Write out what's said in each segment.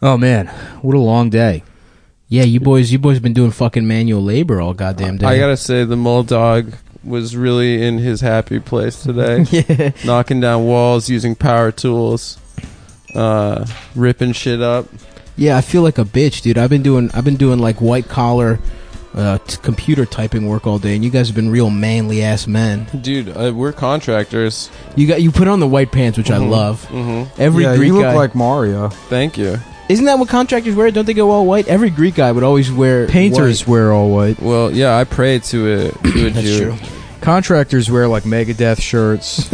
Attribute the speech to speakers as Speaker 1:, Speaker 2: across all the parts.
Speaker 1: Oh man, what a long day. Yeah, you boys, you boys been doing fucking manual labor all goddamn day.
Speaker 2: I gotta say, the mole dog was really in his happy place today.
Speaker 1: yeah.
Speaker 2: Knocking down walls, using power tools, uh, ripping shit up.
Speaker 1: Yeah, I feel like a bitch, dude. I've been doing I've been doing like white collar uh, t- computer typing work all day, and you guys have been real manly ass men.
Speaker 2: Dude, uh, we're contractors.
Speaker 1: You got you put on the white pants, which I love.
Speaker 2: hmm
Speaker 1: Every
Speaker 3: Mm-hmm. yeah,
Speaker 1: Greek
Speaker 3: you look
Speaker 1: guy,
Speaker 3: like Mario.
Speaker 2: Thank you.
Speaker 1: isn't that what contractors wear? Don't they go all white? Every Greek guy would always wear
Speaker 3: Painters
Speaker 1: white.
Speaker 3: wear all white.
Speaker 2: Well, yeah, I pray to a to a
Speaker 1: That's true.
Speaker 2: Jew.
Speaker 3: Contractors wear like Megadeth shirts.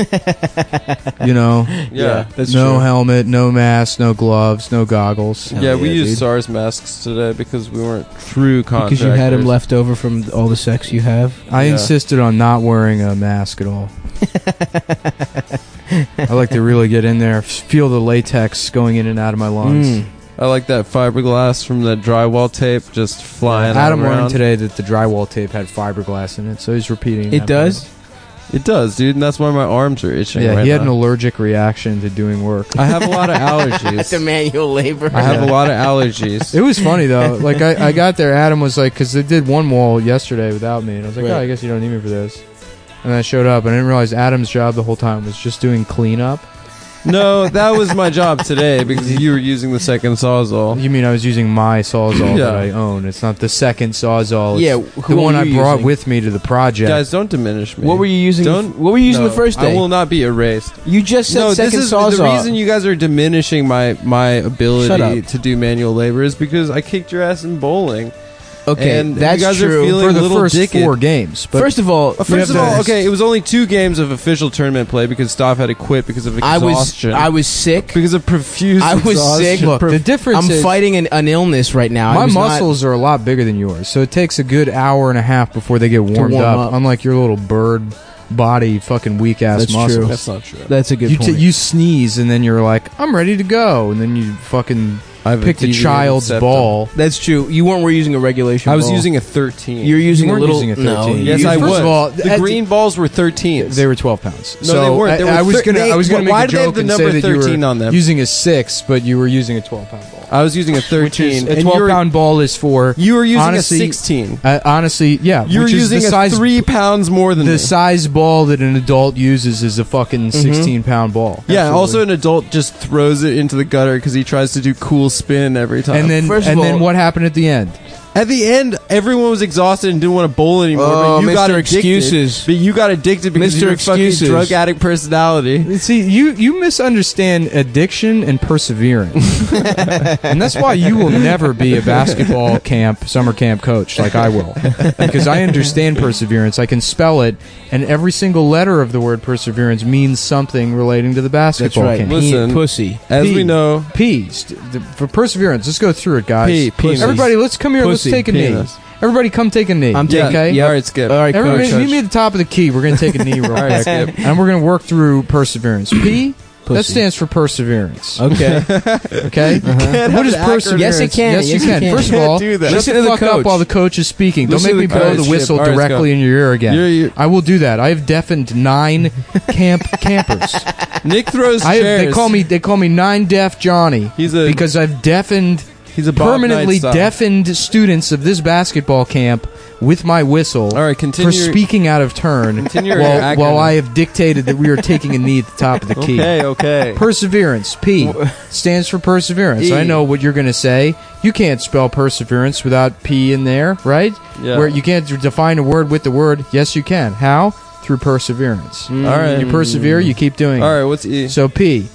Speaker 3: you know,
Speaker 2: Yeah, that's
Speaker 3: no
Speaker 2: true.
Speaker 3: helmet, no mask, no gloves, no goggles.
Speaker 1: Hell
Speaker 2: yeah, we
Speaker 1: yeah,
Speaker 2: used
Speaker 1: dude.
Speaker 2: SARS masks today because we weren't true contractors.
Speaker 1: Because you had him left over from all the sex you have.
Speaker 3: I
Speaker 2: Yeah.
Speaker 3: insisted on not wearing a mask at all. I like to really get in there, feel the latex going in and out of my lungs.
Speaker 1: Mm.
Speaker 2: I like that fiberglass from that drywall tape just flying
Speaker 3: Adam
Speaker 2: around.
Speaker 3: learned today that the drywall tape had fiberglass in it, so he's repeating.
Speaker 1: It
Speaker 3: that
Speaker 1: does?
Speaker 3: for
Speaker 2: It does, dude, and that's why my arms are itching.
Speaker 3: me. Yeah,
Speaker 2: right
Speaker 3: he had an
Speaker 2: now.
Speaker 3: allergic reaction to doing work.
Speaker 2: I have a lot of allergies.
Speaker 1: To manual labor.
Speaker 2: I have a lot of allergies.
Speaker 3: It was funny though. Like I, I got there, Adam was like, because they did one wall yesterday without me, and I was like,
Speaker 1: Right.
Speaker 3: oh, I guess you don't need me for this. And I showed up, and I didn't realize Adam's job the whole time was just doing cleanup.
Speaker 2: No, that was my job today because you were using the second sawzall.
Speaker 3: You mean I was using my sawzall
Speaker 2: Yeah.
Speaker 3: that I own? It's not the second sawzall. It's
Speaker 1: Yeah,
Speaker 3: the
Speaker 1: who
Speaker 3: one
Speaker 1: were
Speaker 3: I
Speaker 1: you
Speaker 3: brought
Speaker 1: using?
Speaker 3: with me to the project.
Speaker 2: Guys, don't diminish me.
Speaker 1: What were you using?
Speaker 2: Don't-
Speaker 1: what were you using
Speaker 2: No,
Speaker 1: the first day?
Speaker 2: I will not be erased.
Speaker 1: you just said
Speaker 2: No,
Speaker 1: second
Speaker 2: this is
Speaker 1: sawzall.
Speaker 2: the reason you guys are diminishing my my
Speaker 1: Shut up.
Speaker 2: ability to do manual labor is because I kicked your ass in bowling.
Speaker 1: okay,
Speaker 2: and you
Speaker 1: that's
Speaker 2: guys are
Speaker 1: true.
Speaker 2: feeling-
Speaker 3: for the
Speaker 2: little
Speaker 3: first
Speaker 2: dickhead.
Speaker 3: four games. But
Speaker 1: first of all,
Speaker 3: you
Speaker 2: First
Speaker 3: have
Speaker 2: of all,
Speaker 3: to-
Speaker 2: okay, it was only two games of official tournament play because Staff had to quit because of
Speaker 1: I was
Speaker 2: exhaustion.
Speaker 1: I was sick.
Speaker 2: because of profuse.
Speaker 1: I was
Speaker 2: exhaustion.
Speaker 1: sick.
Speaker 3: look,
Speaker 1: Perf-
Speaker 3: the difference
Speaker 1: I'm
Speaker 3: is
Speaker 1: fighting an, an illness right now. I
Speaker 3: my
Speaker 1: was not-
Speaker 3: muscles are a lot bigger than yours, so it takes a good hour and a half before they get warmed
Speaker 1: warm
Speaker 3: up,
Speaker 1: up.
Speaker 3: Unlike your little bird body, fucking weak ass
Speaker 1: That's
Speaker 3: muscles.
Speaker 1: true.
Speaker 2: That's not true.
Speaker 1: that's a good
Speaker 3: you,
Speaker 1: point.
Speaker 3: you sneeze and then you're like, I'm ready to go, and then you fucking
Speaker 2: I have
Speaker 3: picked a
Speaker 2: deviated
Speaker 3: child's
Speaker 2: septum.
Speaker 3: ball.
Speaker 1: that's true. You weren't. We're using a regulation.
Speaker 2: I was
Speaker 1: ball.
Speaker 2: using a 13.
Speaker 1: You're using
Speaker 3: You
Speaker 1: a
Speaker 3: weren't
Speaker 1: little.
Speaker 3: using a
Speaker 1: No.
Speaker 3: 13.
Speaker 1: you
Speaker 2: yes,
Speaker 1: used-
Speaker 2: I
Speaker 3: First
Speaker 2: was.
Speaker 3: of all,
Speaker 2: the
Speaker 3: that's-
Speaker 2: green balls were 13s.
Speaker 3: They were 12 pounds.
Speaker 2: No,
Speaker 3: so
Speaker 2: they weren't. They
Speaker 3: I-
Speaker 2: were
Speaker 3: I, was
Speaker 2: thir-
Speaker 3: gonna,
Speaker 2: they-
Speaker 3: I was gonna make
Speaker 2: why
Speaker 3: a
Speaker 2: did they have
Speaker 3: joke
Speaker 2: the
Speaker 3: and
Speaker 2: number
Speaker 3: say that you
Speaker 2: 13
Speaker 3: were
Speaker 2: on them?
Speaker 3: using a six, but you were using a 12 pound ball.
Speaker 2: I was using a 13.
Speaker 3: a
Speaker 2: and
Speaker 3: 12
Speaker 2: you were,
Speaker 3: pound ball is for
Speaker 2: You were using
Speaker 3: honestly,
Speaker 2: a 16.
Speaker 3: Uh, honestly, yeah,
Speaker 2: You were
Speaker 3: which is
Speaker 2: using
Speaker 3: the
Speaker 2: a
Speaker 3: size,
Speaker 2: three pounds more than
Speaker 3: The
Speaker 2: me.
Speaker 3: size ball that an adult uses is a fucking 16 pound ball.
Speaker 2: Mm-hmm. Yeah, also an adult just throws it into the gutter because he tries to do cool spin every time.
Speaker 3: And then,
Speaker 1: First of
Speaker 3: and then
Speaker 1: all-
Speaker 3: what happened at the end?
Speaker 2: at the end, everyone was exhausted and didn't want to bowl anymore.
Speaker 1: Oh,
Speaker 2: but you got
Speaker 1: Mr.
Speaker 2: addicted.
Speaker 1: Excuses.
Speaker 2: But you got addicted because
Speaker 1: Mr.
Speaker 2: of your
Speaker 1: Excuses.
Speaker 2: fucking drug addict personality.
Speaker 3: See, you you misunderstand addiction and perseverance, and that's why you will never be a basketball camp summer camp coach like I will, because I understand perseverance. I can spell it, and every single letter of the word perseverance means something relating to the
Speaker 1: That's
Speaker 3: basketball
Speaker 1: right.
Speaker 3: camp.
Speaker 2: Listen.
Speaker 1: Peeing pussy.
Speaker 2: As
Speaker 3: P.
Speaker 2: we know,
Speaker 3: P's t- th- for perseverance. Let's go through it, guys.
Speaker 2: P, penis.
Speaker 3: Everybody, let's come here.
Speaker 1: Pussy,
Speaker 3: let's take a
Speaker 2: penis.
Speaker 3: knee. Everybody, come take a knee.
Speaker 1: I'm taking-
Speaker 3: okay.
Speaker 2: yeah, all right, skip.
Speaker 1: All right,
Speaker 3: Everybody,
Speaker 1: coach.
Speaker 3: meet me at the top of the key. We're going to take a knee real
Speaker 2: All right,
Speaker 3: quick,
Speaker 2: skip.
Speaker 3: and we're going to work through perseverance. P. That
Speaker 1: Pussy.
Speaker 3: stands for perseverance.
Speaker 1: Okay.
Speaker 3: Okay. Uh-huh.
Speaker 2: can't
Speaker 3: What
Speaker 2: have
Speaker 3: is
Speaker 2: the acronym.
Speaker 3: perseverance?
Speaker 1: Yes, it can. Yes,
Speaker 3: Yes,
Speaker 1: it
Speaker 3: you can.
Speaker 1: can.
Speaker 3: First of
Speaker 2: Can't
Speaker 3: all,
Speaker 2: do that.
Speaker 3: shut
Speaker 1: Listen
Speaker 3: the
Speaker 1: to the
Speaker 3: fuck up
Speaker 1: coach.
Speaker 3: while the coach is speaking.
Speaker 2: Listen
Speaker 3: Don't
Speaker 2: to
Speaker 3: make me
Speaker 2: the
Speaker 3: blow
Speaker 2: coach.
Speaker 3: the whistle
Speaker 2: All right, let's
Speaker 3: directly
Speaker 2: go.
Speaker 3: in your ear again.
Speaker 2: You're- you're-
Speaker 3: I will do that. I have deafened nine camp campers.
Speaker 2: Nick throws
Speaker 3: I have,
Speaker 2: chairs.
Speaker 3: they call me. They call me nine deaf Johnny.
Speaker 2: He's a-
Speaker 3: because I've deafened.
Speaker 2: He's a Bob
Speaker 3: permanently
Speaker 2: Knight style.
Speaker 3: deafened students of this basketball camp with my whistle
Speaker 2: All right, continue
Speaker 3: for
Speaker 2: your-
Speaker 3: speaking out of turn
Speaker 2: Continue your
Speaker 3: while,
Speaker 2: acronym.
Speaker 3: while I have dictated that we are taking a knee at the top of the key.
Speaker 2: Okay, okay.
Speaker 3: Perseverance, P, stands for perseverance.
Speaker 2: E.
Speaker 3: I know what you're going to say. You can't spell perseverance without P in there, right?
Speaker 2: Yeah.
Speaker 3: Where you can't define a word with the word. Yes, you can. How? Through perseverance.
Speaker 2: All right.
Speaker 3: You persevere, you keep doing it.
Speaker 2: Mm. All right, what's E?
Speaker 3: So P.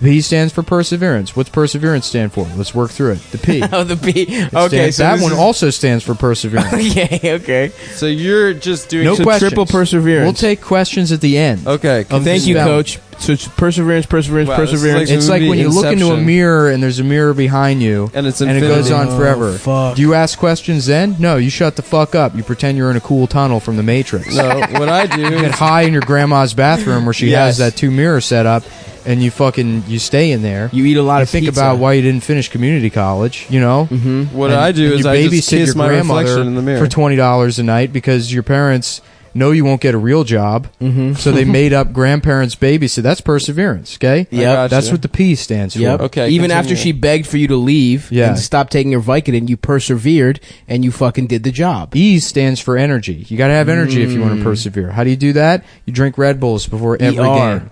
Speaker 3: P stands for perseverance. What's perseverance stand for? Let's work through it. The P.
Speaker 1: oh, the B.
Speaker 3: It
Speaker 1: Okay.
Speaker 3: stands-
Speaker 1: So
Speaker 3: that
Speaker 1: this
Speaker 3: one
Speaker 1: is-
Speaker 3: also stands for perseverance.
Speaker 1: Okay. Okay.
Speaker 2: So you're just doing
Speaker 3: No
Speaker 2: so-
Speaker 3: questions.
Speaker 1: Triple perseverance.
Speaker 3: We'll take questions at the end.
Speaker 2: Okay,
Speaker 3: Of
Speaker 1: Thank
Speaker 3: this
Speaker 1: you,
Speaker 3: balance.
Speaker 1: coach. So it's perseverance, perseverance,
Speaker 2: Wow, this is
Speaker 1: perseverance.
Speaker 2: like-
Speaker 3: It's
Speaker 2: It would
Speaker 3: like
Speaker 2: be
Speaker 3: when you look into a
Speaker 2: Inception.
Speaker 3: mirror and there's a mirror behind you,
Speaker 2: And it's
Speaker 3: it
Speaker 2: infinity.
Speaker 3: goes on
Speaker 1: Oh,
Speaker 3: forever.
Speaker 1: fuck.
Speaker 3: Do you ask questions then? No, you shut the fuck up. You pretend you're in a cool tunnel from the Matrix.
Speaker 2: No, what I do
Speaker 3: You get high in your grandma's bathroom where she
Speaker 1: Yes.
Speaker 3: has that two mirror set up, and you fucking you stay in there.
Speaker 1: you eat a lot
Speaker 3: you
Speaker 1: of
Speaker 3: think
Speaker 1: pizza. Mm-hmm.
Speaker 3: about why you didn't finish community college. You know,
Speaker 2: hmm, What
Speaker 3: And-
Speaker 2: I do
Speaker 3: and
Speaker 2: is
Speaker 3: you
Speaker 2: I
Speaker 3: babysit
Speaker 2: just kiss
Speaker 3: your
Speaker 2: my
Speaker 3: grandmother
Speaker 2: reflection in the mirror.
Speaker 3: for twenty dollars a night because your parents no, you won't get a real job.
Speaker 1: Mm-hmm.
Speaker 3: So they made up grandparents' babies. So that's perseverance. Okay,
Speaker 2: I
Speaker 1: Yep.
Speaker 2: gotcha.
Speaker 3: that's what the P stands for.
Speaker 1: Yep.
Speaker 2: Okay,
Speaker 1: Even
Speaker 2: continue.
Speaker 1: after she begged for you to leave
Speaker 3: Yeah.
Speaker 1: and stop taking your Vicodin, you persevered and you fucking did the job.
Speaker 3: E stands for energy. You got to have energy if you want
Speaker 2: Mm.
Speaker 3: to persevere. How do you do that? You drink Red Bulls before every
Speaker 1: ER.
Speaker 3: game.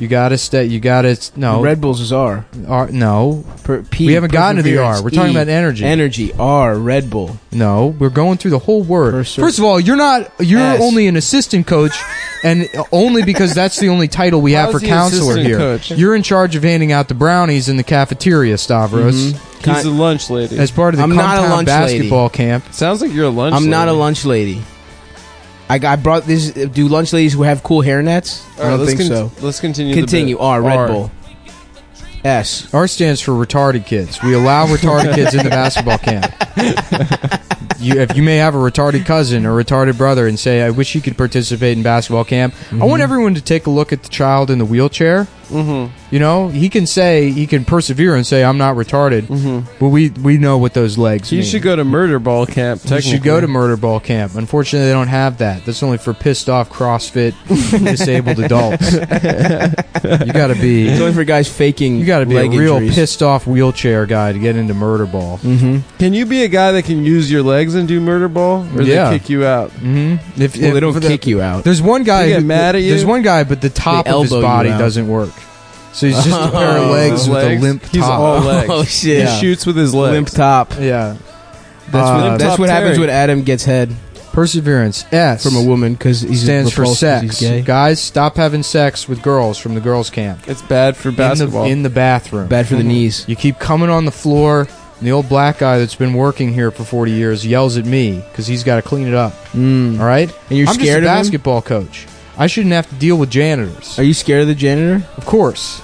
Speaker 3: You got to stay. You got to no
Speaker 1: Red Bulls is R.
Speaker 3: R, no
Speaker 1: Per, P,
Speaker 3: Oh. We haven't gotten to the
Speaker 1: perseverance.
Speaker 3: R. We're talking about energy.
Speaker 1: Energy. R. Red Bull.
Speaker 3: no. We're going through the whole word.
Speaker 1: Perse-
Speaker 3: First of all, you're not. You're
Speaker 1: S.
Speaker 3: only an assistant coach, and only because that's the only title we have
Speaker 2: How's
Speaker 3: for
Speaker 2: he
Speaker 3: counselor
Speaker 2: assistant
Speaker 3: here.
Speaker 2: coach?
Speaker 3: You're in charge of handing out the brownies in the cafeteria, Stavros,
Speaker 2: He's a lunch lady.
Speaker 3: as part of the
Speaker 1: Mm-hmm. I'm not a
Speaker 3: compound
Speaker 1: lunch
Speaker 3: basketball camp.
Speaker 2: Sounds like you're a lunch.
Speaker 1: I'm not a
Speaker 2: lady.
Speaker 1: lunch lady. I, got- I brought this. Do lunch ladies who have cool hairnets? I
Speaker 2: All right,
Speaker 1: don't
Speaker 2: let's
Speaker 1: think
Speaker 2: con-
Speaker 1: so.
Speaker 2: Let's continue. the
Speaker 1: Continue.
Speaker 2: bit.
Speaker 1: R. Red Bull. S.
Speaker 3: R stands for retarded kids. We allow retarded kids in the basketball camp. You, if you may have a retarded cousin or retarded brother and say, I wish you could participate in basketball camp, I
Speaker 1: Mm-hmm.
Speaker 3: want everyone to take a look at the child in the wheelchair. Mm-hmm. You know, he can say, he can persevere and say, I'm not retarded. Mm-hmm. But we, we know what those legs
Speaker 2: He
Speaker 3: mean.
Speaker 2: should go to murder ball camp.
Speaker 3: You
Speaker 2: technically.
Speaker 3: should go to murder ball camp. Unfortunately, they don't have that. That's only for pissed off CrossFit disabled adults. you got to be
Speaker 1: It's only for guys faking.
Speaker 3: you got to be a
Speaker 1: leg
Speaker 3: real
Speaker 1: injuries. Mm-hmm.
Speaker 3: pissed off wheelchair guy to get into murder ball.
Speaker 2: Can you be a guy that can use your legs and do murder ball, or
Speaker 3: Yeah.
Speaker 2: they kick you out?
Speaker 3: Mm-hmm. If,
Speaker 1: Well,
Speaker 3: if-
Speaker 1: they don't
Speaker 3: for the-
Speaker 1: kick you out.
Speaker 3: There's one guy.
Speaker 2: They get
Speaker 3: who-
Speaker 2: mad at you?
Speaker 3: There's one guy, but the top
Speaker 1: They
Speaker 3: of his
Speaker 1: elbow you
Speaker 3: body
Speaker 1: out.
Speaker 3: doesn't work. So he's just a pair of
Speaker 1: Oh.
Speaker 3: legs
Speaker 2: His
Speaker 3: with
Speaker 2: legs?
Speaker 3: a limp top.
Speaker 2: He's all legs.
Speaker 1: Oh shit.
Speaker 2: He shoots with his legs.
Speaker 1: Limp top.
Speaker 3: yeah.
Speaker 1: That's
Speaker 3: Uh,
Speaker 1: what,
Speaker 2: Limp
Speaker 1: that's
Speaker 2: top
Speaker 1: what happens
Speaker 2: Terry.
Speaker 1: when Adam gets head
Speaker 3: Perseverance. S
Speaker 1: from a woman because he
Speaker 3: stands for
Speaker 1: He's
Speaker 3: sex.
Speaker 1: gay.
Speaker 3: Guys, stop having sex with girls from the girls' camp
Speaker 2: It's bad for basketball.
Speaker 3: in the in the bathroom.
Speaker 1: Bad for the knees.
Speaker 3: You keep coming on the floor. And the old black guy that's been working here for 40 years yells at me because he's got to clean it up.
Speaker 1: Mm.
Speaker 3: All right.
Speaker 1: And you're
Speaker 3: I'm
Speaker 1: scared
Speaker 3: just a
Speaker 1: of him?
Speaker 3: basketball coach. I shouldn't have to deal with janitors.
Speaker 1: Are you scared of the janitor?
Speaker 3: Of course.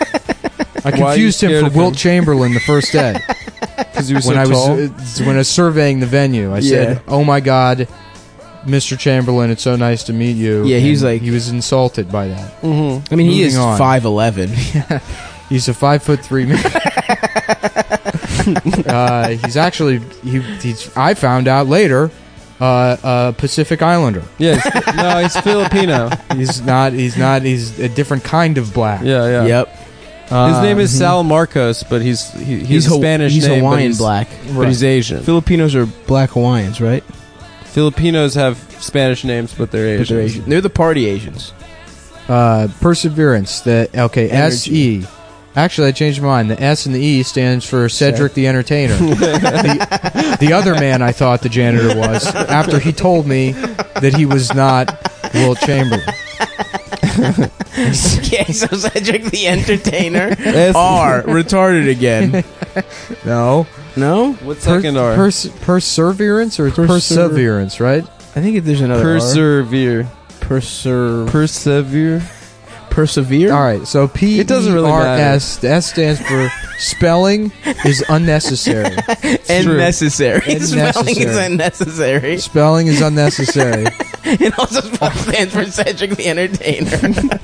Speaker 3: I
Speaker 2: Why are you
Speaker 3: confused
Speaker 2: scared
Speaker 3: him
Speaker 2: of
Speaker 3: for Wilt
Speaker 2: him?
Speaker 3: Chamberlain the first day
Speaker 2: because you were so
Speaker 3: when I was
Speaker 2: tall.
Speaker 3: uh, when I was surveying the venue. I
Speaker 1: Yeah.
Speaker 3: said, "Oh my God, Mr. Chamberlain, it's so nice to meet you."
Speaker 1: Yeah, he was
Speaker 3: And
Speaker 1: like-
Speaker 3: he was insulted by that.
Speaker 2: mm-hmm.
Speaker 1: I mean, he
Speaker 3: Moving
Speaker 1: is
Speaker 3: on.
Speaker 1: five eleven.
Speaker 3: He's a five foot three man. uh, he's actually he, he's. I found out later. Uh, a Pacific Islander.
Speaker 2: Yeah, he's- no, he's Filipino.
Speaker 3: He's not. He's not. He's a different kind of black.
Speaker 2: Yeah, yeah.
Speaker 1: Yep.
Speaker 2: His
Speaker 3: Uh,
Speaker 2: name
Speaker 3: mhm.
Speaker 2: is Sal Marcos, but he's he, he's,
Speaker 1: He's
Speaker 2: a Spanish.
Speaker 1: He's
Speaker 2: name, but
Speaker 1: Hawaiian
Speaker 2: he's-
Speaker 1: black.
Speaker 2: but he's Asian.
Speaker 1: Filipinos are black Hawaiians, right?
Speaker 2: Filipinos have Spanish names, but they're Asian.
Speaker 1: But they're Asian. They're the party Asians.
Speaker 3: Uh, perseverance. The okay. S E. Actually, I changed my mind. The S and the E stands for Cedric the Entertainer. the, the other man I thought the janitor was after he told me that he was not Will Chamberlain.
Speaker 1: okay, so Cedric the Entertainer.
Speaker 2: F-
Speaker 1: R retarded again.
Speaker 3: No.
Speaker 1: No,
Speaker 2: What's
Speaker 3: Per-
Speaker 2: second R? Uh,
Speaker 3: pers- perseverance or it's
Speaker 1: Persever-
Speaker 3: perseverance, right?
Speaker 1: I think if there's another
Speaker 2: Persevere.
Speaker 1: R, perser,
Speaker 2: Persevere.
Speaker 1: persevere.
Speaker 3: All right. So P
Speaker 2: It doesn't really
Speaker 3: E R
Speaker 2: matter.
Speaker 3: S. The S stands for spelling is unnecessary.
Speaker 1: and
Speaker 2: true.
Speaker 1: necessary.
Speaker 3: And
Speaker 1: Spelling is
Speaker 3: necessary.
Speaker 1: unnecessary.
Speaker 3: Spelling is unnecessary.
Speaker 1: It also stands for Cedric the Entertainer.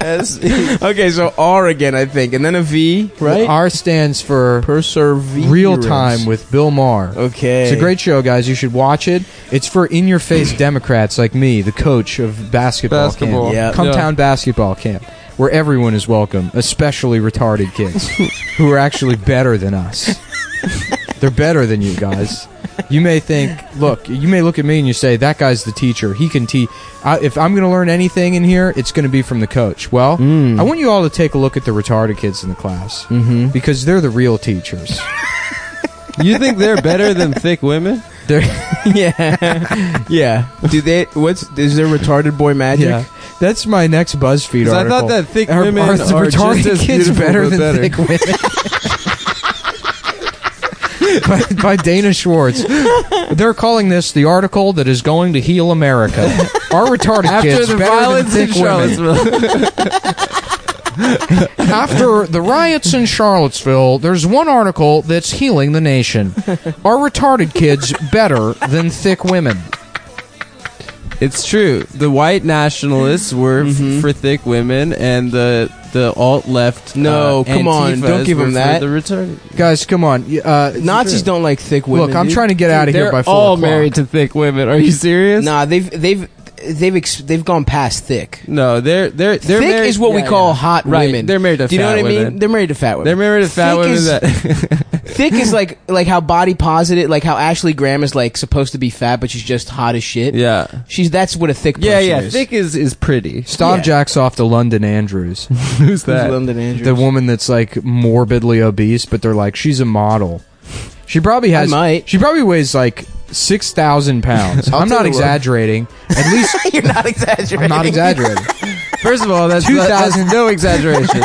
Speaker 2: S E.
Speaker 1: okay, so R again, I think, and then a V, right?
Speaker 3: R stands for
Speaker 1: Perseverance.
Speaker 3: real time with Bill Maher.
Speaker 1: Okay.
Speaker 3: It's a great show, guys. You should watch it. It's for in-your-face Democrats like me, the coach of basketball,
Speaker 2: Basketball.
Speaker 3: camp,
Speaker 1: Yeah.
Speaker 3: Cometown basketball camp, where everyone is welcome, especially retarded kids who are actually better than us. They're better than you guys. You may think, look, you may look at me and you say, that guy's the teacher. He can teach. I, if I'm going to learn anything in here, it's going to be from the coach. Well, I want you all to take a look at the retarded kids in the class
Speaker 1: Mm. Mm-hmm.
Speaker 3: because they're the real teachers.
Speaker 2: You think they're better than thick women?
Speaker 3: They're.
Speaker 1: yeah, yeah. Do they? What's is there retarded boy magic?
Speaker 3: Yeah, that's my next BuzzFeed
Speaker 2: 'Cause I
Speaker 3: article.
Speaker 2: thought that thick
Speaker 3: are,
Speaker 2: women
Speaker 3: are
Speaker 2: are,
Speaker 3: the retarded
Speaker 2: just as
Speaker 3: kids
Speaker 2: beautiful,
Speaker 3: better
Speaker 2: but
Speaker 3: than
Speaker 2: better.
Speaker 3: thick women? by, by Dana Schwartz. They're calling this the article that is going to heal America. Are retarded
Speaker 2: After
Speaker 3: kids
Speaker 2: the
Speaker 3: better than
Speaker 2: violence in
Speaker 3: thick women?
Speaker 2: Charlottesville,
Speaker 3: After the riots in Charlottesville, there's one article that's healing the nation. Are retarded kids better than thick women?
Speaker 2: It's true. The white nationalists were f-
Speaker 1: Mhm.
Speaker 2: for thick women, and the the alt left. uh,
Speaker 1: No, come on, don't give 'em that.
Speaker 2: The return.
Speaker 3: Guys, come on. Y- Uh,
Speaker 1: Nazis don't like thick women.
Speaker 3: Look, I'm
Speaker 1: dude.
Speaker 3: trying to get out of here
Speaker 2: They're
Speaker 3: by four
Speaker 2: all
Speaker 3: o'clock.
Speaker 2: married to thick women. Are you serious?
Speaker 1: Nah, they've they've they've ex- they've gone past thick.
Speaker 2: No, they're they're they're
Speaker 1: thick
Speaker 2: married,
Speaker 1: is what we
Speaker 2: Yeah,
Speaker 1: call
Speaker 2: yeah.
Speaker 1: hot
Speaker 2: right.
Speaker 1: women.
Speaker 2: They're married to
Speaker 1: Do you know
Speaker 2: fat
Speaker 1: what I mean?
Speaker 2: women.
Speaker 1: They're married to fat women.
Speaker 2: They're married to fat
Speaker 1: Thick
Speaker 2: women.
Speaker 1: is-
Speaker 2: that,
Speaker 1: thick is like like how body positive, like how Ashley Graham is like supposed to be fat, but she's just hot as shit.
Speaker 2: yeah,
Speaker 1: She's that's what a thick person
Speaker 2: yeah, yeah.
Speaker 1: is.
Speaker 2: Thick is is pretty.
Speaker 3: Stav
Speaker 1: Yeah.
Speaker 3: jacks off to London Andrews,
Speaker 2: Who's
Speaker 1: Who's
Speaker 2: that?
Speaker 1: London Andrews?
Speaker 3: the woman that's like morbidly obese, but they're like she's a model. She probably
Speaker 1: I
Speaker 3: has.
Speaker 1: might.
Speaker 3: She probably weighs like six thousand pounds.
Speaker 1: I'll
Speaker 3: I'm not
Speaker 1: take a look.
Speaker 3: exaggerating. At least
Speaker 1: You're not exaggerating.
Speaker 3: I'm not exaggerating.
Speaker 2: First of all, that's
Speaker 3: 2000
Speaker 2: that's no exaggeration.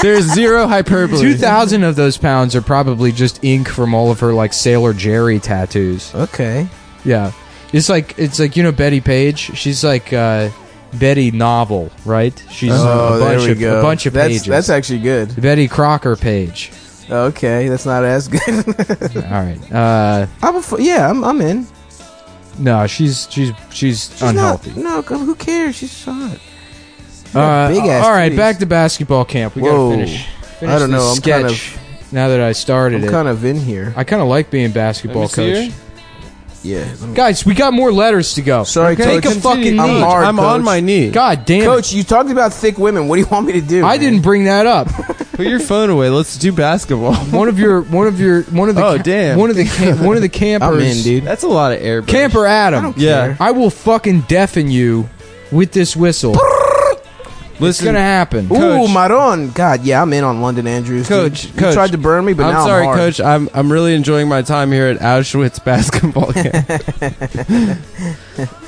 Speaker 2: There's zero hyperbole.
Speaker 3: Two thousand of those pounds are probably just ink from all of her like Sailor Jerry tattoos.
Speaker 1: Okay.
Speaker 3: Yeah, it's like it's like you know Betty Page. She's like uh, Betty novel, right? She's
Speaker 4: Oh,
Speaker 3: a
Speaker 4: there
Speaker 3: bunch
Speaker 4: we
Speaker 3: of
Speaker 4: go.
Speaker 3: a bunch of
Speaker 4: that's,
Speaker 3: pages.
Speaker 4: That's actually good.
Speaker 3: Betty Crocker page.
Speaker 4: Okay, that's not as good.
Speaker 3: All right. Uh,
Speaker 4: I'm a f- yeah, I'm, I'm in.
Speaker 3: no, she's she's she's,
Speaker 4: She's
Speaker 3: unhealthy.
Speaker 4: Not, no, who cares? She's hot.
Speaker 3: uh,
Speaker 4: big ass
Speaker 3: all right,
Speaker 4: titties.
Speaker 3: back to basketball camp. We
Speaker 4: Whoa.
Speaker 3: gotta finish. finish
Speaker 4: I don't
Speaker 3: this
Speaker 4: know, I'm kind
Speaker 3: sketch. now that I started
Speaker 4: I'm
Speaker 3: it,
Speaker 4: kind of in here.
Speaker 3: I kind of like being basketball
Speaker 2: Let me see
Speaker 3: coach.
Speaker 4: Yeah. let me-
Speaker 3: Guys, we got more letters to go.
Speaker 4: Sorry,
Speaker 3: Take
Speaker 4: coach.
Speaker 3: a fucking
Speaker 4: I'm
Speaker 3: knee.
Speaker 4: hard,
Speaker 5: I'm on
Speaker 4: coach.
Speaker 5: my knee.
Speaker 3: God damn it.
Speaker 4: Coach, you talked about thick women. What do you want me to do?
Speaker 3: I
Speaker 4: man?
Speaker 3: didn't bring that up.
Speaker 2: Put your phone away. Let's do basketball.
Speaker 3: One of your, one of your, one of the,
Speaker 2: Oh, damn.
Speaker 3: one of the, cam- one of the campers,
Speaker 1: I'm in, dude.
Speaker 2: That's a lot of air.
Speaker 3: camper
Speaker 4: I
Speaker 3: Adam.
Speaker 4: don't
Speaker 2: Yeah.
Speaker 4: care.
Speaker 3: I will fucking deffen you with this whistle. It's
Speaker 2: Listen,
Speaker 3: gonna happen.
Speaker 4: Ooh,
Speaker 2: Coach.
Speaker 4: Maron. God, yeah, I'm in on London Andrews. dude.
Speaker 2: Coach,
Speaker 4: you
Speaker 2: coach.
Speaker 4: tried to burn me, but
Speaker 2: I'm
Speaker 4: now
Speaker 2: sorry,
Speaker 4: I'm hard.
Speaker 2: Coach. I'm I'm really enjoying my time here at Auschwitz basketball camp.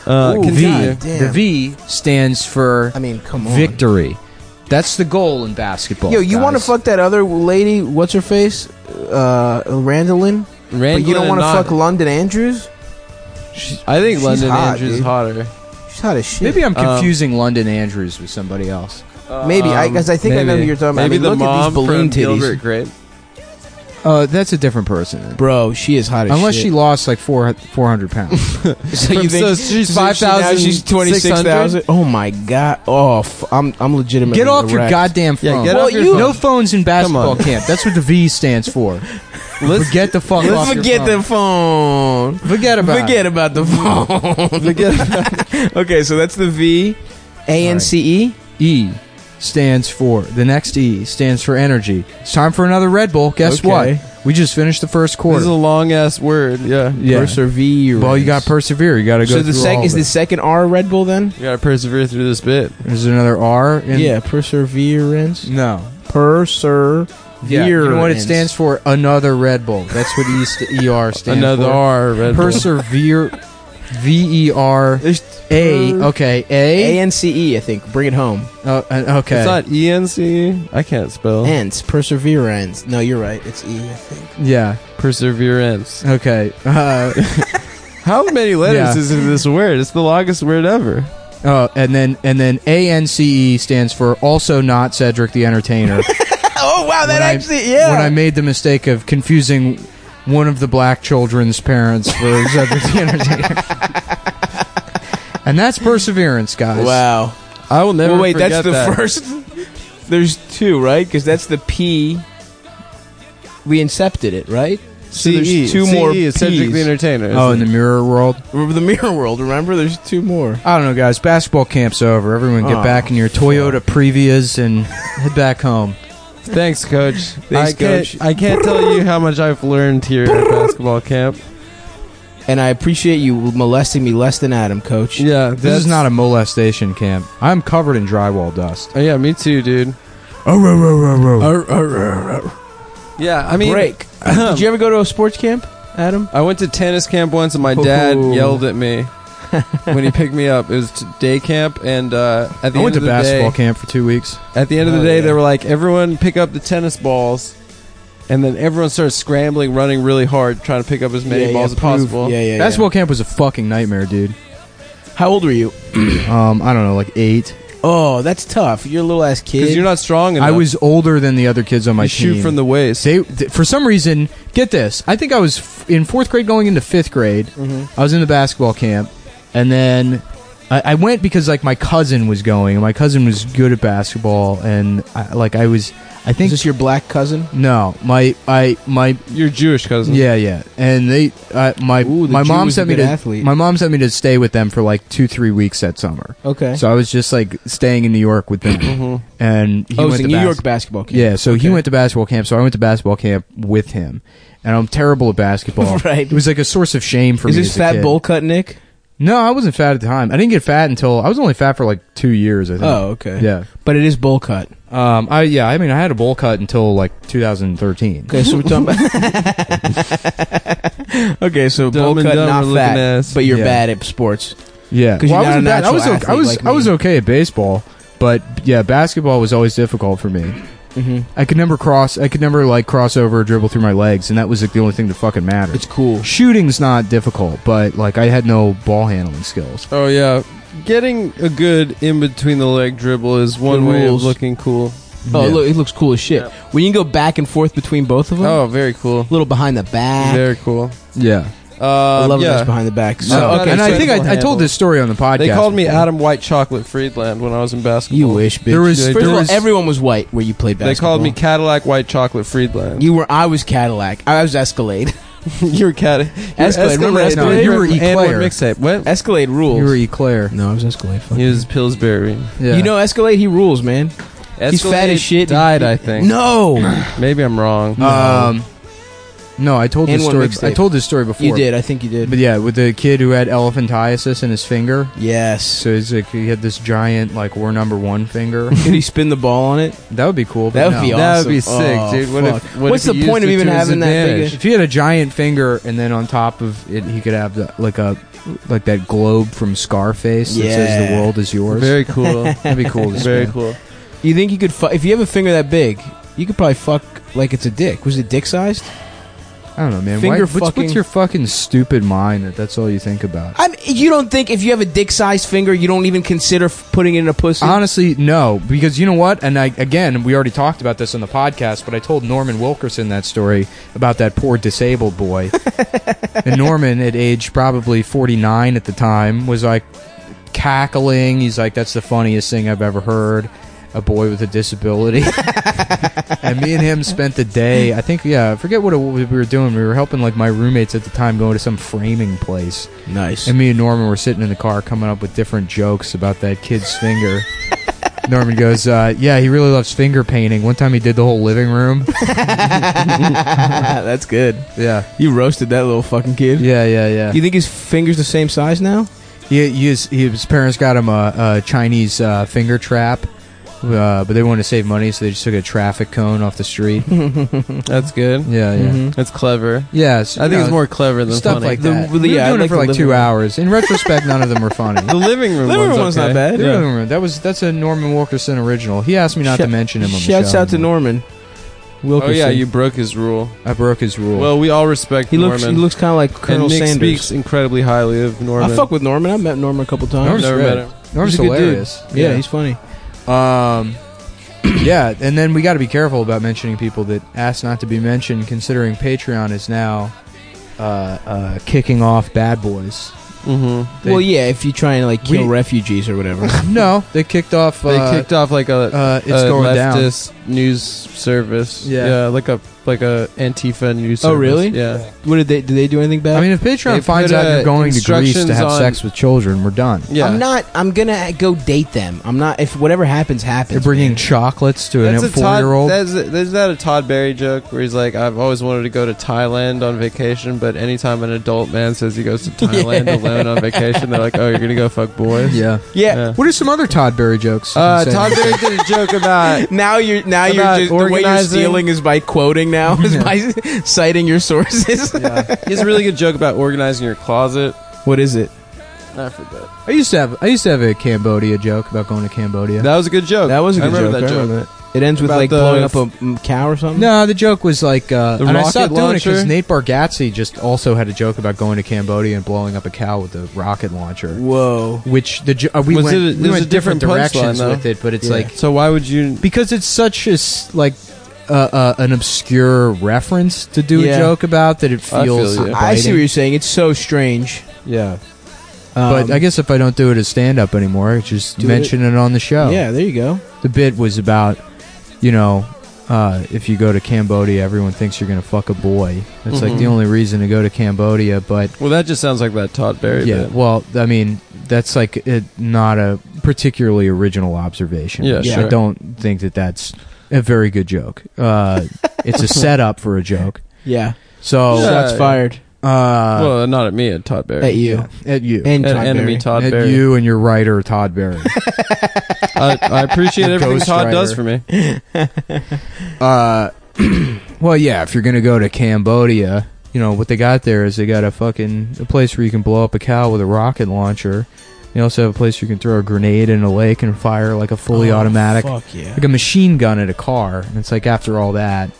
Speaker 2: uh,
Speaker 4: Ooh,
Speaker 2: continue.
Speaker 4: God
Speaker 3: The
Speaker 4: damn.
Speaker 3: V stands for
Speaker 1: I mean, come on.
Speaker 3: victory. That's the goal in basketball.
Speaker 1: Yo, you
Speaker 3: guys.
Speaker 1: want to fuck that other lady? What's her face? Uh, Randolin. But
Speaker 2: Randall
Speaker 1: you don't want to
Speaker 2: and
Speaker 1: fuck
Speaker 2: Nod-
Speaker 1: London Andrews?
Speaker 2: I think
Speaker 4: she's
Speaker 2: London
Speaker 4: hot,
Speaker 2: Andrews is
Speaker 4: dude.
Speaker 2: hotter.
Speaker 1: She's hot as shit.
Speaker 3: Maybe I'm
Speaker 2: Um,
Speaker 3: confusing London Andrews with somebody else.
Speaker 1: Maybe, I- 'cause I think I know who you're talking about. I
Speaker 2: Maybe
Speaker 1: mean,
Speaker 2: the
Speaker 1: look at these
Speaker 2: mom
Speaker 1: balloon
Speaker 2: from
Speaker 1: titties.
Speaker 2: Gilbert Grape.
Speaker 3: Uh, that's a different person. then.
Speaker 1: Bro, she is hot as
Speaker 3: Unless she
Speaker 1: shit.
Speaker 3: lost like four four hundred pounds.
Speaker 1: Unless she, so
Speaker 2: From-
Speaker 1: you think
Speaker 2: so
Speaker 1: so
Speaker 2: she's five
Speaker 1: she now
Speaker 2: thousand.
Speaker 1: She's twenty six thousand. Oh my god! Oh, f- I'm I'm legitimately
Speaker 3: get off your
Speaker 1: erect.
Speaker 3: goddamn
Speaker 2: Yeah,
Speaker 3: phone.
Speaker 2: get
Speaker 1: Well,
Speaker 2: off your
Speaker 1: you-
Speaker 2: phone.
Speaker 3: no phones in basketball
Speaker 2: on.
Speaker 3: camp. That's what the V stands for.
Speaker 2: Let's
Speaker 3: Forget the fuck
Speaker 2: let's
Speaker 3: off your
Speaker 1: Forget
Speaker 3: phone.
Speaker 1: the phone.
Speaker 3: Forget about
Speaker 1: Forget
Speaker 3: it.
Speaker 1: about the phone. Forget okay, so that's the V, A N C E.
Speaker 3: E stands for the next E stands for energy. It's time for another Red Bull. Guess
Speaker 1: Okay.
Speaker 3: what? We just finished the first
Speaker 2: This is a
Speaker 3: quarter.
Speaker 2: long ass word. Yeah,
Speaker 3: Yeah.
Speaker 1: Perseverance.
Speaker 3: Well, you got to persevere. You got to go.
Speaker 1: So the
Speaker 3: through
Speaker 1: sec
Speaker 3: all
Speaker 1: is
Speaker 3: of
Speaker 1: the
Speaker 3: it.
Speaker 1: second R Red Bull then?
Speaker 2: you gotta persevere through this bit.
Speaker 3: Is there another R? In,
Speaker 1: yeah, perseverance.
Speaker 3: No.
Speaker 1: Perseverance.
Speaker 3: Yeah. You know what it stands for? Another Red Bull. That's what E st- ER stands
Speaker 2: Another
Speaker 3: for.
Speaker 2: R. Red Bull.
Speaker 3: Persevere. V E R A. Okay.
Speaker 1: A
Speaker 3: A.
Speaker 1: N C E, I think. Bring it home.
Speaker 3: Oh, uh, okay.
Speaker 2: It's not E N C. I can't
Speaker 3: Oh.
Speaker 2: spell.
Speaker 1: Ends. Perseverance. No, you're right. It's E, I think.
Speaker 3: yeah.
Speaker 2: Perseverance.
Speaker 3: Okay. Uh,
Speaker 2: How many letters
Speaker 3: Yeah.
Speaker 2: is in this word? It's the longest word ever.
Speaker 3: oh, and then and then A N C E stands for also not Cedric the Entertainer.
Speaker 1: Oh wow, that
Speaker 3: When I-
Speaker 1: actually yeah.
Speaker 3: when I made the mistake of confusing one of the black children's parents for Cedric the Entertainer. and that's perseverance, guys.
Speaker 1: wow.
Speaker 2: I will never.
Speaker 1: Well, wait, that's
Speaker 2: forget
Speaker 1: the
Speaker 2: that.
Speaker 1: first. There's two, right? Because that's the P. We incepted it, right?
Speaker 2: So
Speaker 3: E.
Speaker 1: there's two
Speaker 2: CE
Speaker 1: more
Speaker 2: is Cedric the
Speaker 1: Ps.
Speaker 2: Entertainer.
Speaker 3: Oh, in
Speaker 2: isn't
Speaker 3: the
Speaker 2: it?
Speaker 3: mirror world.
Speaker 1: Remember the mirror world. Remember, there's two more.
Speaker 3: I don't know, guys. Basketball camp's over. Everyone get
Speaker 1: Oh,
Speaker 3: back in your Toyota Previas and head back home.
Speaker 2: thanks, Coach. I can't,
Speaker 1: Coach.
Speaker 2: I can't tell you how much I've learned here at basketball camp.
Speaker 1: And I appreciate you molesting me less than Adam, Coach.
Speaker 2: Yeah,
Speaker 3: This is not a molestation camp. I'm covered in drywall dust.
Speaker 2: Oh, yeah, me too, dude. Oh, Yeah, I mean,
Speaker 1: Break.
Speaker 3: Um,
Speaker 1: Did you ever go to a sports camp, Adam?
Speaker 2: I went to tennis camp once, and my dad
Speaker 1: Ooh.
Speaker 2: yelled at me when he picked me up. It was t- day camp, and uh, at the end
Speaker 3: I went to
Speaker 2: of the
Speaker 3: basketball
Speaker 2: day,
Speaker 3: camp for two weeks.
Speaker 2: at the end of the
Speaker 1: Oh,
Speaker 2: day,
Speaker 1: yeah.
Speaker 2: they were like, "Everyone, pick up the tennis balls." And then everyone starts scrambling, running really hard, trying to pick up as many balls as
Speaker 1: prove-
Speaker 2: possible.
Speaker 1: Yeah, yeah.
Speaker 3: basketball camp was a fucking nightmare, dude.
Speaker 1: yeah. How old were you?
Speaker 3: Um, I don't know, like eight.
Speaker 1: Oh, that's tough. You're a little ass
Speaker 2: Because
Speaker 1: kid.
Speaker 2: you're not strong enough.
Speaker 3: I was older than the other kids on my
Speaker 2: You
Speaker 3: team.
Speaker 2: shoot from the waist.
Speaker 3: They, th- for some reason, get this. I think I
Speaker 1: Mm-hmm.
Speaker 3: was f- in fourth grade going into fifth grade. I was in the basketball camp, and then I, I went because like my cousin was going, and my cousin was good at basketball, and I, like I was, I think
Speaker 1: Is this your black cousin?
Speaker 3: no, my I my
Speaker 2: Your Jewish cousin.
Speaker 3: yeah yeah, and they I, my
Speaker 1: Ooh, the
Speaker 3: my
Speaker 1: Jew
Speaker 3: mom
Speaker 1: was a
Speaker 3: sent me
Speaker 1: good
Speaker 3: to
Speaker 1: athlete.
Speaker 3: my mom sent me to stay with them for like two three weeks that summer.
Speaker 1: Okay.
Speaker 3: So I was just like staying in New York with them, and he
Speaker 1: oh,
Speaker 3: went
Speaker 1: it's a
Speaker 3: to
Speaker 1: New
Speaker 3: bas-
Speaker 1: York basketball camp.
Speaker 3: Yeah, so he went to basketball camp, so I went to basketball camp with him, and I'm terrible at basketball.
Speaker 1: Right.
Speaker 3: It was like a source of shame for
Speaker 1: Is
Speaker 3: me.
Speaker 1: this
Speaker 3: as a
Speaker 1: fat
Speaker 3: kid.
Speaker 1: bowl cut Nick?
Speaker 3: No, I wasn't fat at the time. I didn't get fat until I was only fat for like two years. I think.
Speaker 1: Oh, okay.
Speaker 3: yeah.
Speaker 1: But it is bowl cut.
Speaker 3: Um, I yeah. I mean, I had a bowl cut until like 2013.
Speaker 1: Okay, so we're talking about. okay, so
Speaker 2: Dumb
Speaker 1: bowl
Speaker 2: and
Speaker 1: cut, not
Speaker 2: dumber
Speaker 1: fat,
Speaker 2: looking ass.
Speaker 1: but you're
Speaker 3: Yeah.
Speaker 1: bad at sports.
Speaker 3: Yeah,
Speaker 1: 'Cause you're
Speaker 3: I
Speaker 1: not
Speaker 3: wasn't
Speaker 1: a
Speaker 3: bad. I was
Speaker 1: natural
Speaker 3: okay. I
Speaker 1: athlete
Speaker 3: was
Speaker 1: like
Speaker 3: I was
Speaker 1: me.
Speaker 3: okay at baseball, but yeah, basketball was always difficult for me.
Speaker 1: Mm-hmm.
Speaker 3: I could never cross. I could never like cross over, or dribble through my legs, and that was like the only thing that fucking mattered.
Speaker 1: It's cool.
Speaker 3: Shooting's not difficult, but like I had no ball handling skills.
Speaker 2: Oh yeah. Getting a good in between the leg dribble is one
Speaker 1: The
Speaker 2: way of
Speaker 1: rules.
Speaker 2: looking cool.
Speaker 1: Oh,
Speaker 3: Yeah.
Speaker 1: look, it looks cool as shit. When you can go back and forth between both of them,
Speaker 2: Oh, very cool.
Speaker 1: a little behind the back.
Speaker 2: Very cool.
Speaker 3: Yeah.
Speaker 2: Um,
Speaker 1: Mm-hmm. I love
Speaker 2: yeah.
Speaker 1: this behind the back.
Speaker 3: So,
Speaker 1: So,
Speaker 2: No,
Speaker 3: okay, and I
Speaker 2: so
Speaker 3: think
Speaker 2: ball
Speaker 3: I, I told
Speaker 2: handling.
Speaker 3: this story on the podcast.
Speaker 2: They called me
Speaker 3: before.
Speaker 2: Adam White Chocolate Friedland when I was in basketball.
Speaker 1: you wish, bitch.
Speaker 3: There was-
Speaker 1: First
Speaker 3: there
Speaker 1: of all,
Speaker 3: was-
Speaker 1: everyone was white where you played
Speaker 2: They
Speaker 1: basketball.
Speaker 2: called me Cadillac White Chocolate Friedland.
Speaker 1: You were. I was Cadillac. I was Escalade.
Speaker 2: You, are Cadillac.
Speaker 1: Escalade, remember Escalade?
Speaker 3: You were Eclair.
Speaker 2: mixtape. What?
Speaker 1: Escalade rules.
Speaker 3: You were Eclair.
Speaker 1: no, I was Escalade. Fuck.
Speaker 2: He was Pillsbury.
Speaker 3: Yeah.
Speaker 1: You know Escalade. He rules, man. He's fat as shit.
Speaker 2: Died, I think.
Speaker 1: No,
Speaker 2: Maybe I'm wrong.
Speaker 3: Um, no, I told
Speaker 1: uh, And
Speaker 3: this
Speaker 1: one
Speaker 3: story.
Speaker 1: mixtape.
Speaker 3: I told this story before.
Speaker 1: you did. I think you did.
Speaker 3: but yeah, with the kid who had elephantiasis in his finger.
Speaker 1: Yes.
Speaker 3: So he's like, he had this giant, like, we're number one finger.
Speaker 1: Could he spin the ball on it?
Speaker 3: that would be cool. But
Speaker 1: That would
Speaker 3: no.
Speaker 1: be awesome.
Speaker 2: That would be sick,
Speaker 1: Oh,
Speaker 2: dude. What if,
Speaker 1: fuck.
Speaker 2: what
Speaker 1: What's
Speaker 2: if
Speaker 1: the
Speaker 2: he
Speaker 1: point
Speaker 2: used
Speaker 1: of
Speaker 2: it
Speaker 1: even
Speaker 2: to his
Speaker 1: having that big-
Speaker 2: advantage?
Speaker 3: If he had a giant finger, and then on top of it, he could have the, like a like that globe from Scarface that says
Speaker 1: Yeah.
Speaker 3: the world is yours.
Speaker 2: Very cool.
Speaker 3: That'd be cool. To
Speaker 2: Very
Speaker 3: spin.
Speaker 2: cool.
Speaker 1: You think you could fu- if you have a finger that big, you could probably fuck like it's a dick. Was it dick sized?
Speaker 3: I don't know, man.
Speaker 1: Finger
Speaker 3: Why, what's,
Speaker 1: fucking-
Speaker 3: what's your fucking stupid mind that that's all you think about?
Speaker 1: I mean, you don't think if you have a dick sized finger, you don't even consider f- putting it in a pussy?
Speaker 3: Honestly, no, because you know what? And I again, we already talked about this on the podcast, but I told Norman Wilkerson that story about that poor disabled boy. and Norman, at age probably 49 at the time, was like cackling. He's like, "That's the funniest thing I've ever heard." A boy with a disability, and me and him spent the day. I think, yeah, I forget what, it, what we were doing. We were helping like my roommates at the time going to some framing place,
Speaker 1: nice.
Speaker 3: and me and Norman were sitting in the car coming up with different jokes about that kid's finger. Norman goes, uh, Yeah, he really loves finger painting. One time he did the whole living room.
Speaker 1: That's good.
Speaker 3: Yeah.
Speaker 1: You roasted that little fucking kid.
Speaker 3: Yeah, yeah, yeah.
Speaker 1: You think his finger's the same size now?
Speaker 3: He, he is, he, his parents got him a, a Chinese uh, finger trap, uh, but they wanted to save money, so they just took a traffic cone off the street. yeah,
Speaker 2: That's good.
Speaker 3: yeah.
Speaker 1: Mm-hmm.
Speaker 2: That's clever.
Speaker 3: Yeah, so,
Speaker 2: I think
Speaker 3: you
Speaker 2: it's
Speaker 3: know,
Speaker 2: more clever than
Speaker 3: stuff
Speaker 2: funny.
Speaker 3: like
Speaker 1: The-
Speaker 3: that.
Speaker 1: well,
Speaker 3: we were
Speaker 1: yeah, I
Speaker 3: doing
Speaker 1: like
Speaker 3: it for
Speaker 1: the
Speaker 3: like
Speaker 1: living
Speaker 3: two
Speaker 1: room.
Speaker 3: hours. In retrospect, none of them were funny.
Speaker 2: the living room.
Speaker 1: Living
Speaker 2: one's,
Speaker 1: room one's
Speaker 2: okay.
Speaker 1: not bad.
Speaker 3: The
Speaker 2: Yeah.
Speaker 3: living room. That was that's a Norman Wilkerson original. He asked me not
Speaker 1: Shout-
Speaker 3: to mention him on the show.
Speaker 1: Shouts out to Norman.
Speaker 2: Oh
Speaker 1: Wilkerson.
Speaker 2: yeah, you broke his rule.
Speaker 3: I broke his rule.
Speaker 2: Well, we all respect
Speaker 1: He
Speaker 2: Norman.
Speaker 1: looks. He looks kind of like Colonel
Speaker 2: and Nick
Speaker 1: Sanders.
Speaker 2: speaks incredibly highly of Norman.
Speaker 1: I fuck with Norman. I met Norman a couple times.
Speaker 3: Norman's
Speaker 2: Never
Speaker 3: great.
Speaker 2: met him.
Speaker 3: Norm's
Speaker 1: He's a good dude.
Speaker 3: hilarious.
Speaker 1: yeah, he's funny.
Speaker 3: um, yeah, and then we got to be careful about mentioning people that asked not to be mentioned, considering Patreon is now uh, uh, kicking off bad boys.
Speaker 2: Mm-hmm.
Speaker 3: They-
Speaker 1: well, yeah, if you try and like kill
Speaker 3: We-
Speaker 1: refugees or whatever.
Speaker 3: No, they kicked off.
Speaker 2: They
Speaker 3: Uh,
Speaker 2: kicked off like a,
Speaker 3: Uh, it's
Speaker 2: a
Speaker 3: going down.
Speaker 2: leftist news service.
Speaker 3: Yeah.
Speaker 2: like a like a Antifa news.
Speaker 1: Oh,
Speaker 2: service.
Speaker 1: really?
Speaker 2: Yeah,
Speaker 1: what did they? Did they do anything bad?
Speaker 3: I mean, if
Speaker 2: They
Speaker 3: Patreon finds
Speaker 2: put,
Speaker 3: out
Speaker 2: uh,
Speaker 3: you're going to Greece to
Speaker 2: instructions
Speaker 3: have
Speaker 2: on-
Speaker 3: sex with children, we're done.
Speaker 2: yeah.
Speaker 1: I'm not. I'm gonna go date them. I'm not. If whatever happens, happens.
Speaker 3: They're bringing
Speaker 1: man.
Speaker 3: chocolates to
Speaker 2: That's
Speaker 3: an
Speaker 2: a
Speaker 3: four
Speaker 2: Todd.
Speaker 3: year old.
Speaker 2: That's a, is that a Todd Berry joke where he's like, "I've always wanted to go to Thailand on vacation, but anytime an adult man says he goes to Thailand alone on vacation, they're like, oh, you're gonna go fuck boys.'"
Speaker 3: Yeah.
Speaker 1: Yeah.
Speaker 2: Yeah.
Speaker 3: What are some other Todd Berry jokes? you
Speaker 2: Uh,
Speaker 3: can say?
Speaker 2: Todd Berry did a joke about
Speaker 1: Now you're now you're
Speaker 2: About
Speaker 1: just the way you're
Speaker 2: organizing.
Speaker 1: stealing is by quoting now is by citing your sources.
Speaker 2: He has a really good joke about organizing your closet.
Speaker 1: What is it?
Speaker 2: I forget.
Speaker 3: I used to have I used to have a Cambodia joke about going to Cambodia.
Speaker 2: That was a good joke.
Speaker 1: That was a
Speaker 2: I
Speaker 1: good joke.
Speaker 2: remember That
Speaker 1: I
Speaker 2: joke.
Speaker 1: remember that. It ends with
Speaker 2: About
Speaker 1: like
Speaker 2: the-
Speaker 1: blowing up a mm, cow or something.
Speaker 3: No, the joke was like uh,
Speaker 2: The
Speaker 3: and I
Speaker 2: rocket
Speaker 3: stopped doing it because
Speaker 2: launcher?
Speaker 3: Nate Bargatze just also had a joke about going to Cambodia and blowing up a cow with a rocket launcher,
Speaker 1: Whoa.
Speaker 3: which the jo- uh, we
Speaker 2: Was
Speaker 3: went
Speaker 2: it a-
Speaker 3: we
Speaker 2: it was
Speaker 3: went
Speaker 2: a different
Speaker 3: directions
Speaker 2: punchline, though.
Speaker 3: with it, but it's
Speaker 1: Yeah.
Speaker 3: like
Speaker 2: So why would you?
Speaker 3: because it's such a s- like uh, uh, an obscure reference to do
Speaker 1: Yeah.
Speaker 3: a joke about that it
Speaker 2: I feel
Speaker 3: feels.
Speaker 2: you.
Speaker 3: biting.
Speaker 1: I see what you're saying. It's so strange.
Speaker 2: Yeah.
Speaker 3: but
Speaker 1: Um,
Speaker 3: I guess if I don't do it as stand up anymore, I just
Speaker 1: Do
Speaker 3: mention it. on the show.
Speaker 1: yeah, there you go.
Speaker 3: The bit was about, you know, uh, if you go to Cambodia, everyone thinks you're going to fuck a boy. That's like the
Speaker 2: Mhm.
Speaker 3: only reason to go to Cambodia, but
Speaker 2: Well, that just sounds like that Todd Berry
Speaker 3: yeah,
Speaker 2: bit.
Speaker 3: well, I mean, that's like it, not a particularly original observation.
Speaker 2: Yeah,
Speaker 1: sure.
Speaker 3: I don't think that that's a very good joke. Uh, it's a setup for a joke.
Speaker 1: Oh. Yeah,
Speaker 3: So,
Speaker 1: shots
Speaker 2: Yeah.
Speaker 1: fired
Speaker 3: uh,
Speaker 2: well, not at me, at Todd Berry.
Speaker 1: at you
Speaker 3: yeah, at you,
Speaker 1: and
Speaker 2: at
Speaker 1: Todd
Speaker 2: enemy
Speaker 1: Berry.
Speaker 2: Todd
Speaker 3: at
Speaker 2: Berry.
Speaker 3: you and your writer Todd Berry.
Speaker 2: I, I appreciate
Speaker 3: The
Speaker 2: everything
Speaker 3: ghost
Speaker 2: Todd does
Speaker 3: writer.
Speaker 2: for me.
Speaker 3: uh, well, yeah, if you're gonna go to Cambodia, you know what they got there is they got a fucking a place where you can blow up a cow with a rocket launcher. They also have a place you can throw a grenade in a lake and fire like a fully
Speaker 1: Oh,
Speaker 3: automatic
Speaker 1: Fuck yeah.
Speaker 3: like a machine gun at a car, and it's like after all that,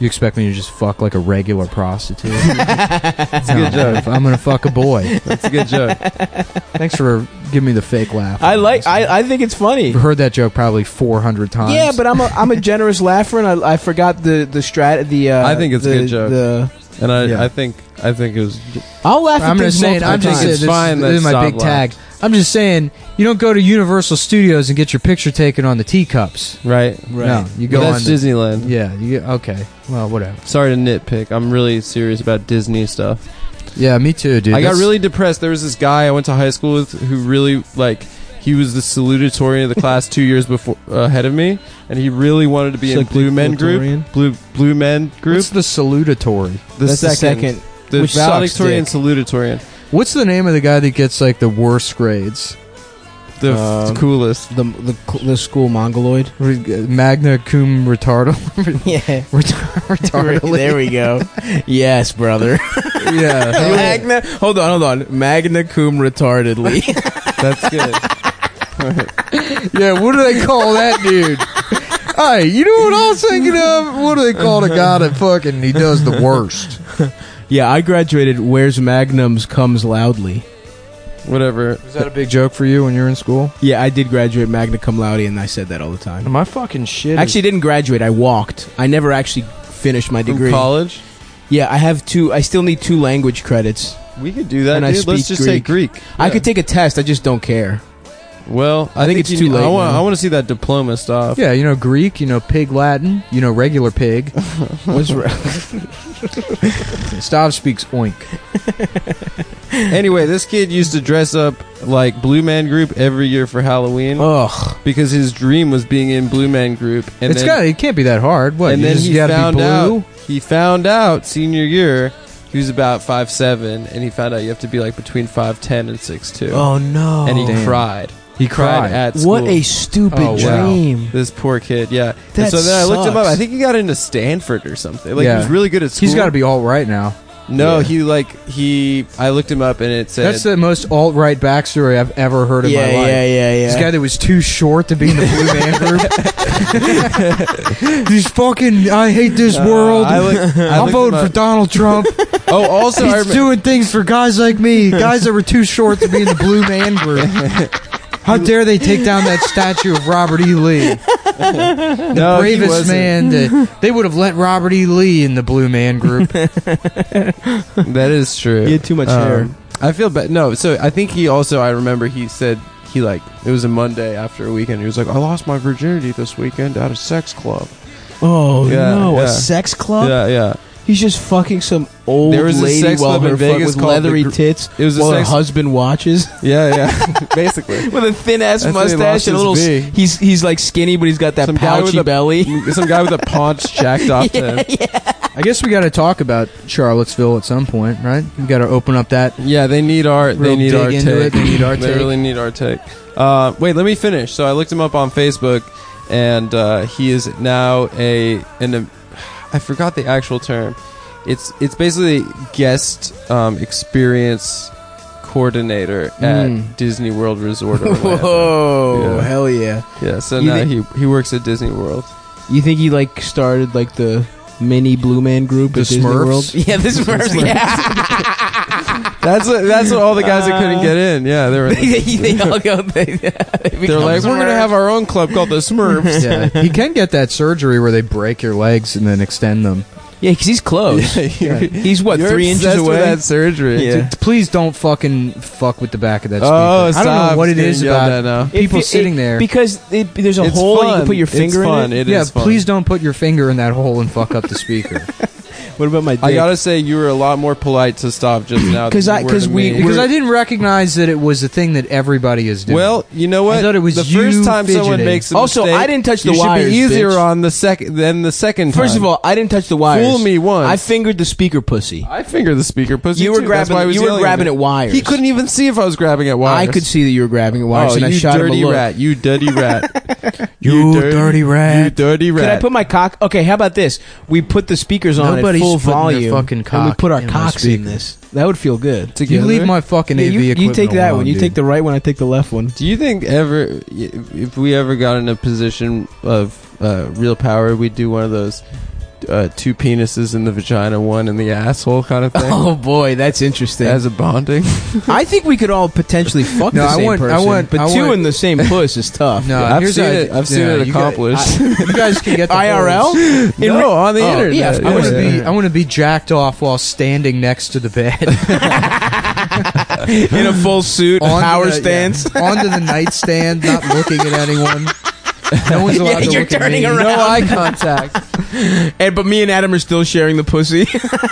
Speaker 3: you expect me to just fuck like a regular prostitute?
Speaker 2: It's a good joke.
Speaker 3: I'm gonna fuck a boy.
Speaker 2: That's a good joke.
Speaker 3: Thanks for giving me the fake laugh.
Speaker 1: I like. I, I think it's funny.
Speaker 3: I've heard that joke probably 400 times.
Speaker 1: Yeah, but I'm a I'm a generous laugher, and I, I forgot the the strat the. Uh,
Speaker 2: I think it's a
Speaker 1: the,
Speaker 2: good joke.
Speaker 1: The,
Speaker 2: And I,
Speaker 3: Yeah.
Speaker 2: I think I think it was
Speaker 1: I'll laugh at
Speaker 3: I'm
Speaker 1: things
Speaker 3: just saying. I'm
Speaker 1: multiple
Speaker 3: just saying.
Speaker 1: times.
Speaker 3: This,
Speaker 2: It's fine
Speaker 3: this is
Speaker 2: that
Speaker 3: my
Speaker 2: Saab
Speaker 3: big tag. I'm just saying. You don't go to Universal Studios and get your picture taken on the teacups.
Speaker 2: right.
Speaker 1: Right.
Speaker 3: No, you go
Speaker 2: Well,
Speaker 3: on.
Speaker 2: that's
Speaker 3: the-
Speaker 2: Disneyland.
Speaker 3: yeah. You get, okay. Well, whatever.
Speaker 2: Sorry to nitpick. I'm really serious about Disney stuff.
Speaker 3: Yeah, me too, dude.
Speaker 2: I got
Speaker 3: That's-
Speaker 2: really depressed. There was this guy I went to high school with who really like he was the salutatorian of the class two years before ahead of me, and he really wanted to be in Blue Men Group, Blue Blue Men Group,
Speaker 3: What's the salutatory?
Speaker 2: the
Speaker 1: That's
Speaker 2: second,
Speaker 1: the second.
Speaker 2: the
Speaker 1: which sucks,
Speaker 2: valedictorian
Speaker 1: Dick.
Speaker 2: salutatorian,
Speaker 3: What's the name of the guy that gets like the worst grades?
Speaker 2: the, f-
Speaker 1: Um,
Speaker 2: coolest.
Speaker 1: The the cl- the school mongoloid.
Speaker 3: uh, Magna cum retardo.
Speaker 1: Yeah.
Speaker 3: retardally.
Speaker 1: there we go. Yes, brother.
Speaker 3: yeah.
Speaker 1: Magna. Hold on, hold on. Magna cum retardedly.
Speaker 2: That's good.
Speaker 3: Yeah, what do they call that dude? Hey, you know what I was thinking of? What do they call the guy that fucking he does the worst?
Speaker 1: yeah, I graduated. Where's Magnums comes loudly.
Speaker 2: Whatever.
Speaker 3: Was that a big joke for you when you were in school?
Speaker 1: Yeah, I did graduate magna cum laude, and I said that all the time.
Speaker 3: I fucking shit?
Speaker 1: I actually didn't graduate. I walked. I never actually finished my
Speaker 2: From
Speaker 1: degree.
Speaker 2: college,
Speaker 1: Yeah, I have two. I still need two language credits.
Speaker 2: we could do that.
Speaker 1: And I
Speaker 2: dude. Let's
Speaker 1: speak
Speaker 2: just say Greek.
Speaker 1: I
Speaker 2: Yeah.
Speaker 1: could take a test. I just don't care.
Speaker 2: Well, I,
Speaker 1: I think
Speaker 2: think,
Speaker 1: it's
Speaker 2: you
Speaker 1: too
Speaker 2: need- I
Speaker 1: late
Speaker 2: want,
Speaker 1: now.
Speaker 2: I want to see that diploma stuff.
Speaker 3: yeah, you know Greek, you know pig Latin, you know regular pig.
Speaker 1: What's re-
Speaker 3: Stav speaks oink.
Speaker 2: Anyway, this kid used to dress up like Blue Man Group every year for Halloween.
Speaker 1: Oh. Ugh.
Speaker 2: because his dream was being in Blue Man Group, and
Speaker 3: it's
Speaker 2: then
Speaker 3: got it can't be that hard. What?
Speaker 2: and
Speaker 3: you
Speaker 2: then
Speaker 3: just
Speaker 2: he
Speaker 3: gotta
Speaker 2: found
Speaker 3: be blue?
Speaker 2: out he found out senior year he was about five seven, and he found out you have to be like between five ten and six two,
Speaker 1: Oh no.
Speaker 2: and he
Speaker 3: Damn.
Speaker 2: cried.
Speaker 3: He
Speaker 2: Cried,
Speaker 3: cried.
Speaker 2: at school.
Speaker 1: what a stupid
Speaker 3: Oh, wow.
Speaker 1: dream.
Speaker 2: this poor kid, yeah.
Speaker 1: That
Speaker 2: and so then I looked him up.
Speaker 1: sucks.
Speaker 2: I think he got into Stanford or something. Like
Speaker 3: Yeah.
Speaker 2: he was really good at school.
Speaker 3: He's got to be all right now.
Speaker 2: No,
Speaker 1: Yeah.
Speaker 2: he like he. I looked him up, and it said
Speaker 3: That's the most alt right backstory I've ever heard in
Speaker 1: Yeah,
Speaker 3: my life.
Speaker 1: yeah, yeah, yeah.
Speaker 3: This guy that was too short to be in the Blue Man Group. He's fucking. I hate this
Speaker 2: Uh,
Speaker 3: world.
Speaker 2: I look- I
Speaker 3: am
Speaker 2: looked
Speaker 3: voting
Speaker 2: him
Speaker 3: for
Speaker 2: up.
Speaker 3: Donald Trump.
Speaker 2: Oh, also I
Speaker 3: He's
Speaker 2: remember-
Speaker 3: doing things for guys like me, guys that were too short to be in the Blue Man Group. How dare they take down that statue of Robert E. Lee,
Speaker 2: no, Oh, he
Speaker 3: bravest
Speaker 2: wasn't.
Speaker 3: man? That, they would have let Robert E. Lee in the Blue Man Group.
Speaker 2: That is true.
Speaker 1: He had too much
Speaker 2: Um,
Speaker 1: hair.
Speaker 2: I feel bad. No, so I think he also. I remember he said he like it was a Monday after a weekend. He was like, I lost my virginity this weekend at a sex club.
Speaker 1: Oh
Speaker 2: Yeah,
Speaker 1: no,
Speaker 2: yeah.
Speaker 1: a sex club?
Speaker 2: Yeah, yeah.
Speaker 1: He's just fucking some old
Speaker 2: There was a
Speaker 1: lady
Speaker 2: sex
Speaker 1: while
Speaker 2: club
Speaker 1: her
Speaker 2: in
Speaker 1: fuck-
Speaker 2: Vegas
Speaker 1: with
Speaker 2: called
Speaker 1: leathery
Speaker 2: the Gr-
Speaker 1: tits
Speaker 2: It was a
Speaker 1: while her
Speaker 2: sex.
Speaker 1: husband watches
Speaker 2: yeah, yeah. Basically,
Speaker 1: with a thin ass
Speaker 2: That's where he
Speaker 1: mustache
Speaker 2: lost
Speaker 1: and a
Speaker 2: his
Speaker 1: little. s-
Speaker 2: V.
Speaker 1: He's he's like skinny, but he's got that
Speaker 2: Some guy with
Speaker 1: pouchy
Speaker 2: a-
Speaker 1: belly.
Speaker 2: some guy with a paunch jacked off to him.
Speaker 3: I guess we got to talk about Charlottesville at some point, right? We got to open up that
Speaker 2: Yeah, they need our.
Speaker 3: Real
Speaker 2: They need
Speaker 3: dig
Speaker 2: our
Speaker 3: into
Speaker 2: take.
Speaker 3: it. They need our take.
Speaker 2: really need our take. Uh, wait, let me finish. So I looked him up on Facebook, and uh, he is now a an. um, I forgot the actual term. It's it's basically guest um, experience coordinator at
Speaker 3: Hmm.
Speaker 1: Mm.
Speaker 2: Disney World Resort. Orlando.
Speaker 1: Whoa,
Speaker 2: Yeah.
Speaker 1: hell yeah!
Speaker 2: yeah, so
Speaker 1: You
Speaker 2: now
Speaker 1: think-
Speaker 2: he he works at Disney World.
Speaker 1: You think he like started like the mini Blue Man group
Speaker 3: The
Speaker 1: at Disney
Speaker 3: Smurfs?
Speaker 1: World? Yeah, the Smurfs. Yeah,
Speaker 2: That's what, that's what all the guys that couldn't get in. Yeah, they were.
Speaker 1: they, they all go. They, they
Speaker 2: They're
Speaker 1: become
Speaker 2: like, we're gonna
Speaker 1: Smurfs."
Speaker 2: have our own club called the Smurfs.
Speaker 3: yeah, you can get that surgery where they break your legs and then extend them.
Speaker 1: Yeah, because he's close. He's what
Speaker 2: Oh, You're
Speaker 1: three inches
Speaker 2: obsessed with
Speaker 1: away.
Speaker 2: that surgery.
Speaker 3: D- please don't fucking fuck with the back of that speaker.
Speaker 2: Oh,
Speaker 3: I
Speaker 2: stop.
Speaker 3: don't know what it
Speaker 2: It's
Speaker 3: is
Speaker 2: getting yelled at now.
Speaker 3: about people
Speaker 1: If you-
Speaker 3: sitting
Speaker 1: it-
Speaker 3: there.
Speaker 1: because it, there's a
Speaker 2: It's
Speaker 1: hole and you can
Speaker 2: fun.
Speaker 1: put your
Speaker 2: It's
Speaker 1: finger
Speaker 2: fun.
Speaker 1: in it.
Speaker 2: It
Speaker 3: yeah,
Speaker 2: is fun.
Speaker 3: please don't put your finger in that hole and fuck up the speaker.
Speaker 1: What about my dick?
Speaker 2: I gotta say, you were a lot more polite to stop just now. than
Speaker 1: 'Cause
Speaker 2: you
Speaker 1: I-
Speaker 2: were
Speaker 1: 'cause
Speaker 2: to
Speaker 1: we-
Speaker 2: me.
Speaker 3: because I didn't recognize that it was the thing that everybody is doing.
Speaker 2: Well, you know what?
Speaker 3: I thought it was
Speaker 2: the
Speaker 3: you
Speaker 2: first time someone
Speaker 3: fidgeting.
Speaker 2: makes a
Speaker 1: Also,
Speaker 2: mistake.
Speaker 1: I didn't touch the
Speaker 2: you should
Speaker 1: wires,
Speaker 2: be easier
Speaker 1: bitch.
Speaker 2: on the second than the second.
Speaker 1: First
Speaker 2: time.
Speaker 1: of all, I didn't touch the wires.
Speaker 2: Fool me once.
Speaker 1: I fingered the speaker pussy.
Speaker 2: I fingered the speaker pussy.
Speaker 1: You were
Speaker 2: too. That's
Speaker 1: grabbing-
Speaker 2: why I was
Speaker 1: you were
Speaker 2: yelling
Speaker 1: grabbing
Speaker 2: at,
Speaker 1: at
Speaker 2: him.
Speaker 1: wires.
Speaker 2: He couldn't even see if I was grabbing at wires.
Speaker 1: I could see that you were grabbing at wires,
Speaker 2: Oh,
Speaker 1: and I
Speaker 2: you
Speaker 1: shot him a
Speaker 2: dirty
Speaker 1: look.
Speaker 2: rat! You dirty rat!
Speaker 3: You dirty rat.
Speaker 2: You dirty rat!
Speaker 1: Could I put my cock? Okay, how about this? We put the speakers on
Speaker 3: Nobody's
Speaker 1: at full
Speaker 3: putting their
Speaker 1: volume,
Speaker 3: fucking
Speaker 1: and we
Speaker 3: cock
Speaker 1: put our
Speaker 3: in my
Speaker 1: cocks in
Speaker 3: speaker.
Speaker 1: this. That would feel good.
Speaker 3: you leave my fucking
Speaker 1: Yeah,
Speaker 3: AV
Speaker 1: you, you
Speaker 3: equipment
Speaker 1: take that
Speaker 3: alone,
Speaker 1: one. You
Speaker 3: dude.
Speaker 1: take the right one. I take the left one.
Speaker 2: Do you think ever, if we ever got in a position of uh, real power, we'd do one of those uh, two penises in the vagina, one in the asshole kind of thing
Speaker 1: Oh boy, that's interesting.
Speaker 2: as a bonding?
Speaker 1: I think we could all potentially fuck
Speaker 3: No,
Speaker 1: the
Speaker 3: I
Speaker 1: same
Speaker 3: want- I
Speaker 1: person,
Speaker 3: want-
Speaker 1: but
Speaker 3: I
Speaker 1: two
Speaker 3: want-
Speaker 1: in the same puss is tough.
Speaker 3: No,
Speaker 2: I've
Speaker 3: here's
Speaker 2: seen
Speaker 3: how-
Speaker 2: it. I've seen
Speaker 3: yeah,
Speaker 2: it
Speaker 3: you guys-
Speaker 2: accomplished.
Speaker 3: you guys can get the
Speaker 1: IRL?
Speaker 3: holes.
Speaker 1: In
Speaker 2: no,
Speaker 1: real-
Speaker 2: on the
Speaker 1: Oh,
Speaker 2: internet.
Speaker 1: yeah, of
Speaker 3: I want
Speaker 1: course.
Speaker 3: to
Speaker 1: Yeah.
Speaker 3: be I want to be jacked off while standing next to the bed.
Speaker 1: in a full suit,
Speaker 3: Onto
Speaker 1: power
Speaker 3: the-
Speaker 1: stance.
Speaker 3: yeah, onto the nightstand, not looking at anyone. No one's allowed
Speaker 1: Yeah,
Speaker 3: to
Speaker 1: you're
Speaker 3: look at
Speaker 1: turning
Speaker 3: me.
Speaker 1: around.
Speaker 2: No eye contact.
Speaker 1: And but me and Adam are still sharing the pussy.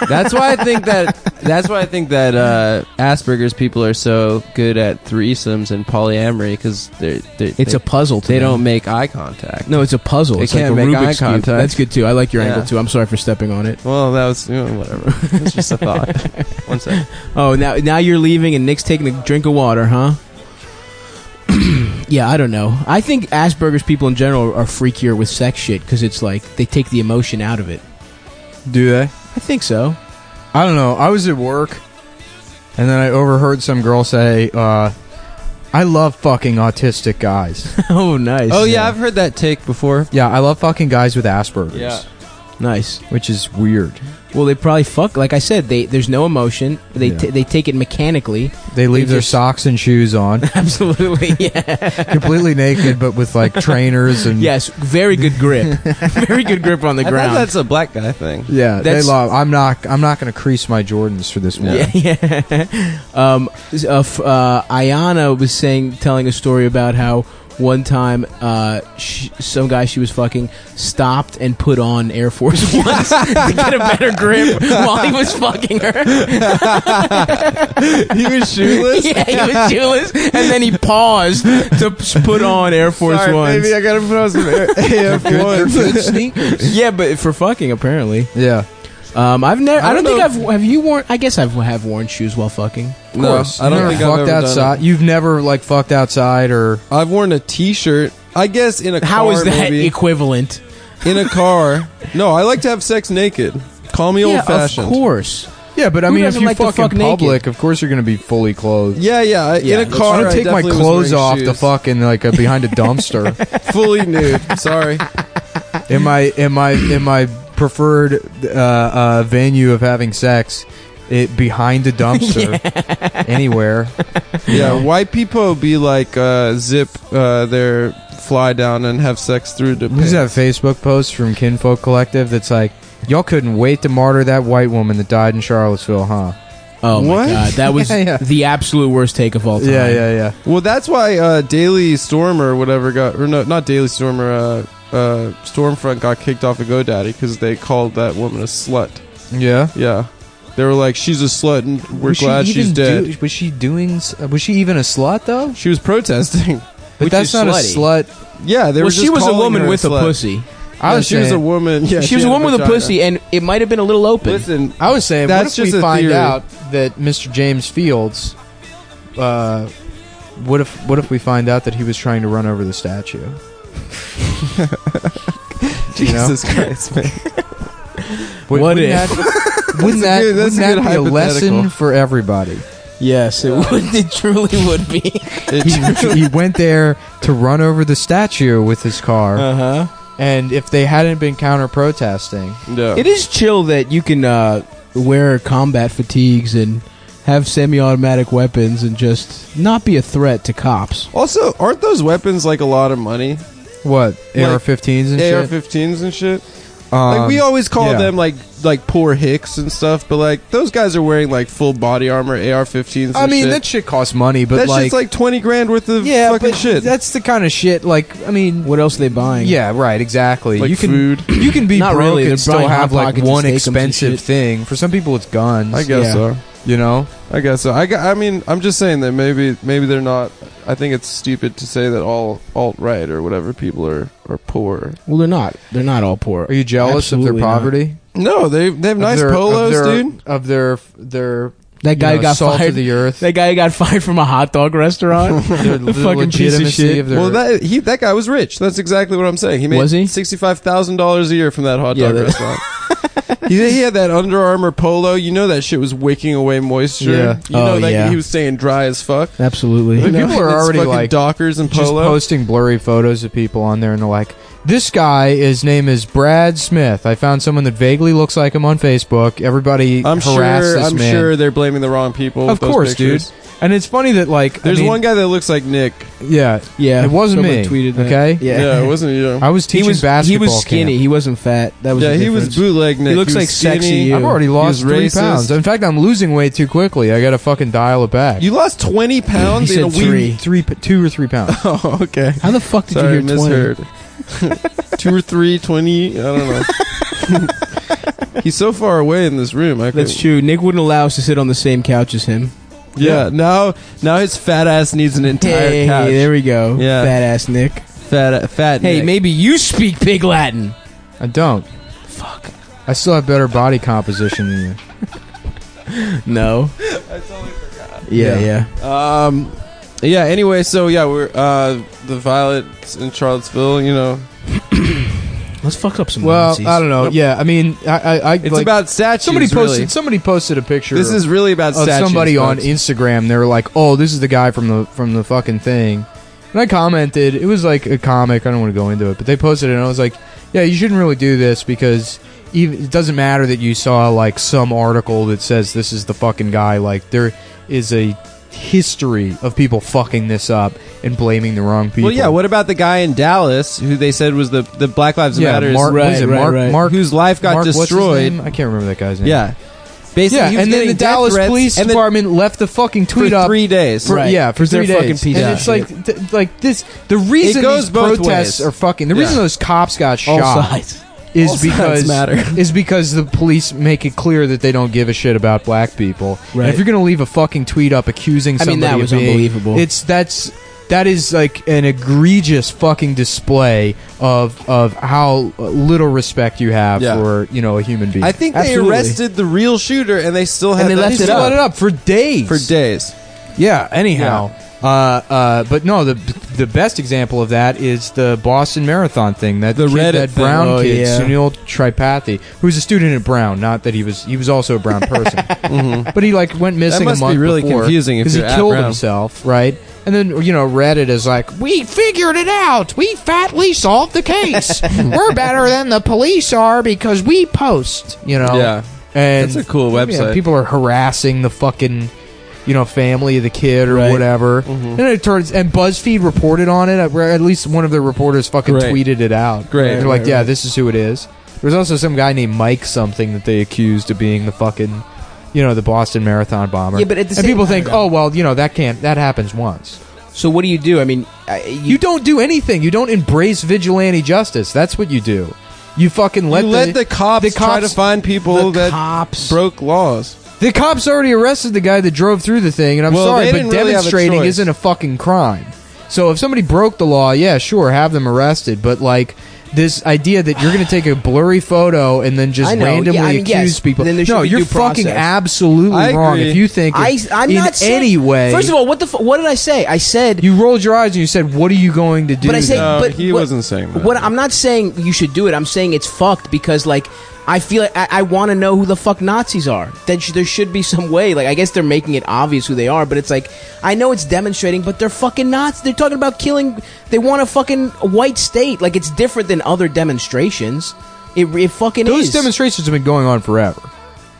Speaker 2: That's why I think that. That's why I think that uh, Asperger's people are so good at threesomes and polyamory because they're, they're
Speaker 1: It's
Speaker 2: they,
Speaker 1: a puzzle. To
Speaker 2: they
Speaker 1: them.
Speaker 2: don't make eye contact.
Speaker 1: No, it's a puzzle.
Speaker 2: They
Speaker 1: It's like a
Speaker 2: can't make eye
Speaker 1: Rubik's cube.
Speaker 2: contact.
Speaker 1: That's good too. I like your
Speaker 2: Yeah.
Speaker 1: angle too. I'm sorry for stepping on it.
Speaker 2: Well, that was you know, whatever. It's just a thought. One second.
Speaker 1: Oh, now now you're leaving and Nick's taking a drink of water, huh? yeah, I don't know. I think Asperger's people in general are freakier with sex shit because it's like they take the emotion out of it.
Speaker 3: Do they?
Speaker 1: I think so.
Speaker 3: I don't know. I was at work, and then I overheard some girl say, uh, "I love fucking autistic guys."
Speaker 1: oh, nice.
Speaker 2: Oh yeah, I've heard that take before.
Speaker 3: yeah, I love fucking guys with Aspergers,
Speaker 2: Yeah.
Speaker 1: nice.
Speaker 3: which is weird.
Speaker 1: Well, they probably fuck. Like I said, they there's no emotion. They
Speaker 3: Yeah.
Speaker 1: t- they take it mechanically.
Speaker 3: They leave their
Speaker 1: just-
Speaker 3: socks and shoes on,
Speaker 1: Absolutely. Yeah.
Speaker 3: completely naked, but with like trainers and
Speaker 1: yes. Very good grip. very good grip on the
Speaker 2: I
Speaker 1: ground.
Speaker 2: thought that's a black guy thing.
Speaker 3: Yeah, they
Speaker 1: That's-
Speaker 3: love. I'm not. I'm not going to crease my Jordans for this one.
Speaker 1: Yeah, yeah. um, s- uh, f- uh, Ayana was saying, telling a story about how one time uh, sh some guy she was fucking stopped and put on Air Force Ones to get a better grip while he was fucking her.
Speaker 2: he was shoeless.
Speaker 1: yeah, he was shoeless, and then he paused to p- put on Air Force
Speaker 2: Sorry,
Speaker 1: Ones.
Speaker 2: baby, I gotta put on some Air, Air
Speaker 3: Good,
Speaker 2: Force.
Speaker 3: they're good sneakers.
Speaker 1: Yeah, but for fucking apparently,
Speaker 3: Yeah,
Speaker 1: um, I've never. I
Speaker 2: I
Speaker 1: don't,
Speaker 2: don't
Speaker 1: think
Speaker 2: know
Speaker 1: I've. Have you worn? I guess I've have worn shoes while fucking.
Speaker 3: of course.
Speaker 2: I don't
Speaker 3: Never
Speaker 2: think I've
Speaker 3: fucked
Speaker 2: ever done
Speaker 3: outside. You've never like fucked outside or
Speaker 2: it. I've worn a T-shirt. I guess in a
Speaker 1: How
Speaker 2: car,
Speaker 1: is that
Speaker 2: maybe.
Speaker 1: equivalent?
Speaker 2: in a car. No, I like to have sex naked. Call me
Speaker 1: yeah,
Speaker 2: old-fashioned.
Speaker 1: of course.
Speaker 3: yeah. But I
Speaker 1: Who
Speaker 3: mean, if
Speaker 1: doesn't
Speaker 3: you
Speaker 1: like to
Speaker 3: fuck,
Speaker 1: fuck
Speaker 3: in
Speaker 1: naked?
Speaker 3: public, of course you're going to be fully clothed.
Speaker 2: Yeah, yeah. I-
Speaker 1: Yeah,
Speaker 2: in a
Speaker 1: that's-
Speaker 2: car,
Speaker 3: I don't take my
Speaker 2: definitely was
Speaker 3: clothes
Speaker 2: wearing
Speaker 3: off
Speaker 2: shoes.
Speaker 3: to fuck in like a, behind a dumpster.
Speaker 2: fully nude. Sorry.
Speaker 3: in my in my in my preferred uh, uh, venue of having sex, it behind a dumpster, anywhere.
Speaker 2: Yeah, white people be like uh, zip uh, their fly down and have sex through the.
Speaker 3: Who's that Facebook post from Kinfolk Collective that's like, y'all couldn't wait to martyr that white woman that died in Charlottesville, huh?
Speaker 1: Oh my
Speaker 2: What?
Speaker 1: god, that was
Speaker 3: Yeah, yeah.
Speaker 1: the absolute worst take of all time.
Speaker 3: Yeah, yeah, yeah.
Speaker 2: Well, that's why uh, Daily Storm or whatever got, or no, not Daily Storm or uh, uh, Stormfront got kicked off of GoDaddy because they called that woman a slut.
Speaker 3: Yeah.
Speaker 2: Yeah, they were like, "She's a slut, and we're
Speaker 3: Was she
Speaker 2: glad she's
Speaker 3: even
Speaker 2: dead."
Speaker 3: do- was she doing? s- Was she even a slut though?
Speaker 2: she was protesting.
Speaker 3: But
Speaker 1: Which
Speaker 3: that's
Speaker 1: is
Speaker 3: not
Speaker 1: slutty.
Speaker 3: a slut.
Speaker 2: Yeah, they were.
Speaker 1: Well,
Speaker 2: just
Speaker 1: she was a
Speaker 2: calling
Speaker 1: woman
Speaker 2: her
Speaker 1: with a,
Speaker 2: slut.
Speaker 1: pussy.
Speaker 3: I
Speaker 2: Yeah,
Speaker 3: was
Speaker 2: she was a
Speaker 3: saying-
Speaker 2: woman. Yeah,
Speaker 1: she was a
Speaker 2: had
Speaker 1: woman with a
Speaker 2: vagina.
Speaker 1: pussy, and it might have been a little open.
Speaker 2: Listen,
Speaker 3: I was saying,
Speaker 2: That's
Speaker 3: what
Speaker 2: just
Speaker 3: if we
Speaker 2: a
Speaker 3: find
Speaker 2: theory.
Speaker 3: out that Mr. James Fields, uh, what if what if we find out that he was trying to run over the statue? You know?
Speaker 2: Jesus Christ, man.
Speaker 3: Would-
Speaker 1: What
Speaker 3: wouldn't
Speaker 1: if?
Speaker 3: That, wouldn't that,
Speaker 2: good- that's
Speaker 3: wouldn't
Speaker 2: a
Speaker 3: that
Speaker 2: good
Speaker 3: be a lesson
Speaker 2: hypothetical.
Speaker 3: for everybody?
Speaker 1: yes, it would. It truly would be.
Speaker 3: he, he went there to run over the statue with his car,
Speaker 1: Uh huh.
Speaker 3: and if they hadn't been counter protesting,
Speaker 2: no.
Speaker 1: It is chill that you can uh, wear combat fatigues and have semi-automatic weapons and just not be a threat to cops.
Speaker 2: Also, aren't those weapons like a lot of money?
Speaker 3: what AR-15s and
Speaker 2: AR-15s and shit.
Speaker 3: shit? Um,
Speaker 2: like we always call
Speaker 3: yeah.
Speaker 2: them like like poor hicks and stuff, but like those guys are wearing like full body armor, AR-15s.
Speaker 3: I mean,
Speaker 2: shit.
Speaker 3: that shit costs money, but
Speaker 2: that's
Speaker 3: like,
Speaker 2: just like twenty grand worth of
Speaker 3: yeah,
Speaker 2: fucking
Speaker 3: but
Speaker 2: shit.
Speaker 3: That's the kind of shit. Like, I mean,
Speaker 1: What else are they buying?
Speaker 3: yeah, right, exactly.
Speaker 2: like
Speaker 3: you can
Speaker 2: food.
Speaker 3: you can be
Speaker 1: Not
Speaker 3: broke
Speaker 1: really, they're
Speaker 3: and still
Speaker 1: buying
Speaker 3: have
Speaker 1: Hot
Speaker 3: like
Speaker 1: Pockets and
Speaker 3: one
Speaker 1: Steakums and
Speaker 3: expensive
Speaker 1: shit.
Speaker 3: thing. For some people, it's guns.
Speaker 2: I guess so.
Speaker 3: you know.
Speaker 2: I guess so. I, gu- I mean, I'm just saying that maybe maybe they're not. I think it's stupid to say that all alt right or whatever people are are poor.
Speaker 1: Well, they're not. They're not all poor.
Speaker 3: Are you jealous of
Speaker 1: Absolutely
Speaker 3: their
Speaker 1: not.
Speaker 3: poverty?
Speaker 2: No, they they have
Speaker 3: Of
Speaker 2: nice
Speaker 3: their- of
Speaker 2: polos,
Speaker 3: their-
Speaker 2: dude.
Speaker 3: Of their their
Speaker 1: That guy
Speaker 3: you know,
Speaker 1: got
Speaker 3: salt
Speaker 1: fired.
Speaker 3: of the earth.
Speaker 1: that guy got fired from a hot dog restaurant.
Speaker 3: their, the
Speaker 1: fucking piece of
Speaker 3: legitimacy
Speaker 1: shit.
Speaker 3: Of their,
Speaker 2: well, that he that guy was rich. That's exactly what I'm saying. He made
Speaker 1: Was he?
Speaker 2: sixty five thousand dollars a year from that hot
Speaker 1: Yeah,
Speaker 2: dog
Speaker 1: that-
Speaker 2: restaurant. he, he had that Under Armour polo. You know that shit was wicking away moisture.
Speaker 3: Yeah.
Speaker 2: You
Speaker 1: Oh,
Speaker 2: know that
Speaker 1: yeah.
Speaker 2: he was staying dry as fuck.
Speaker 1: Absolutely.
Speaker 3: But
Speaker 2: You know,
Speaker 3: people are
Speaker 2: it's
Speaker 3: already,
Speaker 2: fucking
Speaker 3: like,
Speaker 2: Dockers and
Speaker 3: just
Speaker 2: polo.
Speaker 3: posting blurry photos of people on there, and they're like, "This guy, his name is Brad Smith. I found someone that vaguely looks like him on Facebook. Everybody
Speaker 2: I'm
Speaker 3: harass
Speaker 2: sure.
Speaker 3: this
Speaker 2: I'm
Speaker 3: man."
Speaker 2: sure they're blaming the wrong people.
Speaker 3: Of
Speaker 2: with those
Speaker 3: course, dude.
Speaker 2: pictures.
Speaker 3: And it's funny that like,
Speaker 2: There's
Speaker 3: I mean,
Speaker 2: one guy that looks like Nick.
Speaker 3: Yeah,
Speaker 1: Yeah,
Speaker 3: It wasn't
Speaker 1: someone
Speaker 3: me,
Speaker 1: Tweeted that.
Speaker 3: okay?
Speaker 1: Yeah,
Speaker 2: Yeah, it wasn't you.
Speaker 3: I was
Speaker 1: He
Speaker 3: teaching
Speaker 1: was he
Speaker 3: basketball.
Speaker 1: was skinny.
Speaker 3: camp.
Speaker 1: He wasn't fat. That was
Speaker 2: yeah,
Speaker 1: The
Speaker 2: he was
Speaker 1: difference.
Speaker 2: bootleg Nick.
Speaker 1: He looks like
Speaker 2: was skinny.
Speaker 1: sexy you.
Speaker 3: I've already lost
Speaker 2: was
Speaker 3: three
Speaker 2: racist.
Speaker 3: pounds. In fact, I'm losing weight too quickly. I got to fucking dial it back.
Speaker 2: You lost 20 pounds
Speaker 1: He
Speaker 2: in a
Speaker 1: said
Speaker 2: week.
Speaker 1: three.
Speaker 3: three, p- two or three pounds.
Speaker 2: Oh, okay.
Speaker 1: How the fuck did
Speaker 2: Sorry,
Speaker 1: you hear twenty?
Speaker 2: misheard. Two or three, 20, I don't know. He's so far away in this room. I
Speaker 1: That's
Speaker 2: couldn't-
Speaker 1: true. Nick wouldn't allow us to sit on the same couch as him.
Speaker 2: Yeah, now now his fat ass needs an entire
Speaker 1: Hey,
Speaker 2: couch.
Speaker 1: there we go.
Speaker 2: Yeah.
Speaker 1: Fat ass Nick.
Speaker 2: Fat, fat.
Speaker 1: Hey,
Speaker 2: Nick.
Speaker 1: maybe you speak pig Latin.
Speaker 3: I don't.
Speaker 1: Fuck.
Speaker 3: I still have better body composition than you.
Speaker 1: No. I totally forgot. Yeah,
Speaker 3: Yeah.
Speaker 1: yeah.
Speaker 2: Um, yeah. Anyway, so yeah, we're uh the Violets in Charlottesville. You know,
Speaker 1: Let's fuck up some
Speaker 3: Well,
Speaker 1: Nazis.
Speaker 3: I don't know. Yeah, I mean, I, I, I
Speaker 2: it's
Speaker 3: like,
Speaker 2: about statues.
Speaker 3: somebody posted
Speaker 2: really.
Speaker 3: somebody posted a picture.
Speaker 2: This is really about
Speaker 3: of
Speaker 2: statues,
Speaker 3: somebody on
Speaker 2: folks.
Speaker 3: Instagram. They were like, "Oh, this is the guy from the from the fucking thing," and I commented. It was like a comic. I don't want to go into it, but they posted it, and I was like, "Yeah, you shouldn't really do this because even it doesn't matter that you saw like some article that says this is the fucking guy. Like there is a history of people fucking this up and blaming the wrong people."
Speaker 2: Well, yeah. What about the guy in Dallas who they said was the the Black Lives
Speaker 3: Yeah,
Speaker 2: Matter,
Speaker 3: Mark, what
Speaker 1: Right,
Speaker 3: is it,
Speaker 1: right,
Speaker 3: Mark,
Speaker 1: right.
Speaker 3: Mark,
Speaker 2: whose life got
Speaker 3: Mark- what's his
Speaker 2: destroyed.
Speaker 3: name? I can't remember that guy's name.
Speaker 2: Yeah. Basically,
Speaker 3: yeah,
Speaker 2: he was
Speaker 3: and then
Speaker 2: getting
Speaker 3: the
Speaker 2: death
Speaker 3: Dallas
Speaker 2: threats
Speaker 3: Police
Speaker 2: and then
Speaker 3: Department left the fucking tweet
Speaker 2: for
Speaker 3: up
Speaker 2: three days.
Speaker 3: For,
Speaker 1: Right.
Speaker 3: Yeah, for
Speaker 1: They're
Speaker 3: three
Speaker 1: fucking
Speaker 3: days.
Speaker 1: pieces
Speaker 3: and
Speaker 1: of
Speaker 3: it's like, th- like this. The reason
Speaker 2: It goes
Speaker 3: these
Speaker 2: both
Speaker 3: protests
Speaker 2: ways.
Speaker 3: are fucking. The
Speaker 2: Yeah.
Speaker 3: reason those cops got
Speaker 1: All
Speaker 3: shot
Speaker 1: sides.
Speaker 3: is
Speaker 2: All sides
Speaker 3: because
Speaker 2: matter.
Speaker 3: is because the police make it clear that they don't give a shit about black people. And
Speaker 1: Right.
Speaker 3: if you're gonna leave a fucking tweet up accusing
Speaker 1: I mean,
Speaker 3: somebody,
Speaker 1: that
Speaker 3: of
Speaker 1: was
Speaker 3: being-
Speaker 1: unbelievable.
Speaker 3: It's that's that is like an egregious fucking display of of how little respect you have
Speaker 2: Yeah.
Speaker 3: for you know a human being.
Speaker 2: I think
Speaker 1: Absolutely.
Speaker 2: they arrested the real shooter and they still had
Speaker 1: And they
Speaker 2: that
Speaker 1: left
Speaker 3: they
Speaker 1: it
Speaker 2: tweet
Speaker 1: up.
Speaker 3: let it up for days.
Speaker 2: for days.
Speaker 3: Yeah. Anyhow, Uh, uh, but no, the the best example of that is the Boston Marathon thing. That
Speaker 2: The
Speaker 3: kid,
Speaker 2: Reddit
Speaker 3: that
Speaker 2: thing.
Speaker 3: brown
Speaker 1: Oh,
Speaker 3: kid,
Speaker 1: yeah.
Speaker 3: Sunil Tripathi, who's a student at Brown. Not that he was he was also a brown person, but he like went missing
Speaker 2: Mm-hmm. must
Speaker 3: a month
Speaker 2: be really
Speaker 3: before
Speaker 2: confusing if
Speaker 3: he
Speaker 2: you're at
Speaker 3: killed
Speaker 2: Brown.
Speaker 3: himself, right? And then you know Reddit is like, we figured it out. We fatly solved the case. We're better than the police are because we post. You know,
Speaker 2: Yeah.
Speaker 3: and
Speaker 2: That's a cool
Speaker 3: yeah,
Speaker 2: website.
Speaker 3: people are harassing the fucking, you know, family of the kid or
Speaker 1: Right.
Speaker 3: whatever.
Speaker 2: Mm-hmm.
Speaker 3: And it turns and BuzzFeed reported on it. Where at least one of their reporters fucking
Speaker 2: Great.
Speaker 3: tweeted it out.
Speaker 2: Great.
Speaker 3: They're like, yeah, this is who it is. There was also some guy named Mike something that they accused of being the fucking, you know, the Boston Marathon bomber.
Speaker 1: Yeah, but at the
Speaker 3: and
Speaker 1: same
Speaker 3: people
Speaker 1: time,
Speaker 3: think, oh well, you know, that can't that happens once.
Speaker 1: So what do you do? I mean, I,
Speaker 3: You, don't do anything. You don't embrace vigilante justice. That's what you do. You fucking let
Speaker 2: you
Speaker 3: the,
Speaker 2: let the cops,
Speaker 3: the
Speaker 2: try to
Speaker 3: cops-
Speaker 2: find people
Speaker 1: the
Speaker 2: that
Speaker 1: cops.
Speaker 2: broke laws.
Speaker 3: The cops already arrested the guy that drove through the thing, and I'm
Speaker 2: Well,
Speaker 3: sorry,
Speaker 2: they
Speaker 3: but
Speaker 2: didn't really have a
Speaker 3: demonstrating
Speaker 2: choice.
Speaker 3: isn't a fucking crime. So if somebody broke the law, yeah, sure, have them arrested. But like this idea that you're going to take a blurry photo and then
Speaker 1: I
Speaker 3: just
Speaker 1: know.
Speaker 3: randomly
Speaker 1: Yeah, I mean,
Speaker 3: accuse
Speaker 1: yes,
Speaker 3: people,
Speaker 1: then there should
Speaker 3: no,
Speaker 1: be
Speaker 3: you're
Speaker 1: due
Speaker 3: fucking
Speaker 1: process.
Speaker 3: absolutely
Speaker 2: I
Speaker 3: wrong
Speaker 2: agree.
Speaker 3: if you think
Speaker 1: I,
Speaker 3: it-
Speaker 1: I'm
Speaker 3: in
Speaker 1: not saying,
Speaker 3: any way.
Speaker 1: First of all, what the fu- what did I say? I said
Speaker 3: you rolled your eyes and you said, "What are you going to do?"
Speaker 1: But I say-
Speaker 3: now?"
Speaker 2: No,
Speaker 1: but
Speaker 2: he
Speaker 1: what-
Speaker 2: wasn't saying that.
Speaker 1: What I'm not saying you should do it. I'm saying it's fucked because like I feel like I, I want to know who the fuck Nazis are. Then sh- there should be some way. Like I guess they're making it obvious who they are, but it's like I know it's demonstrating, but they're fucking Nazis. They're talking about killing. They want a fucking white state. Like it's different than other demonstrations. It, it fucking
Speaker 3: Those
Speaker 1: is.
Speaker 3: demonstrations have been going on forever.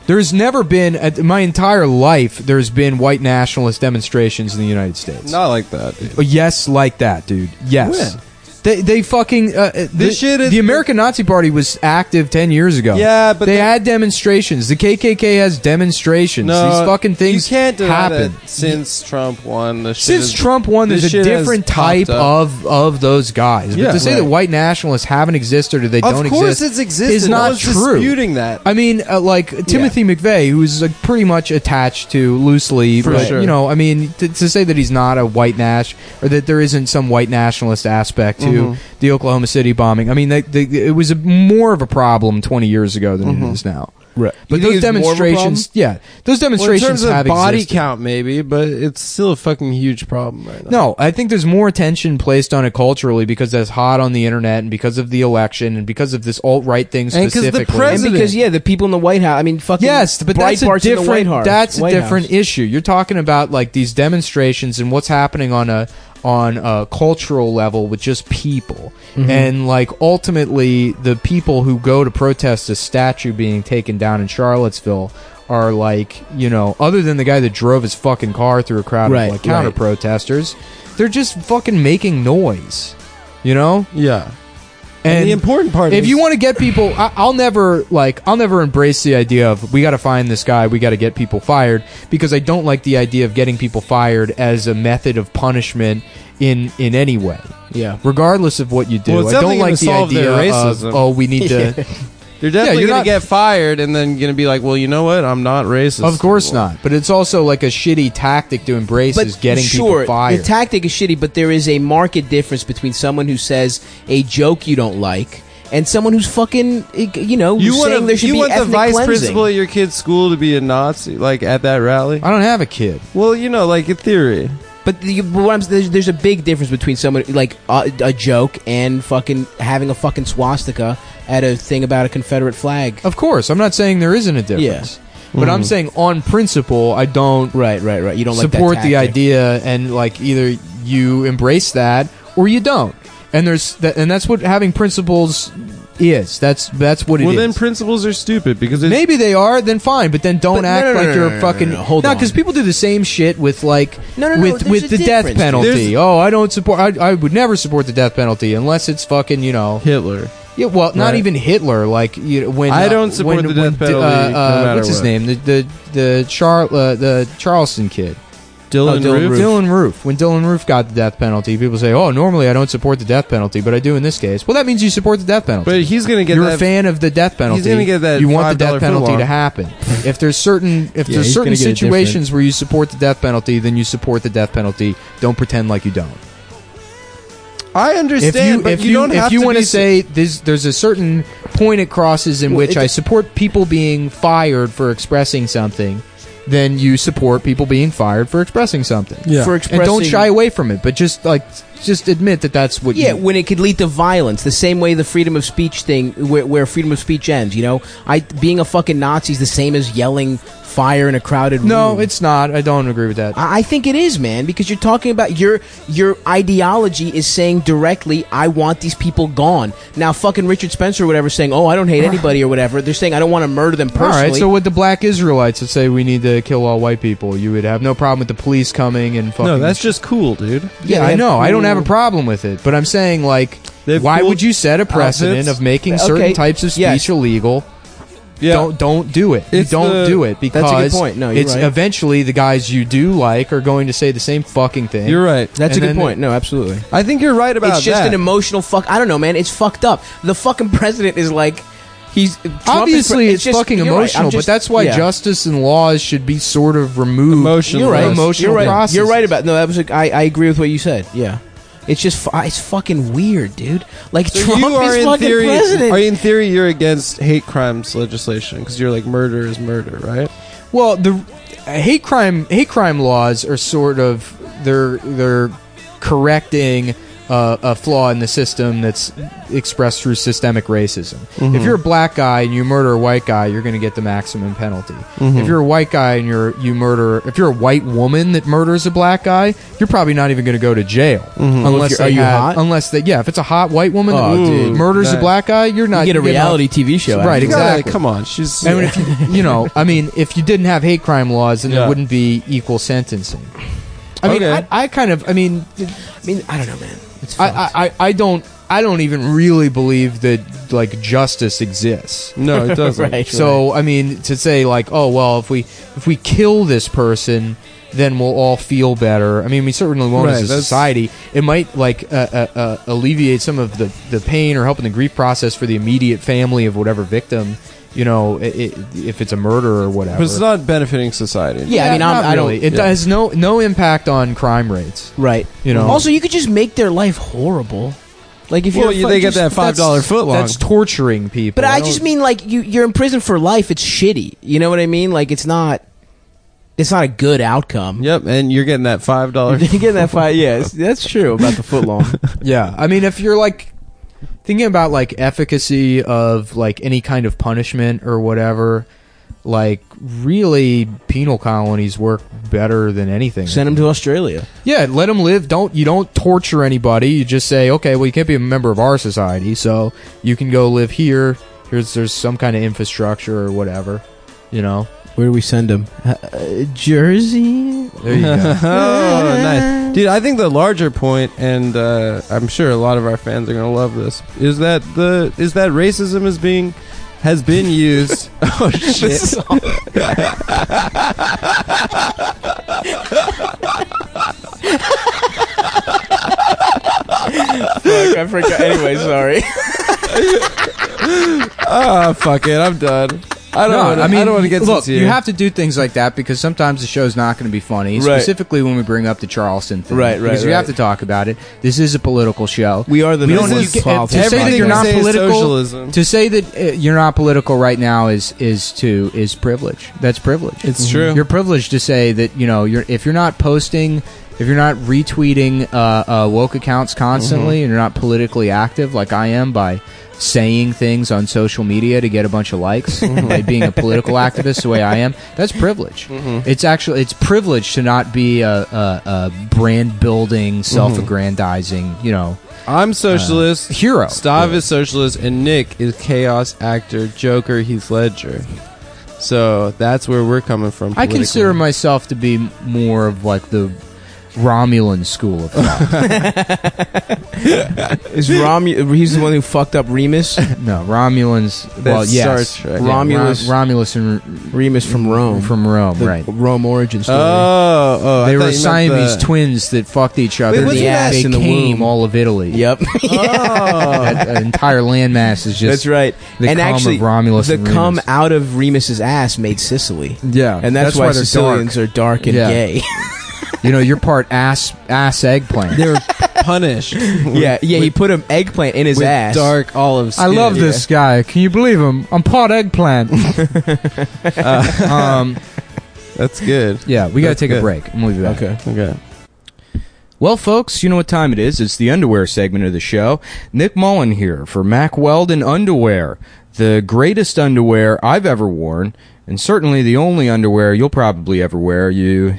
Speaker 3: There's never been, at my entire life, there's been white nationalist demonstrations in the United States.
Speaker 2: Not like that. dude.
Speaker 3: Oh, yes, like that, dude. Yes. They, they fucking uh, this the,
Speaker 2: shit is-
Speaker 3: the American Nazi Party was active ten years ago.
Speaker 2: Yeah, but they-
Speaker 3: they, had demonstrations. The KKK has demonstrations. These fucking things
Speaker 2: You can't deny
Speaker 3: happen.
Speaker 2: that since Trump won. The shit
Speaker 3: Since
Speaker 2: is-
Speaker 3: Trump won,
Speaker 2: this
Speaker 3: there's a
Speaker 2: shit has
Speaker 3: different
Speaker 2: popped
Speaker 3: type
Speaker 2: up.
Speaker 3: of of those guys. But
Speaker 2: Yeah,
Speaker 3: to say
Speaker 2: right.
Speaker 3: that white nationalists haven't existed or they
Speaker 2: Of
Speaker 3: don't
Speaker 2: course,
Speaker 3: exist
Speaker 2: it's existed.
Speaker 3: is
Speaker 2: No
Speaker 3: not
Speaker 2: one's
Speaker 3: true.
Speaker 2: Disputing that.
Speaker 3: I mean, uh, like Timothy McVeigh, who's like pretty much attached to loosely,
Speaker 2: For
Speaker 3: but
Speaker 2: sure.
Speaker 3: you know, I mean, to, to say that he's not a white Nash or that there isn't some white nationalist aspect to
Speaker 2: Mm-hmm.
Speaker 3: the Oklahoma City bombing. I mean, they, they, it was a, more of a problem 2020 years ago than it is now.
Speaker 2: Right.
Speaker 3: But
Speaker 2: Mm-hmm. You
Speaker 3: those
Speaker 2: think it's more of a
Speaker 3: demonstrations, yeah, those
Speaker 2: Well, in
Speaker 3: demonstrations
Speaker 2: terms of
Speaker 3: have
Speaker 2: body
Speaker 3: existed.
Speaker 2: count, maybe, but it's still a fucking huge problem right now.
Speaker 3: No, I think there's more attention placed on it culturally because that's hot on the internet and because of the election and because of this alt right thing
Speaker 2: And 'cause the
Speaker 3: specifically.
Speaker 2: pres-
Speaker 1: And
Speaker 2: President.
Speaker 1: because yeah, the people in the White House. I mean, fucking
Speaker 3: Yes, but that's a
Speaker 1: Breitbart's in the White
Speaker 3: different
Speaker 1: House-
Speaker 3: that's a
Speaker 1: White
Speaker 3: different
Speaker 1: House.
Speaker 3: issue. You're talking about like these demonstrations and what's happening on a on a cultural level with just people.
Speaker 1: Mm-hmm.
Speaker 3: And like ultimately the people who go to protest a statue being taken down in Charlottesville are like, you know, other than the guy that drove his fucking car through a crowd
Speaker 1: Right,
Speaker 3: of like counter
Speaker 1: right.
Speaker 3: protesters, they're just fucking making noise. You know?
Speaker 2: Yeah. And, the important part
Speaker 3: if
Speaker 2: is
Speaker 3: you want to get people I, i'll never like i'll never embrace the idea of we got to find this guy we got to get people fired because i don't like the idea of getting people fired as a method of punishment in in any way
Speaker 1: Yeah.
Speaker 3: regardless of what you do
Speaker 2: Well, it's
Speaker 3: i
Speaker 2: definitely
Speaker 3: don't
Speaker 2: gonna
Speaker 3: like the
Speaker 2: solve
Speaker 3: idea
Speaker 2: their
Speaker 3: of
Speaker 2: racism.
Speaker 3: oh we need to
Speaker 2: You're definitely
Speaker 3: you're
Speaker 2: gonna
Speaker 3: not-
Speaker 2: get fired and then gonna be like, well, you know what? I'm not racist.
Speaker 3: of course not but it's also like a shitty tactic to embrace is getting
Speaker 1: sure,
Speaker 3: people fired
Speaker 1: The tactic is shitty, but there is a marked difference between someone who says a joke you don't like and someone who's fucking, you know,
Speaker 2: You
Speaker 1: saying
Speaker 2: want,
Speaker 1: there should
Speaker 2: you
Speaker 1: be
Speaker 2: want the
Speaker 1: ethnic
Speaker 2: vice
Speaker 1: cleansing.
Speaker 2: principal at your kid's school to be a Nazi, like at that rally?
Speaker 3: i don't have a kid
Speaker 2: Well, you know, like in theory.
Speaker 1: But, the, but what I'm, there's, there's a big difference between someone like a, a joke and fucking having a fucking swastika at a thing about a Confederate flag.
Speaker 3: of course i'm not saying there isn't a difference but
Speaker 2: Mm.
Speaker 3: i'm saying on principle i don't
Speaker 1: Right, right, right. You don't like that
Speaker 3: support the
Speaker 1: tactic.
Speaker 3: idea and like either you embrace that or you don't and there's that and that's what having principles is that's that's what it is.
Speaker 2: Well, then principles are stupid because it's,
Speaker 3: maybe they are then fine but then don't
Speaker 1: But no,
Speaker 3: act
Speaker 1: no, no,
Speaker 3: like
Speaker 1: no,
Speaker 3: you're
Speaker 1: no, no,
Speaker 3: fucking
Speaker 1: no, no, hold on.
Speaker 3: because people do the same shit with like
Speaker 1: No, no, no,
Speaker 3: with
Speaker 1: there's
Speaker 3: with
Speaker 1: a
Speaker 3: the death
Speaker 1: difference,
Speaker 3: penalty
Speaker 2: dude.
Speaker 3: oh i don't support I, I would never support the death penalty unless it's fucking you know
Speaker 2: Hitler.
Speaker 3: yeah, well, not
Speaker 2: Right.
Speaker 3: even Hitler. Like you know, when
Speaker 2: I
Speaker 3: uh,
Speaker 2: don't support
Speaker 3: when-
Speaker 2: the death
Speaker 3: when,
Speaker 2: penalty, no
Speaker 3: Uh, uh,
Speaker 2: matter
Speaker 3: what's his
Speaker 2: what.
Speaker 3: name? The the the Char- uh, the Charleston kid.
Speaker 2: Dylan, Roof.
Speaker 3: Oh, Dylan Roof. When Dylan Roof got the death penalty, people say, "Oh, normally I don't support the death penalty, but I do in this case." Well, that means you support the death penalty.
Speaker 2: But he's gonna get
Speaker 3: You're
Speaker 2: that.
Speaker 3: a fan of the death penalty.
Speaker 2: gonna get that
Speaker 3: You want the
Speaker 2: $5
Speaker 3: death penalty
Speaker 2: footlong.
Speaker 3: to happen. If there's certain if
Speaker 6: Yeah,
Speaker 3: there's
Speaker 6: he's
Speaker 3: certain
Speaker 6: gonna get a
Speaker 3: situations where you support the death penalty, then you support the death penalty. Don't pretend like you don't.
Speaker 2: I
Speaker 3: If
Speaker 2: understand,
Speaker 3: you
Speaker 2: but
Speaker 3: if
Speaker 2: you, don't have
Speaker 3: if you
Speaker 2: to
Speaker 3: want
Speaker 2: be
Speaker 3: to say there's there's a certain point it crosses in
Speaker 1: Well,
Speaker 3: which
Speaker 1: it-
Speaker 3: I support people being fired for expressing something, then you support people being fired for expressing something.
Speaker 2: Yeah.
Speaker 1: For
Speaker 3: and
Speaker 1: expressing,
Speaker 3: don't shy away from it but just like just admit that that's what
Speaker 1: Yeah,
Speaker 3: you
Speaker 1: when it could lead to violence, the same way the freedom of speech thing, where, where freedom of speech ends. You know, I being a fucking Nazi is the same as yelling fire in a crowded room.
Speaker 3: no it's not i don't agree with that
Speaker 1: I I think it is, man, because you're talking about your your ideology is saying directly, I want these people gone. Now, fucking Richard Spencer or whatever saying, oh, I don't hate anybody or whatever. They're saying I don't want to murder them
Speaker 3: all
Speaker 1: personally.
Speaker 3: right so with the black israelites that say we need to kill all white people you would have no problem with the police coming and fucking
Speaker 2: no, that's just cool, dude.
Speaker 1: they
Speaker 3: yeah, i
Speaker 1: have
Speaker 3: know i don't have a
Speaker 1: cool-
Speaker 3: problem with it but i'm saying like
Speaker 2: They have
Speaker 3: why
Speaker 2: cool
Speaker 3: would you set a precedent
Speaker 2: outfits.
Speaker 3: of making certain
Speaker 1: Okay,
Speaker 3: types of speech
Speaker 1: yes.
Speaker 3: illegal
Speaker 2: Yeah.
Speaker 3: Don't don't do it.
Speaker 2: It's
Speaker 3: you don't
Speaker 2: the-
Speaker 3: do
Speaker 1: a
Speaker 3: it
Speaker 1: good
Speaker 3: because
Speaker 1: point. No, you're
Speaker 3: it's
Speaker 1: right.
Speaker 3: eventually the guys you do like are going to say the same fucking thing.
Speaker 2: You're right.
Speaker 1: That's
Speaker 3: And
Speaker 1: a good
Speaker 3: then-
Speaker 1: point. No, absolutely.
Speaker 2: I think you're right about
Speaker 1: It's just
Speaker 2: that.
Speaker 1: an emotional fuck. I don't know, man. It's fucked up. The fucking president is like, he's Trump is
Speaker 3: Obviously,
Speaker 1: pre-
Speaker 3: it's,
Speaker 1: just-
Speaker 3: fucking
Speaker 1: you're right, I'm
Speaker 3: emotional,
Speaker 1: just-
Speaker 3: but that's why
Speaker 1: yeah.
Speaker 3: justice and laws should be sort of removed.
Speaker 2: Emotional.
Speaker 1: You're right.
Speaker 2: Yes.
Speaker 3: Emotional
Speaker 1: you're right.
Speaker 3: process.
Speaker 1: You're right about no. That was a, I, I agree with what you said. Yeah, it's just fu- it's fucking weird, dude. Like
Speaker 2: So
Speaker 1: Trump
Speaker 2: you are
Speaker 1: is
Speaker 2: in
Speaker 1: fucking
Speaker 2: theory.
Speaker 1: president.
Speaker 2: Are you in theory you're against hate crimes legislation because you're like murder is murder, right?
Speaker 3: Well, the uh, hate crime hate crime laws are sort of they're they're correcting uh, a flaw in the system that's expressed through systemic racism.
Speaker 1: Mm-hmm.
Speaker 3: If you're a black guy and you murder a white guy, you're going to get the maximum penalty.
Speaker 1: Mm-hmm.
Speaker 3: If you're a white guy and you're you murder if you're a white woman that murders a black guy, you're probably not even going to go to jail unless
Speaker 1: Mm-hmm. If you're-
Speaker 3: they
Speaker 1: are you
Speaker 3: had-
Speaker 1: hot?
Speaker 3: unless they yeah if it's a hot white woman
Speaker 1: Oh,
Speaker 3: that
Speaker 2: dude,
Speaker 3: murders a
Speaker 2: nice.
Speaker 3: black guy, you're not
Speaker 1: you get a
Speaker 3: you're not-
Speaker 1: reality TV show,
Speaker 3: Right,
Speaker 1: out of it.
Speaker 2: You gotta-
Speaker 3: exactly.
Speaker 2: come on, she's.
Speaker 3: I mean, if you, you know, I mean, if you didn't have hate crime laws, then
Speaker 2: Yeah.
Speaker 3: there wouldn't be equal sentencing. I mean,
Speaker 2: Okay.
Speaker 3: I, I kind of, I mean,
Speaker 1: I mean, I don't know, man. It's
Speaker 3: I,
Speaker 1: fucked.
Speaker 3: I, I, I don't, I don't even really believe that like justice exists.
Speaker 2: No, it doesn't.
Speaker 1: right.
Speaker 3: So I mean to say like, oh well, if we if we kill this person, then we'll all feel better. I mean, we certainly won't
Speaker 2: Right,
Speaker 3: as a
Speaker 2: that's-
Speaker 3: society. It might like uh, uh, uh, alleviate some of the the pain or helping the grief process for the immediate family of whatever victim. You know, i i if it's a murder or whatever.
Speaker 2: But it's not benefiting society.
Speaker 1: Yeah, I mean, I'm,
Speaker 3: not
Speaker 1: I don't.
Speaker 3: really. It
Speaker 2: yeah.
Speaker 3: has no no impact on crime rates.
Speaker 1: Right.
Speaker 3: You know.
Speaker 1: Also, you could just make their life horrible. Like if
Speaker 2: Well,
Speaker 1: you're
Speaker 2: you-
Speaker 1: fu-
Speaker 2: they get
Speaker 1: just-
Speaker 2: that five dollar foot long.
Speaker 3: That's torturing people.
Speaker 1: But I
Speaker 3: don't-
Speaker 1: just mean like you you're in prison for life. It's shitty. You know what I mean? Like it's not it's not a good outcome.
Speaker 2: Yep, and you're getting that five dollar.
Speaker 1: You get that fight? Yeah, it's- that's true about the footlong.
Speaker 3: Yeah, I mean, if you're like thinking about like efficacy of like any kind of punishment or whatever, like really penal colonies work better than anything.
Speaker 1: Send him to Australia.
Speaker 3: yeah, let them live. Don't you don't torture anybody. You just say, okay, well, you can't be a member of our society, so you can go live here. Here's there's some kind of infrastructure or whatever. You know,
Speaker 1: Where do we send him? Uh, uh, Jersey.
Speaker 3: there you go.
Speaker 2: oh, nice, dude. I think the larger point, and uh, I'm sure a lot of our fans are gonna love this, is that the is that racism is being has been used. oh shit!
Speaker 1: I forgot. Anyway,
Speaker 2: Oh,
Speaker 1: sorry.
Speaker 2: Ah, fuck it. I'm done. I don't.
Speaker 3: No,
Speaker 2: wanna,
Speaker 3: I mean,
Speaker 2: don't want to get
Speaker 3: look.
Speaker 2: sincere.
Speaker 3: You have to do things like that because sometimes the show's not going to be funny.
Speaker 2: Right.
Speaker 3: Specifically, when we bring up the Charleston thing,
Speaker 2: Right, right,
Speaker 3: Because we
Speaker 2: right.
Speaker 3: have to talk about it. This is a political show.
Speaker 1: We are the
Speaker 3: We
Speaker 1: number
Speaker 3: don't
Speaker 1: one
Speaker 3: you get-
Speaker 1: politics
Speaker 3: to say that
Speaker 1: podcast.
Speaker 3: you're not
Speaker 2: Everything they say is
Speaker 3: political.
Speaker 2: Socialism.
Speaker 3: To say that uh, you're not political right now is is to is privilege. That's privilege.
Speaker 2: It's Mhm. true.
Speaker 3: You're privileged to say that you know you're if you're not posting. If you're not retweeting uh, uh, woke accounts constantly
Speaker 2: Mm-hmm.
Speaker 3: and you're not politically active like I am by saying things on social media to get a bunch of likes,
Speaker 2: Mm-hmm.
Speaker 3: by being a political activist the way I am, that's privilege.
Speaker 2: Mm-hmm.
Speaker 3: It's actually it's privilege to not be a, a, a brand
Speaker 2: Mm-hmm.
Speaker 3: building, self aggrandizing, you know,
Speaker 2: I'm socialist.
Speaker 3: hero.
Speaker 2: Stav Uh, is socialist, and Nick is chaos actor, Joker, Heath Ledger. So that's where we're coming from.
Speaker 3: I consider
Speaker 2: politically.
Speaker 3: myself to be more of like the Romulan school of thought.
Speaker 1: Is Rom? He's the one who fucked up Remus.
Speaker 3: no, Romulans. well,
Speaker 2: That's
Speaker 3: yes,
Speaker 2: Star Trek.
Speaker 3: Yeah, Rom-
Speaker 1: Romulus-
Speaker 3: Romulus, and
Speaker 1: Remus from Rome.
Speaker 3: from Rome,
Speaker 1: the
Speaker 3: right?
Speaker 1: Rome origin story.
Speaker 2: Oh, oh, I thought
Speaker 3: they
Speaker 2: you
Speaker 3: were
Speaker 2: meant
Speaker 3: Siamese
Speaker 2: the-
Speaker 3: twins that fucked each other.
Speaker 2: wasn't
Speaker 3: they
Speaker 1: that- in the
Speaker 3: came
Speaker 1: womb.
Speaker 3: all of Italy.
Speaker 1: yep.
Speaker 2: Oh,
Speaker 3: That, that entire landmass is just
Speaker 1: That's right.
Speaker 3: the
Speaker 1: and
Speaker 3: cum of
Speaker 1: actually,
Speaker 3: Romulus
Speaker 1: the
Speaker 3: and
Speaker 1: cum
Speaker 3: Remus.
Speaker 1: out of Remus's ass made Sicily,
Speaker 3: yeah,
Speaker 1: and that's, why,
Speaker 3: why, they're
Speaker 1: Sicilians are dark and
Speaker 3: Yeah.
Speaker 1: gay.
Speaker 3: dark. You know, you're part ass ass eggplant.
Speaker 2: they were punished.
Speaker 1: yeah, yeah. He put an eggplant in his
Speaker 2: with
Speaker 1: ass.
Speaker 2: dark olive. Skin.
Speaker 3: I love this guy. Can you believe him? I'm part eggplant. um,
Speaker 2: That's good.
Speaker 3: yeah, we got to
Speaker 2: That's
Speaker 3: take a
Speaker 2: good.
Speaker 3: break, and we'll be back.
Speaker 1: Okay.
Speaker 2: Okay.
Speaker 3: Well, folks, you know what time it is. It's the underwear segment of the show. Nick Mullen here for Mac Weldon Underwear, the greatest underwear I've ever worn, and certainly the only underwear you'll probably ever wear. You.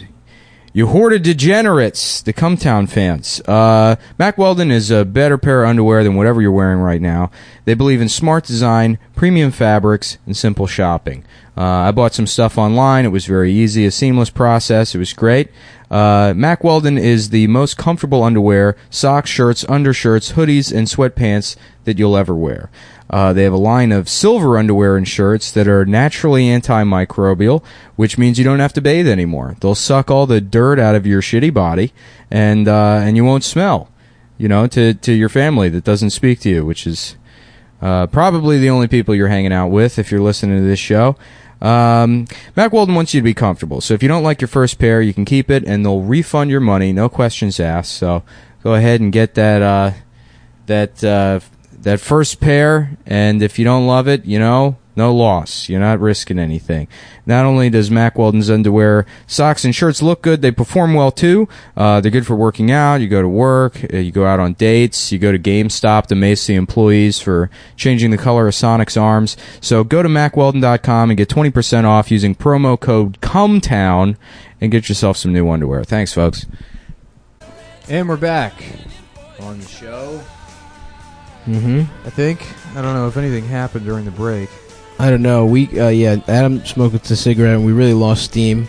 Speaker 3: You horde of degenerates, the Cumtown fans. Uh, Mac Weldon is a better pair of underwear than whatever you're wearing right now. They believe in smart design, premium fabrics, and simple shopping. Uh, I bought some stuff online. It was very easy, a seamless process. It was great. Uh, Mac Weldon is the most comfortable underwear, socks, shirts, undershirts, hoodies, and sweatpants that you'll ever wear. Uh, they have a line of silver underwear and shirts that are naturally antimicrobial, which means you don't have to bathe anymore. They'll suck all the dirt out of your shitty body, and uh, and you won't smell, you know, to to your family that doesn't speak to you, which is uh, probably the only people you're hanging out with if you're listening to this show. Um, Mac Weldon wants you to be comfortable, so if you don't like your first pair, you can keep it, and they'll refund your money, no questions asked. So go ahead and get that. Uh, that uh, that first pair, and if you don't love it, you know, no loss. You're not risking anything. Not only does Mack Weldon's underwear, socks, and shirts look good, they perform well too. Uh, they're good for working out. You go to work, uh, you go out on dates, you go to GameStop to mace the employees for changing the color of Sonic's arms. So go to MacWeldon.com and get 20% off using promo code CUMTOWN and get yourself some new underwear. Thanks, folks. And we're back on the show.
Speaker 2: Mm-hmm.
Speaker 1: hmm
Speaker 3: I think. I don't know if anything happened during the break.
Speaker 1: I don't know. We uh, yeah. Oh, Adam smoked a cigarette, and we really lost steam.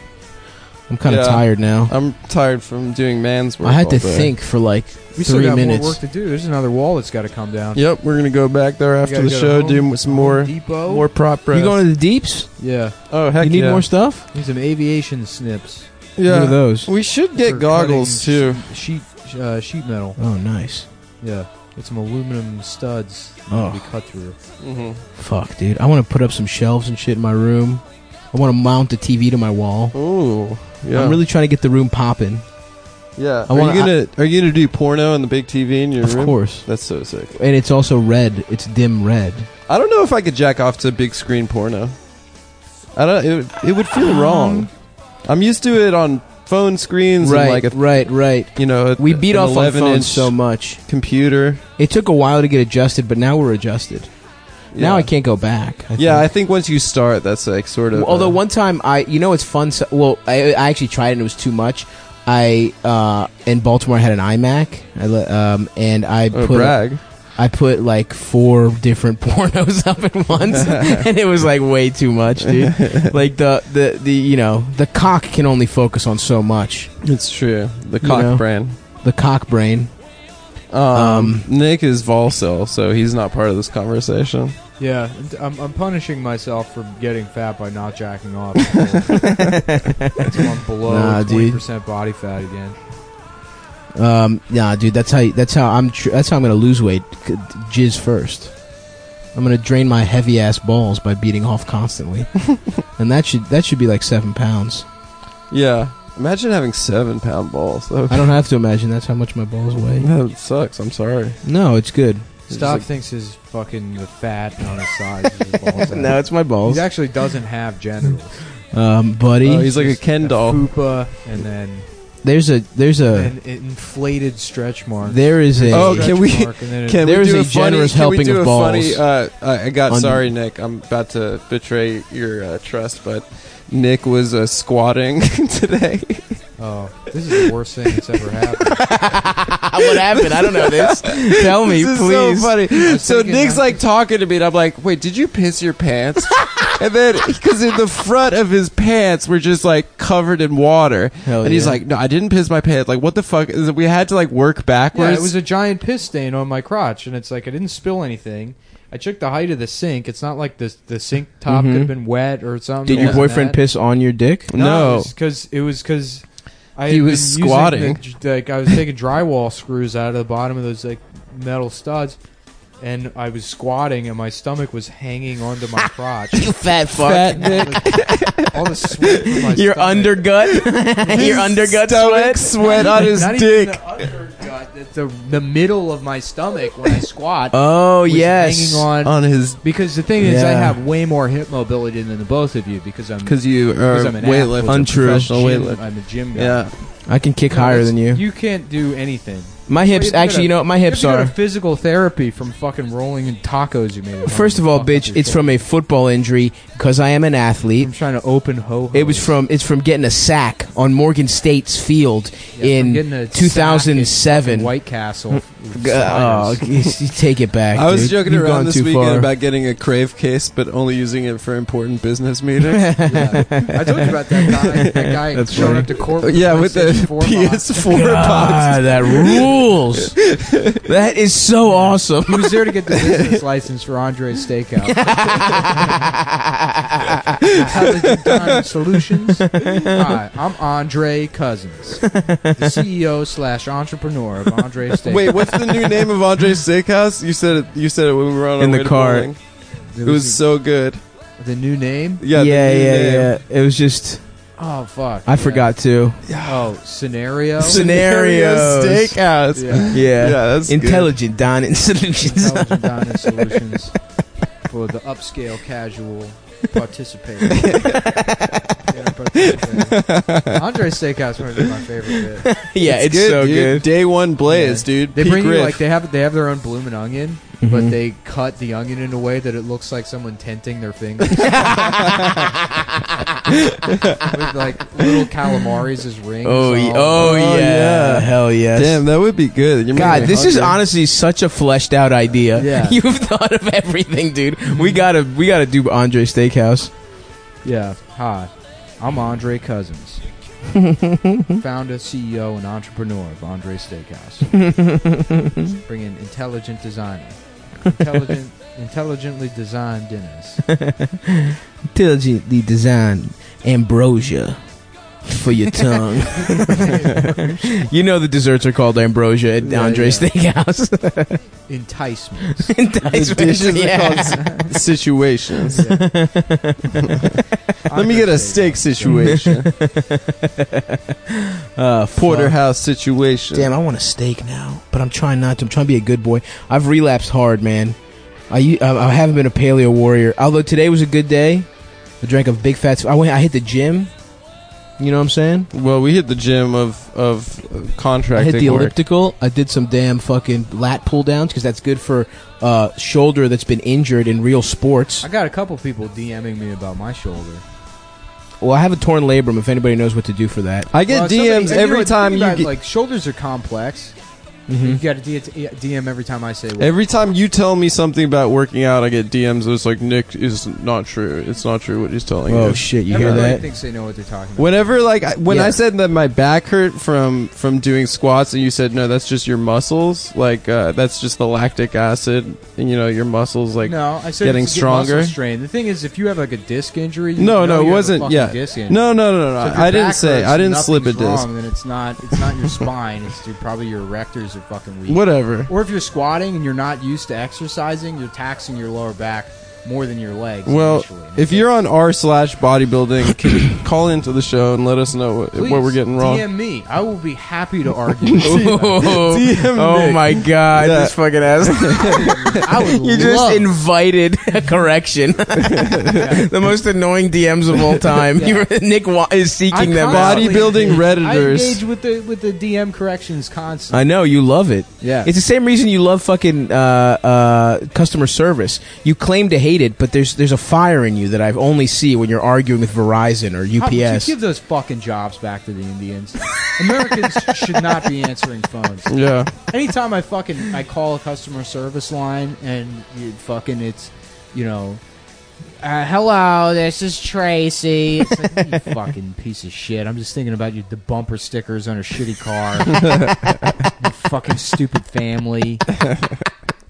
Speaker 1: I'm kind of
Speaker 2: Yeah.
Speaker 1: tired now.
Speaker 2: I'm tired from doing man's work.
Speaker 1: I had
Speaker 2: all
Speaker 1: to
Speaker 2: day.
Speaker 1: think for like
Speaker 6: We still
Speaker 1: three
Speaker 6: got more
Speaker 1: minutes.
Speaker 6: work to do. There's another wall that's got to come down.
Speaker 2: Yep, we're gonna go back there after
Speaker 6: gotta
Speaker 2: the
Speaker 6: go to
Speaker 2: show,
Speaker 6: Home-
Speaker 2: do some more
Speaker 6: Depot.
Speaker 2: more prop
Speaker 1: You
Speaker 2: press.
Speaker 1: going to the deeps?
Speaker 6: yeah.
Speaker 2: oh heck
Speaker 1: you need
Speaker 2: yeah.
Speaker 1: more stuff?
Speaker 6: Need some aviation snips.
Speaker 1: What are
Speaker 2: Yeah,
Speaker 1: those?
Speaker 2: we should
Speaker 6: for
Speaker 2: get goggles
Speaker 6: cutting
Speaker 2: too.
Speaker 6: sh- Sheet uh, sheet metal.
Speaker 1: Oh, nice.
Speaker 6: Yeah. Get some aluminum studs
Speaker 1: Oh.
Speaker 6: that we cut through.
Speaker 2: Mm-hmm.
Speaker 1: Fuck, dude. I want to put up some shelves and shit in my room. I want to mount a TV to my wall.
Speaker 2: Ooh, yeah.
Speaker 1: I'm really trying to get the room popping.
Speaker 2: yeah.
Speaker 1: I
Speaker 2: are
Speaker 1: wanna-
Speaker 2: you gonna Are you gonna do porno on the big TV in your
Speaker 1: Of
Speaker 2: room?
Speaker 1: course.
Speaker 2: That's so sick.
Speaker 1: And it's also red. It's dim red.
Speaker 2: I don't know if I could jack off to big screen porno. I don't. It, it would feel wrong. I'm used to it on phone screens and like
Speaker 1: Uh-huh. Right,
Speaker 2: a
Speaker 1: right, right.
Speaker 2: you know a-
Speaker 1: We beat
Speaker 2: an
Speaker 1: off on
Speaker 2: 11
Speaker 1: phones
Speaker 2: inch
Speaker 1: so much.
Speaker 2: computer.
Speaker 1: It took a while to get adjusted, but now we're adjusted. Now
Speaker 2: Yeah.
Speaker 1: I can't go back. I
Speaker 2: Yeah, I
Speaker 1: think.
Speaker 2: think once you start, that's like sort of.
Speaker 1: Although
Speaker 2: uh,
Speaker 1: one time I, you know, it's fun. So, well, I, I actually tried it and it was too much. I uh, in Baltimore I had an iMac, I, le- um, and I
Speaker 2: oh,
Speaker 1: put
Speaker 2: brag.
Speaker 1: I put like four different pornos up at once, and it was like way too much, dude. like the the the you know the cock can only focus on so much.
Speaker 2: It's true. The
Speaker 1: You
Speaker 2: cock
Speaker 1: know.
Speaker 2: brand.
Speaker 1: The cock brain.
Speaker 2: Um,
Speaker 1: Um,
Speaker 2: Nick is Volcel, so he's not part of this conversation.
Speaker 6: Yeah, and I'm, I'm punishing myself for getting fat by not jacking off. Until I'm
Speaker 1: Nah,
Speaker 6: below
Speaker 1: dude.
Speaker 6: twenty percent body fat again.
Speaker 1: Um, nah, dude, that's how you- that's how I'm tr- that's how I'm gonna lose weight. C- Jizz first. I'm gonna drain my heavy ass balls by beating off constantly, and that should that should be like seven pounds.
Speaker 2: Yeah. Imagine having seven pound balls. That,
Speaker 1: I don't have to imagine that's how much my balls weigh.
Speaker 2: that sucks. I'm sorry.
Speaker 1: No, it's good.
Speaker 2: It's
Speaker 6: Stock
Speaker 2: like-
Speaker 6: thinks his fucking the fat on his size. Is his balls out.
Speaker 1: it's my balls.
Speaker 6: he actually doesn't have genitals.
Speaker 1: Um, buddy,
Speaker 2: Oh, he's like a Ken doll.
Speaker 6: Fupa, and then
Speaker 1: there's a there's a
Speaker 6: an inflated stretch mark.
Speaker 1: Uh. there is a
Speaker 2: Oh,
Speaker 6: Stretch
Speaker 2: can we-
Speaker 6: Mark, and then it-
Speaker 2: Can
Speaker 1: There
Speaker 2: we
Speaker 1: is
Speaker 2: do
Speaker 1: a
Speaker 2: funny-
Speaker 1: generous
Speaker 2: can we
Speaker 1: helping
Speaker 2: do
Speaker 1: of
Speaker 2: a
Speaker 1: balls.
Speaker 2: Funny, uh, I, I got
Speaker 1: On-
Speaker 2: sorry, Nick. I'm about to betray your uh, trust, but Nick was uh, squatting today.
Speaker 6: Oh, this is the worst thing that's ever happened.
Speaker 1: what happened? I don't know this. Tell me,
Speaker 2: this is
Speaker 1: please.
Speaker 2: so funny.
Speaker 6: was
Speaker 2: So
Speaker 6: thinking
Speaker 2: Nick's
Speaker 6: that-
Speaker 2: like talking to me, and I'm like, "Wait, did you piss your pants?" and then because in the front of his pants were just like covered in water,
Speaker 1: Hell
Speaker 2: and he's
Speaker 1: yeah.
Speaker 2: like, "No, I didn't piss my pants." Like, what the fuck? Is it- We had to like work
Speaker 6: Yeah,
Speaker 2: backwards.
Speaker 6: it was a giant piss stain on my crotch, and it's like I didn't spill anything. I checked the height of the sink. It's not like the the sink top
Speaker 1: Mhm.
Speaker 2: Mm-hmm.
Speaker 6: could have been wet or something.
Speaker 1: Did your
Speaker 6: this and
Speaker 1: boyfriend
Speaker 6: that.
Speaker 1: piss on your dick?
Speaker 2: no.
Speaker 6: because it was because I
Speaker 2: He
Speaker 6: had
Speaker 2: was
Speaker 6: been using
Speaker 2: squatting.
Speaker 6: the- like I was taking drywall screws out of the bottom of those like metal studs, and I was squatting, and my stomach was hanging onto my crotch.
Speaker 1: You fat fuck.
Speaker 2: Fat Nick,
Speaker 6: Like, all the sweat from my
Speaker 1: your
Speaker 6: stomach.
Speaker 1: undergut. your undergut sweat.
Speaker 2: stomach sweat on his
Speaker 6: Not
Speaker 2: dick.
Speaker 6: Even the, undergut, the, the the middle of my stomach when I squat.
Speaker 1: Oh
Speaker 6: was
Speaker 1: yes.
Speaker 6: hanging on
Speaker 2: on his
Speaker 6: Because the thing is, I
Speaker 1: Yeah.
Speaker 6: have way more hip mobility than the both of you because I'm
Speaker 2: because you are
Speaker 6: because I'm an
Speaker 2: weightlifter,
Speaker 6: athlete.
Speaker 1: Untrue.
Speaker 2: professional
Speaker 6: gym-
Speaker 2: weightlifter.
Speaker 6: I'm a gym guy.
Speaker 2: Yeah,
Speaker 1: I can kick
Speaker 6: No,
Speaker 1: higher
Speaker 6: it's-
Speaker 1: than you.
Speaker 6: You can't do anything.
Speaker 1: My hips,
Speaker 6: Well, you
Speaker 1: actually,
Speaker 6: gotta-
Speaker 1: you know, what? my
Speaker 6: You have
Speaker 1: hips
Speaker 6: to go to
Speaker 1: are.
Speaker 6: physical therapy from fucking rolling in tacos you made. at home.
Speaker 1: First of all,
Speaker 6: Fuck up
Speaker 1: bitch,
Speaker 6: your
Speaker 1: it's
Speaker 6: shit.
Speaker 1: from a football injury because I am an athlete.
Speaker 6: I'm trying to open ho.
Speaker 1: It was from it's from getting a sack on Morgan State's field in 2007.
Speaker 6: White Castle.
Speaker 1: G- Oh, you take it back.
Speaker 2: I was
Speaker 1: dude.
Speaker 2: joking
Speaker 1: You've
Speaker 2: around
Speaker 1: gone
Speaker 2: this
Speaker 1: too
Speaker 2: weekend
Speaker 1: far.
Speaker 2: about getting a crave case, but only using it for important business meetings.
Speaker 6: Yeah. I told you about that guy. That guy
Speaker 1: That's
Speaker 6: showed
Speaker 1: funny.
Speaker 6: up to court.
Speaker 2: Oh, yeah, with the
Speaker 6: PlayStation 4 mod.
Speaker 2: PS4 box.
Speaker 1: Ah, that rules. that is so awesome.
Speaker 6: He was there to get the business license for Andre's Steakhouse. Intelligent Dining Solutions. Hi, I'm Andre Cousins, the CEO slash entrepreneur of Andre Steakhouse.
Speaker 2: Wait, what's the new name of Andre's Steakhouse? You said it. You said it when we were on
Speaker 1: In
Speaker 2: our
Speaker 1: the
Speaker 2: way to
Speaker 1: car.
Speaker 2: bowling. It was so good.
Speaker 6: the new name?
Speaker 2: Yeah, the
Speaker 1: yeah,
Speaker 2: new
Speaker 1: yeah,
Speaker 2: name.
Speaker 1: yeah. It was just
Speaker 6: Oh fuck!
Speaker 1: I
Speaker 6: Yeah.
Speaker 1: forgot to
Speaker 6: Oh, scenario.
Speaker 1: scenarios.
Speaker 2: Steakhouse. Yeah,
Speaker 6: yeah.
Speaker 1: Yeah,
Speaker 2: that's
Speaker 1: intelligent dining solutions.
Speaker 2: Oh.
Speaker 6: Intelligent Dining Solutions for the upscale casual participator. Yeah, participator. Andre Steakhouse might be my favorite bit.
Speaker 1: yeah,
Speaker 2: Good.
Speaker 1: it's, so
Speaker 2: dude.
Speaker 1: good.
Speaker 2: Day one blaze, dude.
Speaker 6: They
Speaker 2: Peak
Speaker 6: bring you
Speaker 2: riff.
Speaker 6: like they have they have their own bloomin' onion, but
Speaker 1: Mhm.
Speaker 6: they cut the onion in a way that it looks like someone tenting their fingers. With like little calamaris as rings.
Speaker 1: Oh,
Speaker 6: on.
Speaker 1: ye- oh, yeah.
Speaker 2: yeah.
Speaker 1: hell yes.
Speaker 2: Damn, that would be good. You're
Speaker 1: God,
Speaker 2: making me
Speaker 1: this is
Speaker 2: hungry.
Speaker 1: honestly such a fleshed out idea.
Speaker 6: Yeah.
Speaker 1: You've thought of everything, dude. We gotta we gotta do Andre Steakhouse.
Speaker 6: yeah. Hi, I'm Andre Cousins, Founder, CEO, and entrepreneur of Andre Steakhouse. Bring in intelligent designer. Intelligent, intelligently designed dinners.
Speaker 1: Diligently designed ambrosia for your tongue. you know the desserts are called ambrosia at
Speaker 7: Yeah,
Speaker 1: Andre's
Speaker 7: yeah.
Speaker 1: Steakhouse.
Speaker 6: Enticements.
Speaker 1: Dice
Speaker 2: The dishes
Speaker 1: Mix,
Speaker 2: are
Speaker 1: yeah.
Speaker 2: called s- situations. Let
Speaker 6: Andre
Speaker 2: me get a
Speaker 6: Steakhouse.
Speaker 2: steak situation.
Speaker 1: Uh, fuck.
Speaker 2: Porterhouse situation.
Speaker 1: Damn, I want a steak now, but I'm trying not to. I'm trying to be a good boy. I've relapsed hard, man. I u- I I haven't been a paleo warrior. Although today was a good day, I drank a big fat. I went. I hit the gym. You know what I'm saying?
Speaker 2: Well, we hit the gym of of uh,
Speaker 1: I
Speaker 2: contracting
Speaker 1: hit the
Speaker 2: work.
Speaker 1: elliptical. I did some damn fucking lat pull downs because that's good for uh, shoulder that's been injured in real sports.
Speaker 6: I got a couple people DMing me about my shoulder.
Speaker 1: Well, I have a torn labrum. If anybody knows what to do for that,
Speaker 2: I get
Speaker 6: Well, somebody-
Speaker 2: DMs
Speaker 6: and know
Speaker 2: every
Speaker 6: what,
Speaker 2: time
Speaker 6: think
Speaker 2: you
Speaker 6: about it,
Speaker 2: get,
Speaker 6: like shoulders are complex. You got a D- DM every time I say what
Speaker 2: every time you tell me something about working out. I get DMs. It's like Nick is not true. It's not true what he's telling
Speaker 1: oh
Speaker 2: you.
Speaker 1: shit, you hear
Speaker 6: Everybody
Speaker 1: that?
Speaker 6: thinks they know what they're talking about.
Speaker 2: Whenever like I, when
Speaker 1: Yeah.
Speaker 2: I said that my back hurt from from doing squats and you said no that's just your muscles like uh, that's just the lactic acid and you know your muscles like
Speaker 6: no, I said
Speaker 2: getting
Speaker 6: it's a muscle
Speaker 2: stronger?
Speaker 6: Strain. The thing is, if you have like a disc injury, you
Speaker 2: no
Speaker 6: know
Speaker 2: no
Speaker 6: you
Speaker 2: it
Speaker 6: have a
Speaker 2: wasn't
Speaker 6: fucking
Speaker 2: yeah
Speaker 6: Disc injury.
Speaker 2: no no no no
Speaker 6: So if your
Speaker 2: I didn't
Speaker 6: back
Speaker 2: say
Speaker 6: hurts
Speaker 2: I
Speaker 6: and
Speaker 2: didn't slip a
Speaker 6: nothing's
Speaker 2: disc
Speaker 6: Wrong, then it's not it's not your spine. It's your, probably your rectors are fucking weak.
Speaker 2: whatever
Speaker 6: Or if you're squatting and you're not used to exercising, you're taxing your lower back more than your legs.
Speaker 2: well
Speaker 6: initially.
Speaker 2: if you're on r slash bodybuilding can you call into the show and let us know what,
Speaker 6: Please,
Speaker 2: what we're getting wrong
Speaker 6: DM me. I will be happy to argue. with you about it.
Speaker 1: oh,
Speaker 2: DM
Speaker 1: oh
Speaker 2: Nick.
Speaker 1: my god,
Speaker 2: Yeah.
Speaker 1: this fucking ass.
Speaker 6: I would
Speaker 1: You just
Speaker 6: love
Speaker 1: invited a correction. the most annoying DMs of all time.
Speaker 6: Yeah.
Speaker 1: You- Nick Wa- is seeking
Speaker 6: I
Speaker 1: them out.
Speaker 6: constantly-
Speaker 2: bodybuilding
Speaker 6: I engage
Speaker 2: redditors
Speaker 6: with the with the DM corrections constantly.
Speaker 1: I know you love it.
Speaker 6: Yeah.
Speaker 1: It's the same reason you love fucking uh, uh, customer service. You claim to hate it, but there's there's a fire in you that I only see when you're arguing with Verizon or
Speaker 6: How-
Speaker 1: UPS.
Speaker 6: Just give those fucking jobs back to the Indians. Americans should not be answering phones.
Speaker 2: yeah
Speaker 6: Anytime I fucking I call a customer service line and you fucking it's you know uh, hello, this is Tracy. It's like, you fucking piece of shit. I'm just thinking about you, the bumper stickers on a shitty car. you fucking stupid family.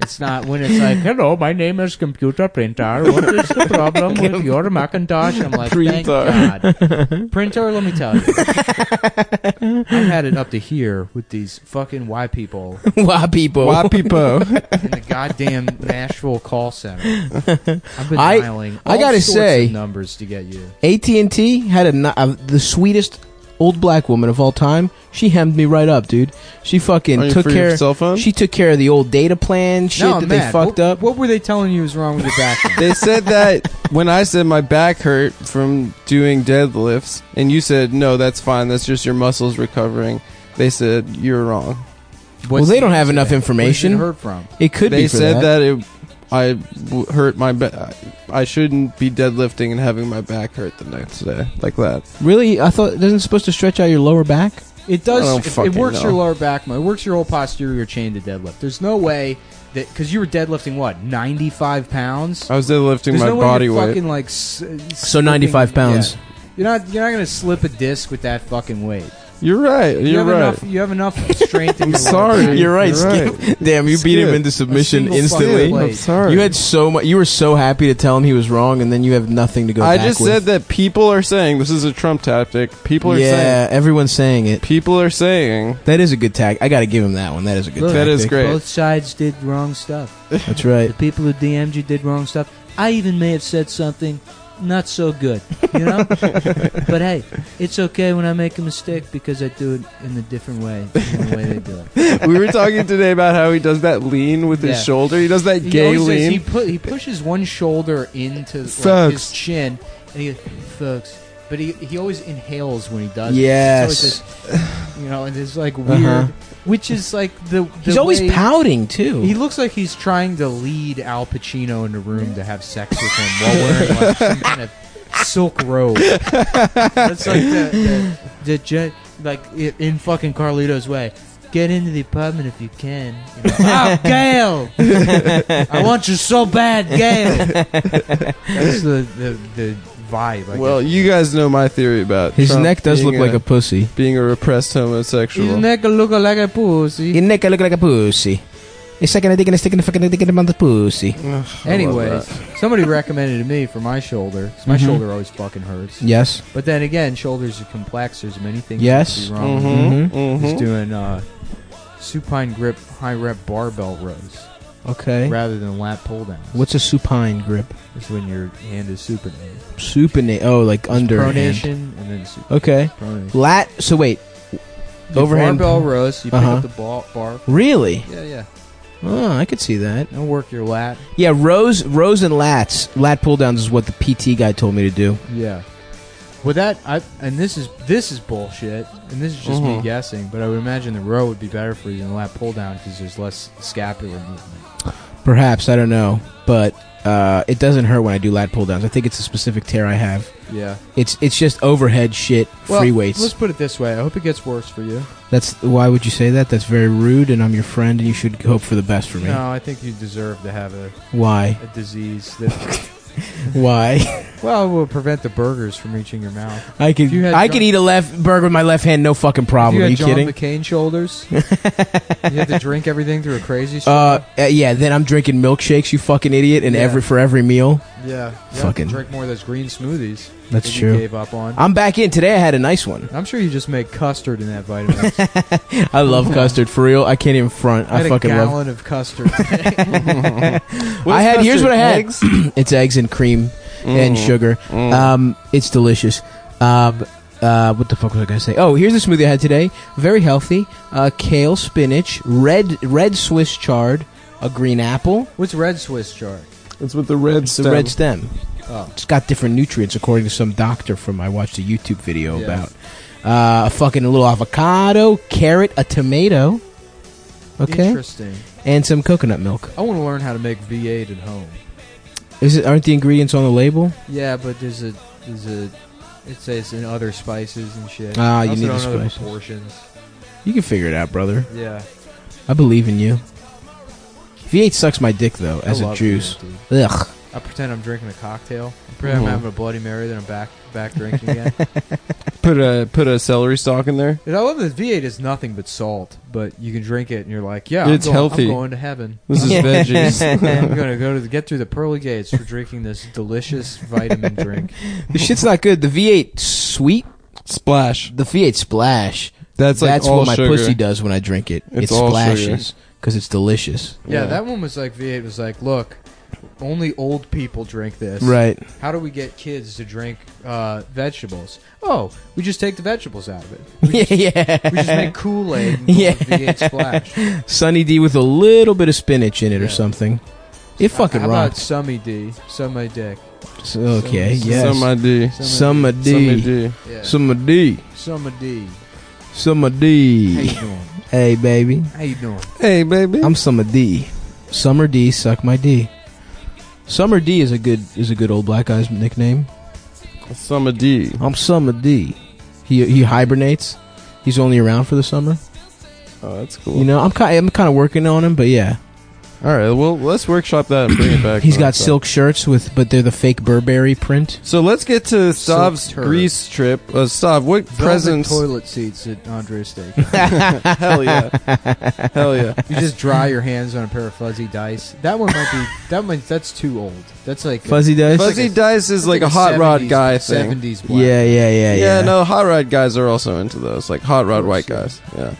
Speaker 6: It's not when it's like, hello, my name is Computer Printer. What is the problem with your Macintosh? I'm like, thank God. Printer, let me tell you. I've had it up to here with these fucking Y people
Speaker 1: Why people?
Speaker 2: why people
Speaker 6: in the goddamn Nashville call center. I've been
Speaker 1: I-
Speaker 6: dialing.
Speaker 1: I
Speaker 6: all
Speaker 1: gotta
Speaker 6: sorts
Speaker 1: say-
Speaker 6: of numbers to get you.
Speaker 1: AT and T had a ni- uh, the sweetest old black woman of all time. She hemmed me right up, dude. She fucking
Speaker 2: Are you
Speaker 1: took
Speaker 2: for
Speaker 1: care.
Speaker 2: your cell phone
Speaker 1: She took care of the old data plan shit
Speaker 6: no,
Speaker 1: that
Speaker 6: man,
Speaker 1: they fucked
Speaker 6: what,
Speaker 1: up.
Speaker 6: What were they telling you was wrong with your back?
Speaker 2: they said that when I said my back hurt from doing deadlifts, and you said, no, that's fine, that's just your muscles recovering, they said, you're wrong.
Speaker 1: well, they don't have enough information.
Speaker 6: Where did it hurt from?
Speaker 1: It could
Speaker 2: they
Speaker 1: be for
Speaker 2: said that, it, I w- hurt my back. I shouldn't be deadlifting and having my back hurt the next day, like that.
Speaker 1: Really, I thought it doesn't supposed to stretch out your lower back.
Speaker 6: It
Speaker 2: I
Speaker 6: does.
Speaker 2: don't
Speaker 6: It, it
Speaker 2: fucking
Speaker 6: works
Speaker 2: know.
Speaker 6: your lower back. mo- It works your whole posterior chain to deadlift. There's no way that because you were deadlifting what 95 pounds.
Speaker 2: I was deadlifting
Speaker 6: There's
Speaker 2: my
Speaker 6: no way
Speaker 2: body
Speaker 6: you're
Speaker 2: weight.
Speaker 6: Fucking like s-
Speaker 1: So
Speaker 6: slipping-
Speaker 1: 95 pounds.
Speaker 6: yeah. You're not. You're not gonna slip a disc with that fucking weight.
Speaker 2: You're right, you're
Speaker 6: you have
Speaker 2: right.
Speaker 6: Enough, you have enough strength. in
Speaker 2: I'm
Speaker 6: your lower back.
Speaker 2: sorry.
Speaker 1: You're right,
Speaker 2: Skip.
Speaker 1: Damn, you beat him
Speaker 2: Skip.
Speaker 1: into submission
Speaker 6: A single fucking
Speaker 1: instantly.
Speaker 6: leg.
Speaker 2: I'm sorry.
Speaker 1: You had so much. You were so happy to tell him he was wrong, and then you have nothing to go.
Speaker 2: I
Speaker 1: back
Speaker 2: just
Speaker 1: with.
Speaker 2: said that people are saying this is a Trump tactic. People are saying.
Speaker 1: Yeah, everyone's saying it.
Speaker 2: People are saying.
Speaker 1: That is a good tag. I got to give him that one. That is a good.
Speaker 6: Look,
Speaker 2: That is
Speaker 1: tactic.
Speaker 2: great.
Speaker 6: Both sides did wrong stuff.
Speaker 1: That's right.
Speaker 6: The people who DM'd you did wrong stuff. I even may have said something not so good, you know? but hey, it's okay when I make a mistake because I do it in a different way than the way they do it.
Speaker 2: we were talking today about how he does that lean with
Speaker 6: Yeah.
Speaker 2: his shoulder. He does that
Speaker 6: He
Speaker 2: gay
Speaker 6: always says
Speaker 2: lean.
Speaker 6: he, pu- he pushes one shoulder into like, his
Speaker 2: Folks.
Speaker 6: chin and he goes, folks. But he, he always inhales when he does it.
Speaker 1: Yes.
Speaker 6: It's always this, you know, and it's like weird,
Speaker 2: Uh-huh.
Speaker 6: which is like the, the
Speaker 1: He's always
Speaker 6: way-
Speaker 1: pouting too.
Speaker 6: He looks like he's trying to lead Al Pacino in the room to have sex with him while wearing like some kind of silk robe. That's like the, the, the ju- like i- in fucking Carlito's way. Get into the apartment if you can. You know, oh, Gail! I want you so bad, Gail. That's the the, the vibe. I
Speaker 2: Well,
Speaker 6: guess.
Speaker 2: you guys know my theory about
Speaker 1: His
Speaker 2: Trump
Speaker 1: neck does
Speaker 2: being
Speaker 1: look like a pussy.
Speaker 2: being a repressed homosexual.
Speaker 6: neck look like a pussy.
Speaker 8: Your neck look like a pussy. It's like a dick and a stick and a fucking dick in the mouth of pussy.
Speaker 6: Anyways, somebody recommended to me for my shoulder 'cause my
Speaker 2: Mm-hmm.
Speaker 1: Mhm.
Speaker 6: shoulder always fucking hurts.
Speaker 1: Yes.
Speaker 6: But then again, shoulders are complex. There's many things.
Speaker 1: Yes.
Speaker 6: That could be wrong.
Speaker 2: hmm
Speaker 1: Mhm.
Speaker 6: He's doing uh, supine grip, high rep barbell rows
Speaker 1: Okay.
Speaker 6: rather than lat pull downs.
Speaker 1: What's a supine grip?
Speaker 6: It's when your hand is supinated.
Speaker 1: Supinate. Oh, like
Speaker 6: It's
Speaker 1: under.
Speaker 6: pronation and then supination.
Speaker 1: Okay.
Speaker 6: pronation.
Speaker 1: Lat. So wait.
Speaker 6: The
Speaker 1: overhand-
Speaker 6: barbell rows. You
Speaker 1: Uh-huh.
Speaker 6: pick up the ball, bar.
Speaker 1: Really?
Speaker 6: Yeah, yeah.
Speaker 1: Oh, I could see that.
Speaker 6: And work your lat.
Speaker 1: Yeah, rows, rows and lats, lat pull downs is what the PT guy told me to do.
Speaker 6: Yeah. With that, I and this is this is bullshit, and this is just me
Speaker 1: Mm-hmm.
Speaker 2: Mhm.
Speaker 6: guessing. But I would imagine the row would be better for you than the lat pull down because there's less scapular movement.
Speaker 1: Perhaps I don't know, but uh, it doesn't hurt when I do lat pull downs. I think it's a specific tear I have.
Speaker 6: Yeah.
Speaker 1: It's it's just overhead shit,
Speaker 6: Well,
Speaker 1: free weights.
Speaker 6: Let's put it this way. I hope it gets worse for you.
Speaker 1: That's why would you say that? That's very rude, and I'm your friend, and you should hope for the best for me.
Speaker 6: No, I think you deserve to have a,
Speaker 1: Why?
Speaker 6: a disease that
Speaker 1: Why?
Speaker 6: well will prevent the burgers from reaching your mouth.
Speaker 1: I could
Speaker 6: If you had
Speaker 1: I
Speaker 6: John-
Speaker 1: could eat a left burger with my left hand, no fucking problem.
Speaker 6: you
Speaker 1: Are
Speaker 6: had
Speaker 1: you
Speaker 6: John
Speaker 1: kidding?
Speaker 6: McCain shoulders. you had to drink everything through a crazy.
Speaker 1: Uh,
Speaker 6: shoulder?
Speaker 1: uh, yeah. Then I'm drinking milkshakes, you fucking idiot, and
Speaker 6: Yeah.
Speaker 1: every for every meal.
Speaker 6: yeah. You
Speaker 1: fucking-
Speaker 6: have to drink more of those green smoothies.
Speaker 1: That's
Speaker 6: that you
Speaker 1: true.
Speaker 6: Gave up on.
Speaker 1: I'm back in today. I had a nice one.
Speaker 6: I'm sure you just make custard in that vitamin.
Speaker 1: I love custard for real. I can't even front.
Speaker 6: I
Speaker 1: I,
Speaker 6: had
Speaker 1: fucking
Speaker 6: a
Speaker 1: love.
Speaker 6: gallon of custard.
Speaker 1: I had. Here's what I had. it's eggs and cream and
Speaker 2: Mm.
Speaker 1: sugar.
Speaker 2: Mm.
Speaker 1: Um, it's delicious. Um, uh, what the fuck was I gonna say? Oh, here's the smoothie I had today. Very healthy. Uh, kale, spinach, red red Swiss chard, a green apple,
Speaker 6: What's red Swiss chard?
Speaker 2: it's with the red
Speaker 1: the red stem.
Speaker 6: Oh,
Speaker 1: It's got different nutrients according to some doctor from I watched a YouTube video
Speaker 6: Yeah.
Speaker 1: about. Uh, a fucking little avocado, carrot, a tomato. Okay,
Speaker 6: interesting.
Speaker 1: and some coconut milk.
Speaker 6: I want to learn how to make V8 at home.
Speaker 1: Is it? Aren't the ingredients on the label?
Speaker 6: Yeah, but there's a there's a it says in other spices and shit.
Speaker 1: Ah,
Speaker 6: I
Speaker 1: you
Speaker 6: also
Speaker 1: need
Speaker 6: don't
Speaker 1: the
Speaker 6: know
Speaker 1: spices.
Speaker 6: proportions.
Speaker 1: You can figure it out, brother.
Speaker 6: Yeah,
Speaker 1: I believe in you. V8 sucks my dick though, as
Speaker 6: I
Speaker 1: a
Speaker 6: love
Speaker 1: juice. Mm-hmm.
Speaker 6: V8, dude.
Speaker 1: Ugh.
Speaker 6: I pretend I'm drinking a cocktail. I pretend
Speaker 2: Mhm.
Speaker 6: I'm having a Bloody Mary, then I'm back back drinking again.
Speaker 2: Put a put a celery stalk in there.
Speaker 6: Dude, I love that V8 is nothing but salt, but you can drink it and you're like, yeah,
Speaker 2: It's
Speaker 6: I'm going,
Speaker 2: healthy.
Speaker 6: I'm going to heaven.
Speaker 2: This is veggies.
Speaker 6: I'm gonna go to the, get through the pearly gates for drinking this delicious vitamin drink.
Speaker 1: The shit's not good. The V8 sweet,
Speaker 2: Splash.
Speaker 1: the V8 splash.
Speaker 2: That's like all
Speaker 1: what my
Speaker 2: sugar.
Speaker 1: pussy does when I drink it.
Speaker 2: It's
Speaker 1: it
Speaker 2: all
Speaker 1: splashes because it's delicious.
Speaker 6: Yeah, that one was like V8 was like, look, only old people drink this.
Speaker 1: Right.
Speaker 6: How do we get kids to drink uh, vegetables? Oh, we just take the vegetables out of it. We just,
Speaker 1: yeah.
Speaker 6: we just make Kool Aid and call
Speaker 1: Yeah.
Speaker 6: it V8 Splash.
Speaker 1: Sunny D with a little bit of spinach in it or
Speaker 6: Yeah.
Speaker 1: something. It fucking
Speaker 6: How about
Speaker 1: rocks.
Speaker 6: Summy D? Summy Dick.
Speaker 1: So- okay.
Speaker 6: some-
Speaker 1: yes.
Speaker 2: Some ID.
Speaker 1: Summer
Speaker 2: Some
Speaker 1: D.
Speaker 2: ID.
Speaker 6: Yeah.
Speaker 1: Summer D.
Speaker 6: Summer D.
Speaker 1: Summer
Speaker 2: E.
Speaker 6: How you
Speaker 1: D.
Speaker 6: doing?
Speaker 1: Hey baby.
Speaker 6: How you doing?
Speaker 2: Hey, baby.
Speaker 1: I'm Summer D. Summer D, suck my D. Summer D is a good is a good old black guy's nickname.
Speaker 2: Some ID.
Speaker 1: I'm Summer D. He he hibernates. He's only around for the summer.
Speaker 2: Oh, that's cool.
Speaker 1: You know, I'm kind I'm kind of working on him, but yeah,
Speaker 2: All right. Well, let's workshop that and bring it back.
Speaker 1: he's
Speaker 2: next
Speaker 1: got
Speaker 2: time.
Speaker 1: silk shirts with, but they're the fake Burberry print.
Speaker 2: So let's get to
Speaker 6: Silk
Speaker 2: Stav's
Speaker 6: turd.
Speaker 2: Greece trip. Uh, Stav, what
Speaker 6: Velvet
Speaker 2: presents?
Speaker 6: toilet seats at Andre's Steak.
Speaker 2: Hell yeah! Hell yeah!
Speaker 6: You just dry your hands on a pair of fuzzy dice. That one might be. That one. That's too old. That's like
Speaker 1: Fuzzy dice.
Speaker 2: Fuzzy
Speaker 6: like a-
Speaker 2: Dice is like a hot rod guy thing.
Speaker 6: Seventies.
Speaker 1: yeah, yeah, yeah, yeah.
Speaker 2: Yeah, no, hot rod guys are also into those, like hot rod
Speaker 6: Of
Speaker 2: white
Speaker 6: course,
Speaker 2: guys. Yeah.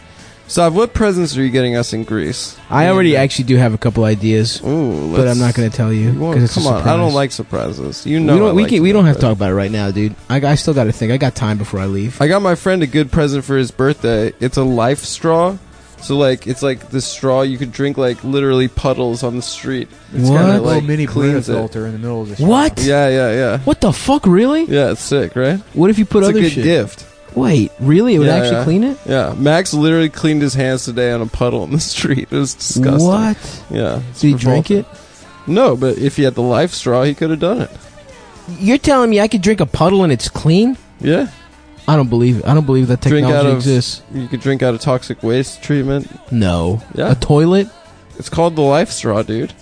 Speaker 2: Stav, what presents are you getting us in Greece?
Speaker 1: I already actually do have a couple ideas,
Speaker 2: Ooh, let's,
Speaker 1: but I'm not going to tell you
Speaker 2: You want-
Speaker 1: because it's a
Speaker 2: come on, I don't
Speaker 1: surprise.
Speaker 2: like surprises. You know,
Speaker 1: we don't
Speaker 2: I
Speaker 1: we,
Speaker 2: like
Speaker 1: can, we
Speaker 2: surprises.
Speaker 1: don't have to talk about it right now, dude. I, I still got to think. I got time before I leave.
Speaker 2: I got my friend a good present for his birthday. It's a life straw. So like it's like this straw you could drink like literally puddles on the street.
Speaker 6: It's got a
Speaker 1: What?
Speaker 6: little
Speaker 2: Like,
Speaker 6: mini Brita
Speaker 2: cleans it.
Speaker 6: filter in the middle of the
Speaker 1: What?
Speaker 2: Yeah, yeah, yeah.
Speaker 1: What the fuck, really?
Speaker 2: Yeah, it's sick, right?
Speaker 1: What if you put
Speaker 2: it's
Speaker 1: other
Speaker 2: a good
Speaker 1: shit?
Speaker 2: gift.
Speaker 1: Wait, really? It would
Speaker 2: Yeah,
Speaker 1: actually
Speaker 2: yeah.
Speaker 1: clean it?
Speaker 2: Yeah, Max literally cleaned his hands today on a puddle in the street. It was disgusting.
Speaker 1: What?
Speaker 2: Yeah.
Speaker 1: Did you drink it?
Speaker 2: No, but if he had the life straw, he could have done it.
Speaker 1: You're telling me I could drink a puddle and it's clean?
Speaker 2: Yeah,
Speaker 1: I don't believe it. I don't believe that
Speaker 2: Drink
Speaker 1: technology
Speaker 2: out of-
Speaker 1: exists.
Speaker 2: you could drink out of toxic waste treatment.
Speaker 1: No.
Speaker 2: Yeah.
Speaker 1: A toilet?
Speaker 2: It's called the life straw, dude.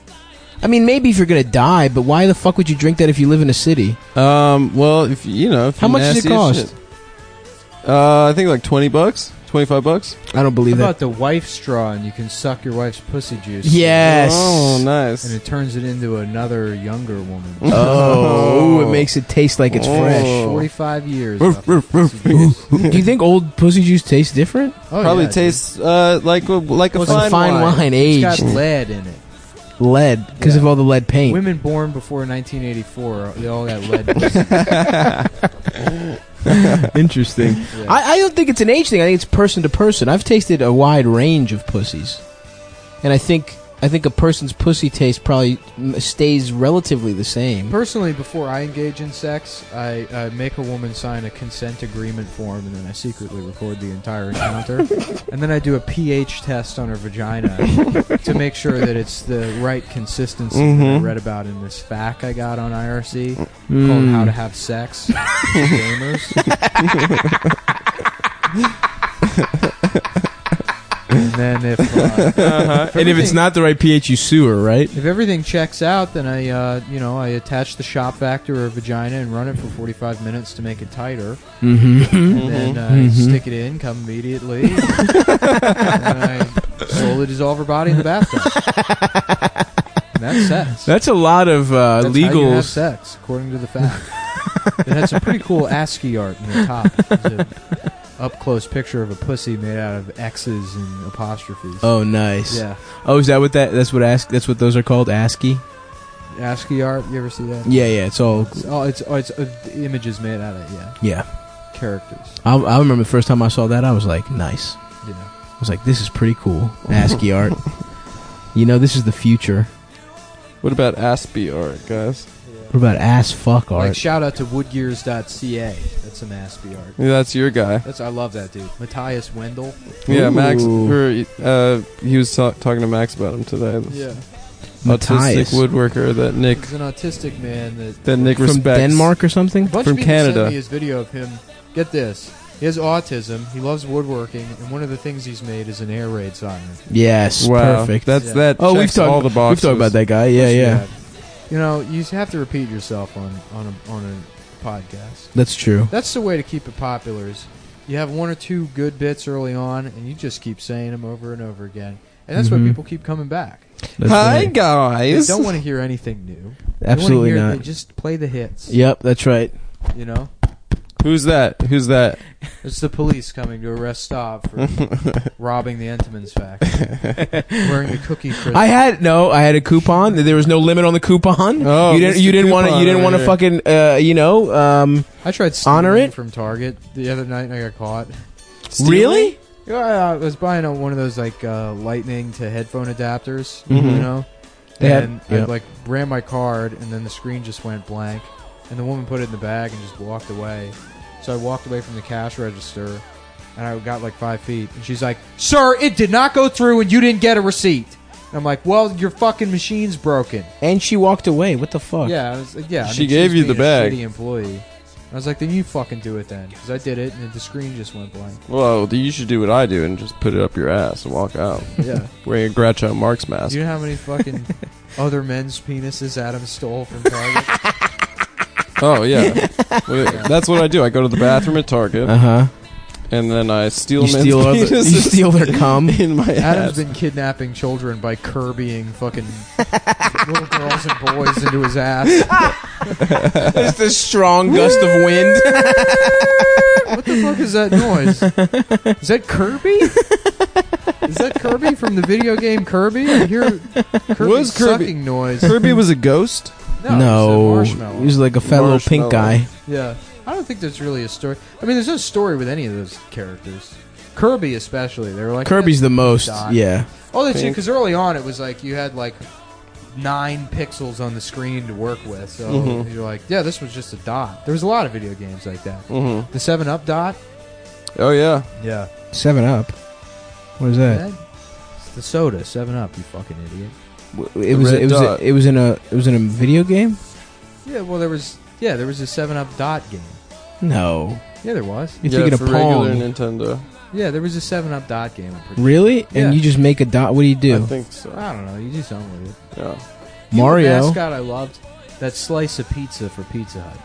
Speaker 1: I mean, maybe if you're gonna die, but why the fuck would you drink that if you live in a city?
Speaker 2: Um, well, if you know, if
Speaker 1: How
Speaker 2: you're
Speaker 1: much does it
Speaker 2: nasty as
Speaker 1: cost?
Speaker 2: shit. Uh, I think like twenty bucks, twenty five bucks.
Speaker 1: I don't
Speaker 6: How
Speaker 1: believe that.
Speaker 6: about the wife's straw and you can suck your wife's pussy juice?
Speaker 1: Yes.
Speaker 2: Oh, nice.
Speaker 6: And it turns it into another younger woman.
Speaker 1: Oh, it makes it taste like it's
Speaker 2: Oh.
Speaker 1: fresh.
Speaker 6: 45 years.
Speaker 2: Roof,
Speaker 6: off
Speaker 2: roof,
Speaker 6: pussy juice.
Speaker 1: Do you think old pussy juice tastes different?
Speaker 6: Oh,
Speaker 2: Probably
Speaker 6: yeah, dude.
Speaker 2: tastes uh, like a, like a
Speaker 1: It's a
Speaker 2: fine,
Speaker 1: fine wine,
Speaker 6: It's
Speaker 1: aged
Speaker 6: got lead in it.
Speaker 1: lead because
Speaker 6: Yeah.
Speaker 1: of all the lead paint.
Speaker 6: Women born before 1984, they all got lead. in it.
Speaker 1: Interesting.
Speaker 6: Yeah.
Speaker 1: I, I don't think it's an age thing. I think it's person to person. I've tasted a wide range of pussies, and I think I think a person's pussy taste probably mm, stays relatively the same.
Speaker 6: Personally, before I engage in sex, I, I make a woman sign a consent agreement form, and then I secretly record the entire encounter, and then I do a pH test on her vagina to make sure that it's the right consistency that I
Speaker 2: Mhm.
Speaker 6: read about in this fact I got on IRC
Speaker 1: Mm.
Speaker 6: called "How to Have Sex with Gamers." and then if uh,
Speaker 1: Uh-huh. And if it's
Speaker 6: everything-
Speaker 1: not the right pH, you sue her, right?
Speaker 6: If everything checks out, then I, uh, you know, I attach the shop factor or vagina and run it for 45 minutes to make it tighter.
Speaker 1: Mm-hmm.
Speaker 6: And then uh,
Speaker 1: Mhm.
Speaker 6: stick it in, come immediately. and then I slowly dissolve her body in the bathtub. And that's sex.
Speaker 1: That's a lot of uh,
Speaker 6: That's how you have
Speaker 1: legals.
Speaker 6: sex, according to the fact. it had some pretty cool ASCII art in the top. It was a up close picture of a pussy made out of X's and apostrophes.
Speaker 1: Oh, nice.
Speaker 6: Yeah,
Speaker 1: Oh, is that what that? That's what ask. That's what those are called. ASCII.
Speaker 6: ASCII art. You ever see that?
Speaker 1: Yeah, yeah. It's all.
Speaker 6: It's, oh, it's oh, it's uh, the images made out of yeah
Speaker 1: Yeah,
Speaker 6: characters.
Speaker 1: I, I remember the first time I saw that. I was like, nice.
Speaker 6: Yeah,
Speaker 1: I was like, this is pretty cool. ASCII art. You know, this is the future.
Speaker 2: What about Aspie art, guys?
Speaker 1: What about ass fuck art?
Speaker 6: like shout out to woodgears.ca. That's some Aspie art.
Speaker 2: Yeah, that's your guy.
Speaker 6: That's I love that dude, Matthias Wendell.
Speaker 2: Yeah, Max.
Speaker 1: Ooh.
Speaker 2: Or, uh, he was ta- talking to Max about him today. This autistic
Speaker 1: Matthias.
Speaker 2: woodworker that Nick
Speaker 6: He's an autistic man that
Speaker 2: that Nick
Speaker 1: from
Speaker 2: respects.
Speaker 1: Denmark or something.
Speaker 6: a bunch
Speaker 2: From
Speaker 6: of people
Speaker 2: Canada.
Speaker 6: sent me his video of him. Get this, he has autism. He loves woodworking, and one of the things he's made is an air raid siren.
Speaker 1: Yes,
Speaker 2: Wow,
Speaker 1: perfect.
Speaker 2: That's
Speaker 6: Yeah.
Speaker 2: that.
Speaker 1: oh, we've
Speaker 2: checks all
Speaker 1: talked.
Speaker 2: the boxes.
Speaker 1: We've talked about that guy. Yeah,
Speaker 6: Which,
Speaker 1: yeah,
Speaker 6: You know, you have to repeat yourself on on a, on a podcast.
Speaker 1: That's true.
Speaker 6: That's the way to keep it popular. Is you have one or two good bits early on, and you just keep saying them over and over again, and that's
Speaker 1: Mhm.
Speaker 6: why people keep coming back.
Speaker 1: That's
Speaker 2: Hi
Speaker 1: right.
Speaker 6: They
Speaker 2: guys.
Speaker 6: don't want to hear anything new. They wanna
Speaker 1: Absolutely
Speaker 6: hear-
Speaker 1: not.
Speaker 6: They just play the hits.
Speaker 1: Yep, that's right.
Speaker 6: You know,
Speaker 2: Who's that? Who's that?
Speaker 6: it's the police coming to arrest Staub for robbing the Entenmann's factory, wearing the cookie crisp.
Speaker 1: I had no. I had a coupon. There was no limit on the coupon.
Speaker 2: Oh,
Speaker 1: you didn't.
Speaker 2: Mr.
Speaker 1: You didn't want to.
Speaker 2: Coupon
Speaker 1: You didn't
Speaker 2: over
Speaker 1: want to
Speaker 2: here.
Speaker 1: fucking. Uh, you know. Um,
Speaker 6: I tried
Speaker 1: Honor
Speaker 6: stealing
Speaker 1: it?
Speaker 6: from Target the other night, and I got caught.
Speaker 2: Stealing?
Speaker 1: Really?
Speaker 6: Yeah, I was buying a, one of those like uh, lightning to headphone adapters,
Speaker 2: Mhm.
Speaker 6: you know.
Speaker 1: They had-
Speaker 6: and
Speaker 1: yeah.
Speaker 6: I like ran my card, and then the screen just went blank, and the woman put it in the bag and just walked away. So I walked away from the cash register, and I got like five feet, and she's like, "Sir, it did not go through, and you didn't get a receipt." And I'm like, "Well, your fucking machine's broken."
Speaker 1: And she walked away. What the fuck?
Speaker 6: Yeah, I was, yeah. I
Speaker 2: She
Speaker 6: mean,
Speaker 2: gave
Speaker 6: was
Speaker 2: you
Speaker 6: being
Speaker 2: the
Speaker 6: a
Speaker 2: bag.
Speaker 6: Shitty employee. I was like, "Then you fucking do it then," because I did it, and the screen just went blank.
Speaker 2: Well, you should do what I do and just put it up your ass and walk out
Speaker 6: Yeah.
Speaker 2: wearing a Groucho Marx mask.
Speaker 6: Do you know how many fucking other men's penises Adam stole from Target?
Speaker 2: Oh yeah, Well, that's what I do. I go to the bathroom at Target
Speaker 1: Uh huh.
Speaker 2: and then I steal
Speaker 1: You
Speaker 2: men's
Speaker 1: steal. Other, you
Speaker 2: penises
Speaker 1: steal their cum.
Speaker 2: in my
Speaker 6: Adam's
Speaker 2: ass.
Speaker 6: been kidnapping children by curbying fucking little girls and boys into his ass.
Speaker 1: Just a strong gust of wind.
Speaker 6: What the fuck is that noise? Is that Kirby? Is that Kirby from the video game Kirby? I hear Kirby's
Speaker 2: Was Kirby-
Speaker 6: sucking noise.
Speaker 2: Kirby was a ghost.
Speaker 6: No,
Speaker 1: no,
Speaker 6: it's a
Speaker 1: he
Speaker 6: marshmallow.
Speaker 1: was like a fat little pink guy.
Speaker 6: Yeah, I don't think there's really a story. I mean, there's no story with any of those characters. Kirby, especially, they were like
Speaker 1: Kirby's the most.
Speaker 6: Dot.
Speaker 1: Yeah.
Speaker 6: Oh, that's true.
Speaker 2: Pink.
Speaker 6: Because early on, it was like you had like nine pixels on the screen to work with. So
Speaker 2: Mhm.
Speaker 6: you're like, yeah, this was just a dot. There was a lot of video games like that.
Speaker 2: hmm
Speaker 6: The Seven Up dot.
Speaker 2: Oh yeah,
Speaker 6: Yeah.
Speaker 1: Seven Up. What is that?
Speaker 6: It's the soda. Seven Up. You fucking idiot.
Speaker 1: W- It
Speaker 2: The
Speaker 1: was.
Speaker 2: red
Speaker 1: It was.
Speaker 2: dot.
Speaker 1: It was in a. It was in a video game.
Speaker 6: Yeah. Well, there was. Yeah, there was a Seven Up dot game.
Speaker 1: No.
Speaker 6: Yeah, there was.
Speaker 1: You're
Speaker 2: yeah,
Speaker 1: thinking
Speaker 2: for
Speaker 1: of Pong.
Speaker 2: regular Nintendo.
Speaker 6: Yeah, there was a Seven Up dot game. I'm pretty
Speaker 1: Really?
Speaker 6: Yeah.
Speaker 1: And you just make a dot? What do you do?
Speaker 2: I think so.
Speaker 6: I don't know. You do something with it.
Speaker 2: Yeah.
Speaker 6: You know what
Speaker 1: Mario.
Speaker 6: mascot I loved that slice of pizza for Pizza Hut.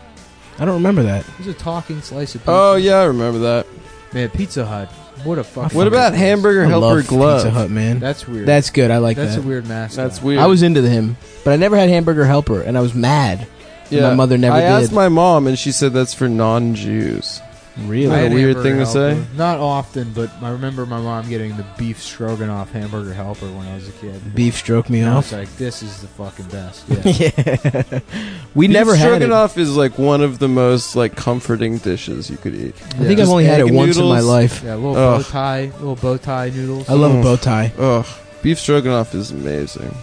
Speaker 1: I don't remember that.
Speaker 6: It was a talking slice of pizza.
Speaker 2: Oh yeah, I remember that.
Speaker 6: man, Pizza Hut. What a fuck.
Speaker 2: What about hamburger
Speaker 1: I love
Speaker 2: helper glove?
Speaker 1: Pizza Hut, man.
Speaker 6: That's weird.
Speaker 1: That's good. I like
Speaker 6: that's
Speaker 1: that.
Speaker 6: a weird mascot.
Speaker 2: That's weird.
Speaker 1: I was into him, but I never had hamburger helper, and I was mad.
Speaker 2: yeah.
Speaker 1: my mother never
Speaker 2: I
Speaker 1: did.
Speaker 2: asked my mom, and she said that's for non-Jews.
Speaker 1: Really?
Speaker 6: I had
Speaker 2: a weird
Speaker 6: hamburger
Speaker 2: thing to
Speaker 6: helper. Not often, but I remember my mom getting the beef stroganoff hamburger helper when I was a kid.
Speaker 1: Beef stroke me
Speaker 6: And I
Speaker 1: off.
Speaker 6: was like, this is the fucking best. Yeah.
Speaker 1: yeah. we
Speaker 2: Beef
Speaker 1: never had it.
Speaker 2: stroganoff is like one of the most like comforting dishes you could eat.
Speaker 1: I think I've
Speaker 2: Just
Speaker 1: only had it
Speaker 2: egg
Speaker 1: once in my
Speaker 2: noodles.
Speaker 1: life.
Speaker 6: Yeah, little
Speaker 2: Ugh.
Speaker 6: bow tie, little bow tie noodles.
Speaker 1: I love a
Speaker 2: Mm.
Speaker 1: bow tie.
Speaker 2: Ugh, beef stroganoff is amazing.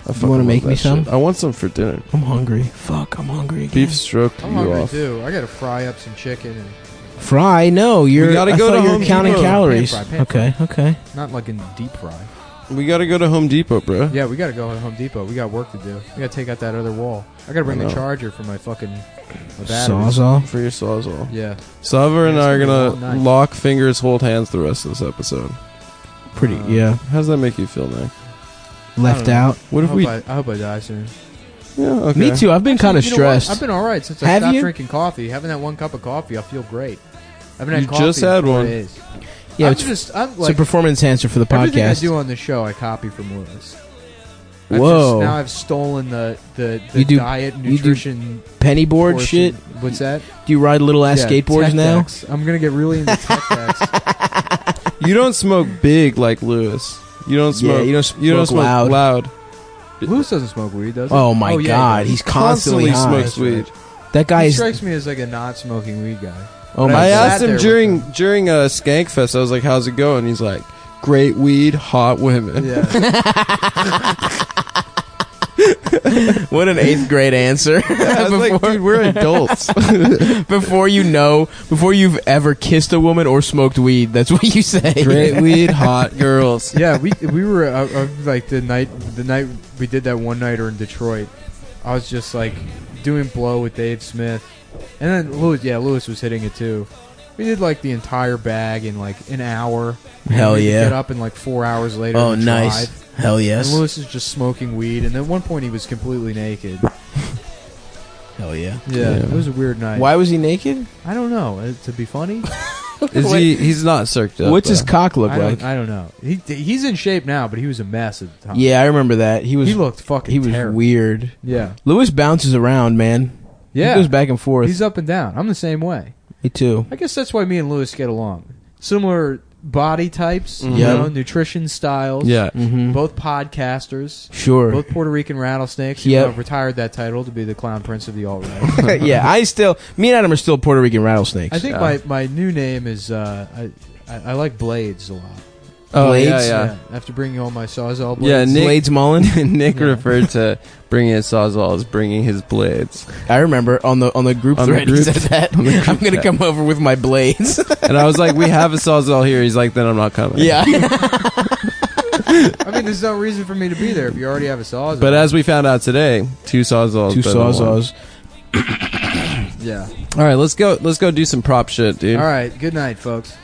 Speaker 2: I fucking
Speaker 1: wanna
Speaker 2: love
Speaker 1: make
Speaker 2: that
Speaker 1: me
Speaker 2: shit.
Speaker 1: some?
Speaker 2: I want some for dinner.
Speaker 1: I'm hungry. Fuck, I'm hungry. Again.
Speaker 2: Beef stroked
Speaker 6: I'm
Speaker 2: you
Speaker 6: hungry
Speaker 2: off.
Speaker 6: too. I gotta fry up some chicken and
Speaker 1: fry. No, you're.
Speaker 2: gotta
Speaker 1: I
Speaker 2: go
Speaker 1: thought
Speaker 2: to
Speaker 1: you were
Speaker 2: Home
Speaker 1: counting
Speaker 2: Depot.
Speaker 1: calories.
Speaker 6: Pan fry, pan
Speaker 1: okay, okay.
Speaker 6: not like in deep fry.
Speaker 2: We gotta go to Home Depot, bro.
Speaker 6: Yeah, we gotta go to Home Depot. We got work to do. We gotta take out that other wall. I gotta bring
Speaker 2: I
Speaker 6: the
Speaker 2: know.
Speaker 6: charger for my fucking my batteries.
Speaker 1: Sawzall.
Speaker 2: For your sawzall.
Speaker 6: Yeah,
Speaker 2: Sava and I are
Speaker 6: It's gonna be a
Speaker 2: gonna
Speaker 6: long night.
Speaker 2: lock fingers, hold hands the rest of this episode.
Speaker 1: Pretty.
Speaker 6: Uh,
Speaker 1: yeah.
Speaker 2: How does that make you feel, Nick?
Speaker 1: Left
Speaker 6: know.
Speaker 1: out. Oh,
Speaker 2: What
Speaker 6: I
Speaker 2: if
Speaker 6: hope,
Speaker 2: we?
Speaker 6: I, I hope I die soon.
Speaker 2: yeah, okay.
Speaker 1: Me too. I've been kind of
Speaker 6: You know what?
Speaker 1: stressed.
Speaker 6: I've been all right since I
Speaker 1: Have
Speaker 6: stopped
Speaker 1: you?
Speaker 6: drinking coffee. Having that one cup of coffee, I feel great. I haven't had
Speaker 2: You
Speaker 6: coffee
Speaker 2: just
Speaker 6: in
Speaker 2: had
Speaker 6: four
Speaker 2: one.
Speaker 6: Days.
Speaker 1: yeah,
Speaker 6: I'm
Speaker 1: it's,
Speaker 6: just I'm
Speaker 1: it's a
Speaker 6: like
Speaker 1: performance answer for the
Speaker 6: everything I
Speaker 1: podcast.
Speaker 6: do on the show, I copy from Lewis. I've
Speaker 1: Whoa.
Speaker 6: just, now I've stolen the the, the
Speaker 1: You do-
Speaker 6: diet
Speaker 1: do
Speaker 6: nutrition
Speaker 1: Penny board
Speaker 6: portion.
Speaker 1: shit.
Speaker 6: What's that?
Speaker 1: Do you ride little ass
Speaker 6: Yeah,
Speaker 1: skateboards
Speaker 6: Tech
Speaker 1: now?
Speaker 6: Decks. I'm gonna get really into tech decks.
Speaker 2: You don't smoke big like Lewis. You don't
Speaker 1: Yeah,
Speaker 2: smoke.
Speaker 1: you don't
Speaker 2: you, don't smoke loud.
Speaker 6: Lewis doesn't smoke weed, does he?
Speaker 1: Oh my
Speaker 6: yeah, he
Speaker 1: god,
Speaker 6: does.
Speaker 1: he's constantly, high.
Speaker 2: smokes weed.
Speaker 1: That guy
Speaker 6: He
Speaker 1: is.
Speaker 6: strikes me as like a not smoking weed guy.
Speaker 1: Oh
Speaker 6: But
Speaker 1: my!
Speaker 2: I
Speaker 6: sat
Speaker 2: asked
Speaker 6: there
Speaker 2: him
Speaker 6: with
Speaker 2: during
Speaker 6: him.
Speaker 2: during a skank fest. I was like, "How's it going?" He's like, "Great weed, hot women."
Speaker 6: Yeah,
Speaker 1: what an eighth grade answer!
Speaker 2: I was like,
Speaker 1: Before-
Speaker 2: "Dude, we're adults."
Speaker 1: before you know, before you've ever kissed a woman or smoked weed, that's what you say.
Speaker 2: Great weed, hot girls.
Speaker 6: yeah. We we were uh, uh, like the night the night we did that one nighter in Detroit. I was just like doing blow with Dave Smith, and then Lewis. Yeah, Lewis was hitting it too. We did like the entire bag in like an hour.
Speaker 1: Hell
Speaker 6: We
Speaker 1: yeah.
Speaker 6: Get up and like four hours later.
Speaker 1: Oh,
Speaker 6: and
Speaker 1: nice.
Speaker 6: drive.
Speaker 1: Hell yes.
Speaker 6: And Lewis is just smoking weed, and at one point he was completely naked.
Speaker 1: Hell yeah.
Speaker 6: Yeah, it was a weird night.
Speaker 1: Why was he naked?
Speaker 6: I don't know. Uh, To be funny,
Speaker 2: Is he? He's not circled up.
Speaker 1: What's his
Speaker 2: though.
Speaker 1: cock look
Speaker 6: I don't,
Speaker 1: like?
Speaker 6: I don't know. He he's in shape now, but he was a mess at the time.
Speaker 1: Yeah, I remember that. He was
Speaker 6: he looked fucking.
Speaker 1: he was
Speaker 6: terrible.
Speaker 1: weird.
Speaker 6: Yeah,
Speaker 1: Lewis bounces around, man.
Speaker 6: yeah.
Speaker 1: He goes back and forth.
Speaker 6: He's up and down. I'm the same way.
Speaker 1: Me too.
Speaker 6: I guess that's why me and Lewis get along. Similar body types,
Speaker 2: Mm-hmm.
Speaker 6: you
Speaker 1: Yeah.
Speaker 6: know, nutrition styles.
Speaker 2: Yeah.
Speaker 1: Mm-hmm.
Speaker 6: both podcasters.
Speaker 1: Sure.
Speaker 6: Both Puerto Rican rattlesnakes.
Speaker 1: Yep.
Speaker 6: Yeah, retired that title to be the clown prince of the alt right.
Speaker 1: yeah, I still. Me and Adam are still Puerto Rican rattlesnakes.
Speaker 6: I think
Speaker 1: Uh,
Speaker 6: my, my new name is uh, I, I I like blades a lot.
Speaker 2: Oh
Speaker 1: Blades?
Speaker 2: yeah, yeah.
Speaker 6: After bringing all my sawzall blades.
Speaker 2: Yeah, Nick-
Speaker 1: Blades Mullen.
Speaker 2: Nick
Speaker 6: Yeah.
Speaker 2: referred to bringing his sawzall as bringing his blades,
Speaker 1: I remember on the on the group
Speaker 2: On the
Speaker 1: thread
Speaker 2: group-
Speaker 1: he said that.
Speaker 2: on the group
Speaker 1: I'm gonna
Speaker 2: chat.
Speaker 1: come over with my blades.
Speaker 2: and I was like, "We have a sawzall here." He's like, "Then I'm not coming."
Speaker 1: yeah.
Speaker 6: I mean, there's no reason for me to be there if you already have a sawzall.
Speaker 2: But uh, as we found out today, two sawzalls.
Speaker 1: Two
Speaker 2: better than one.
Speaker 1: sawzalls.
Speaker 6: yeah.
Speaker 2: All right, let's go. Let's go do some prop shit, dude.
Speaker 6: All right. Good night, folks.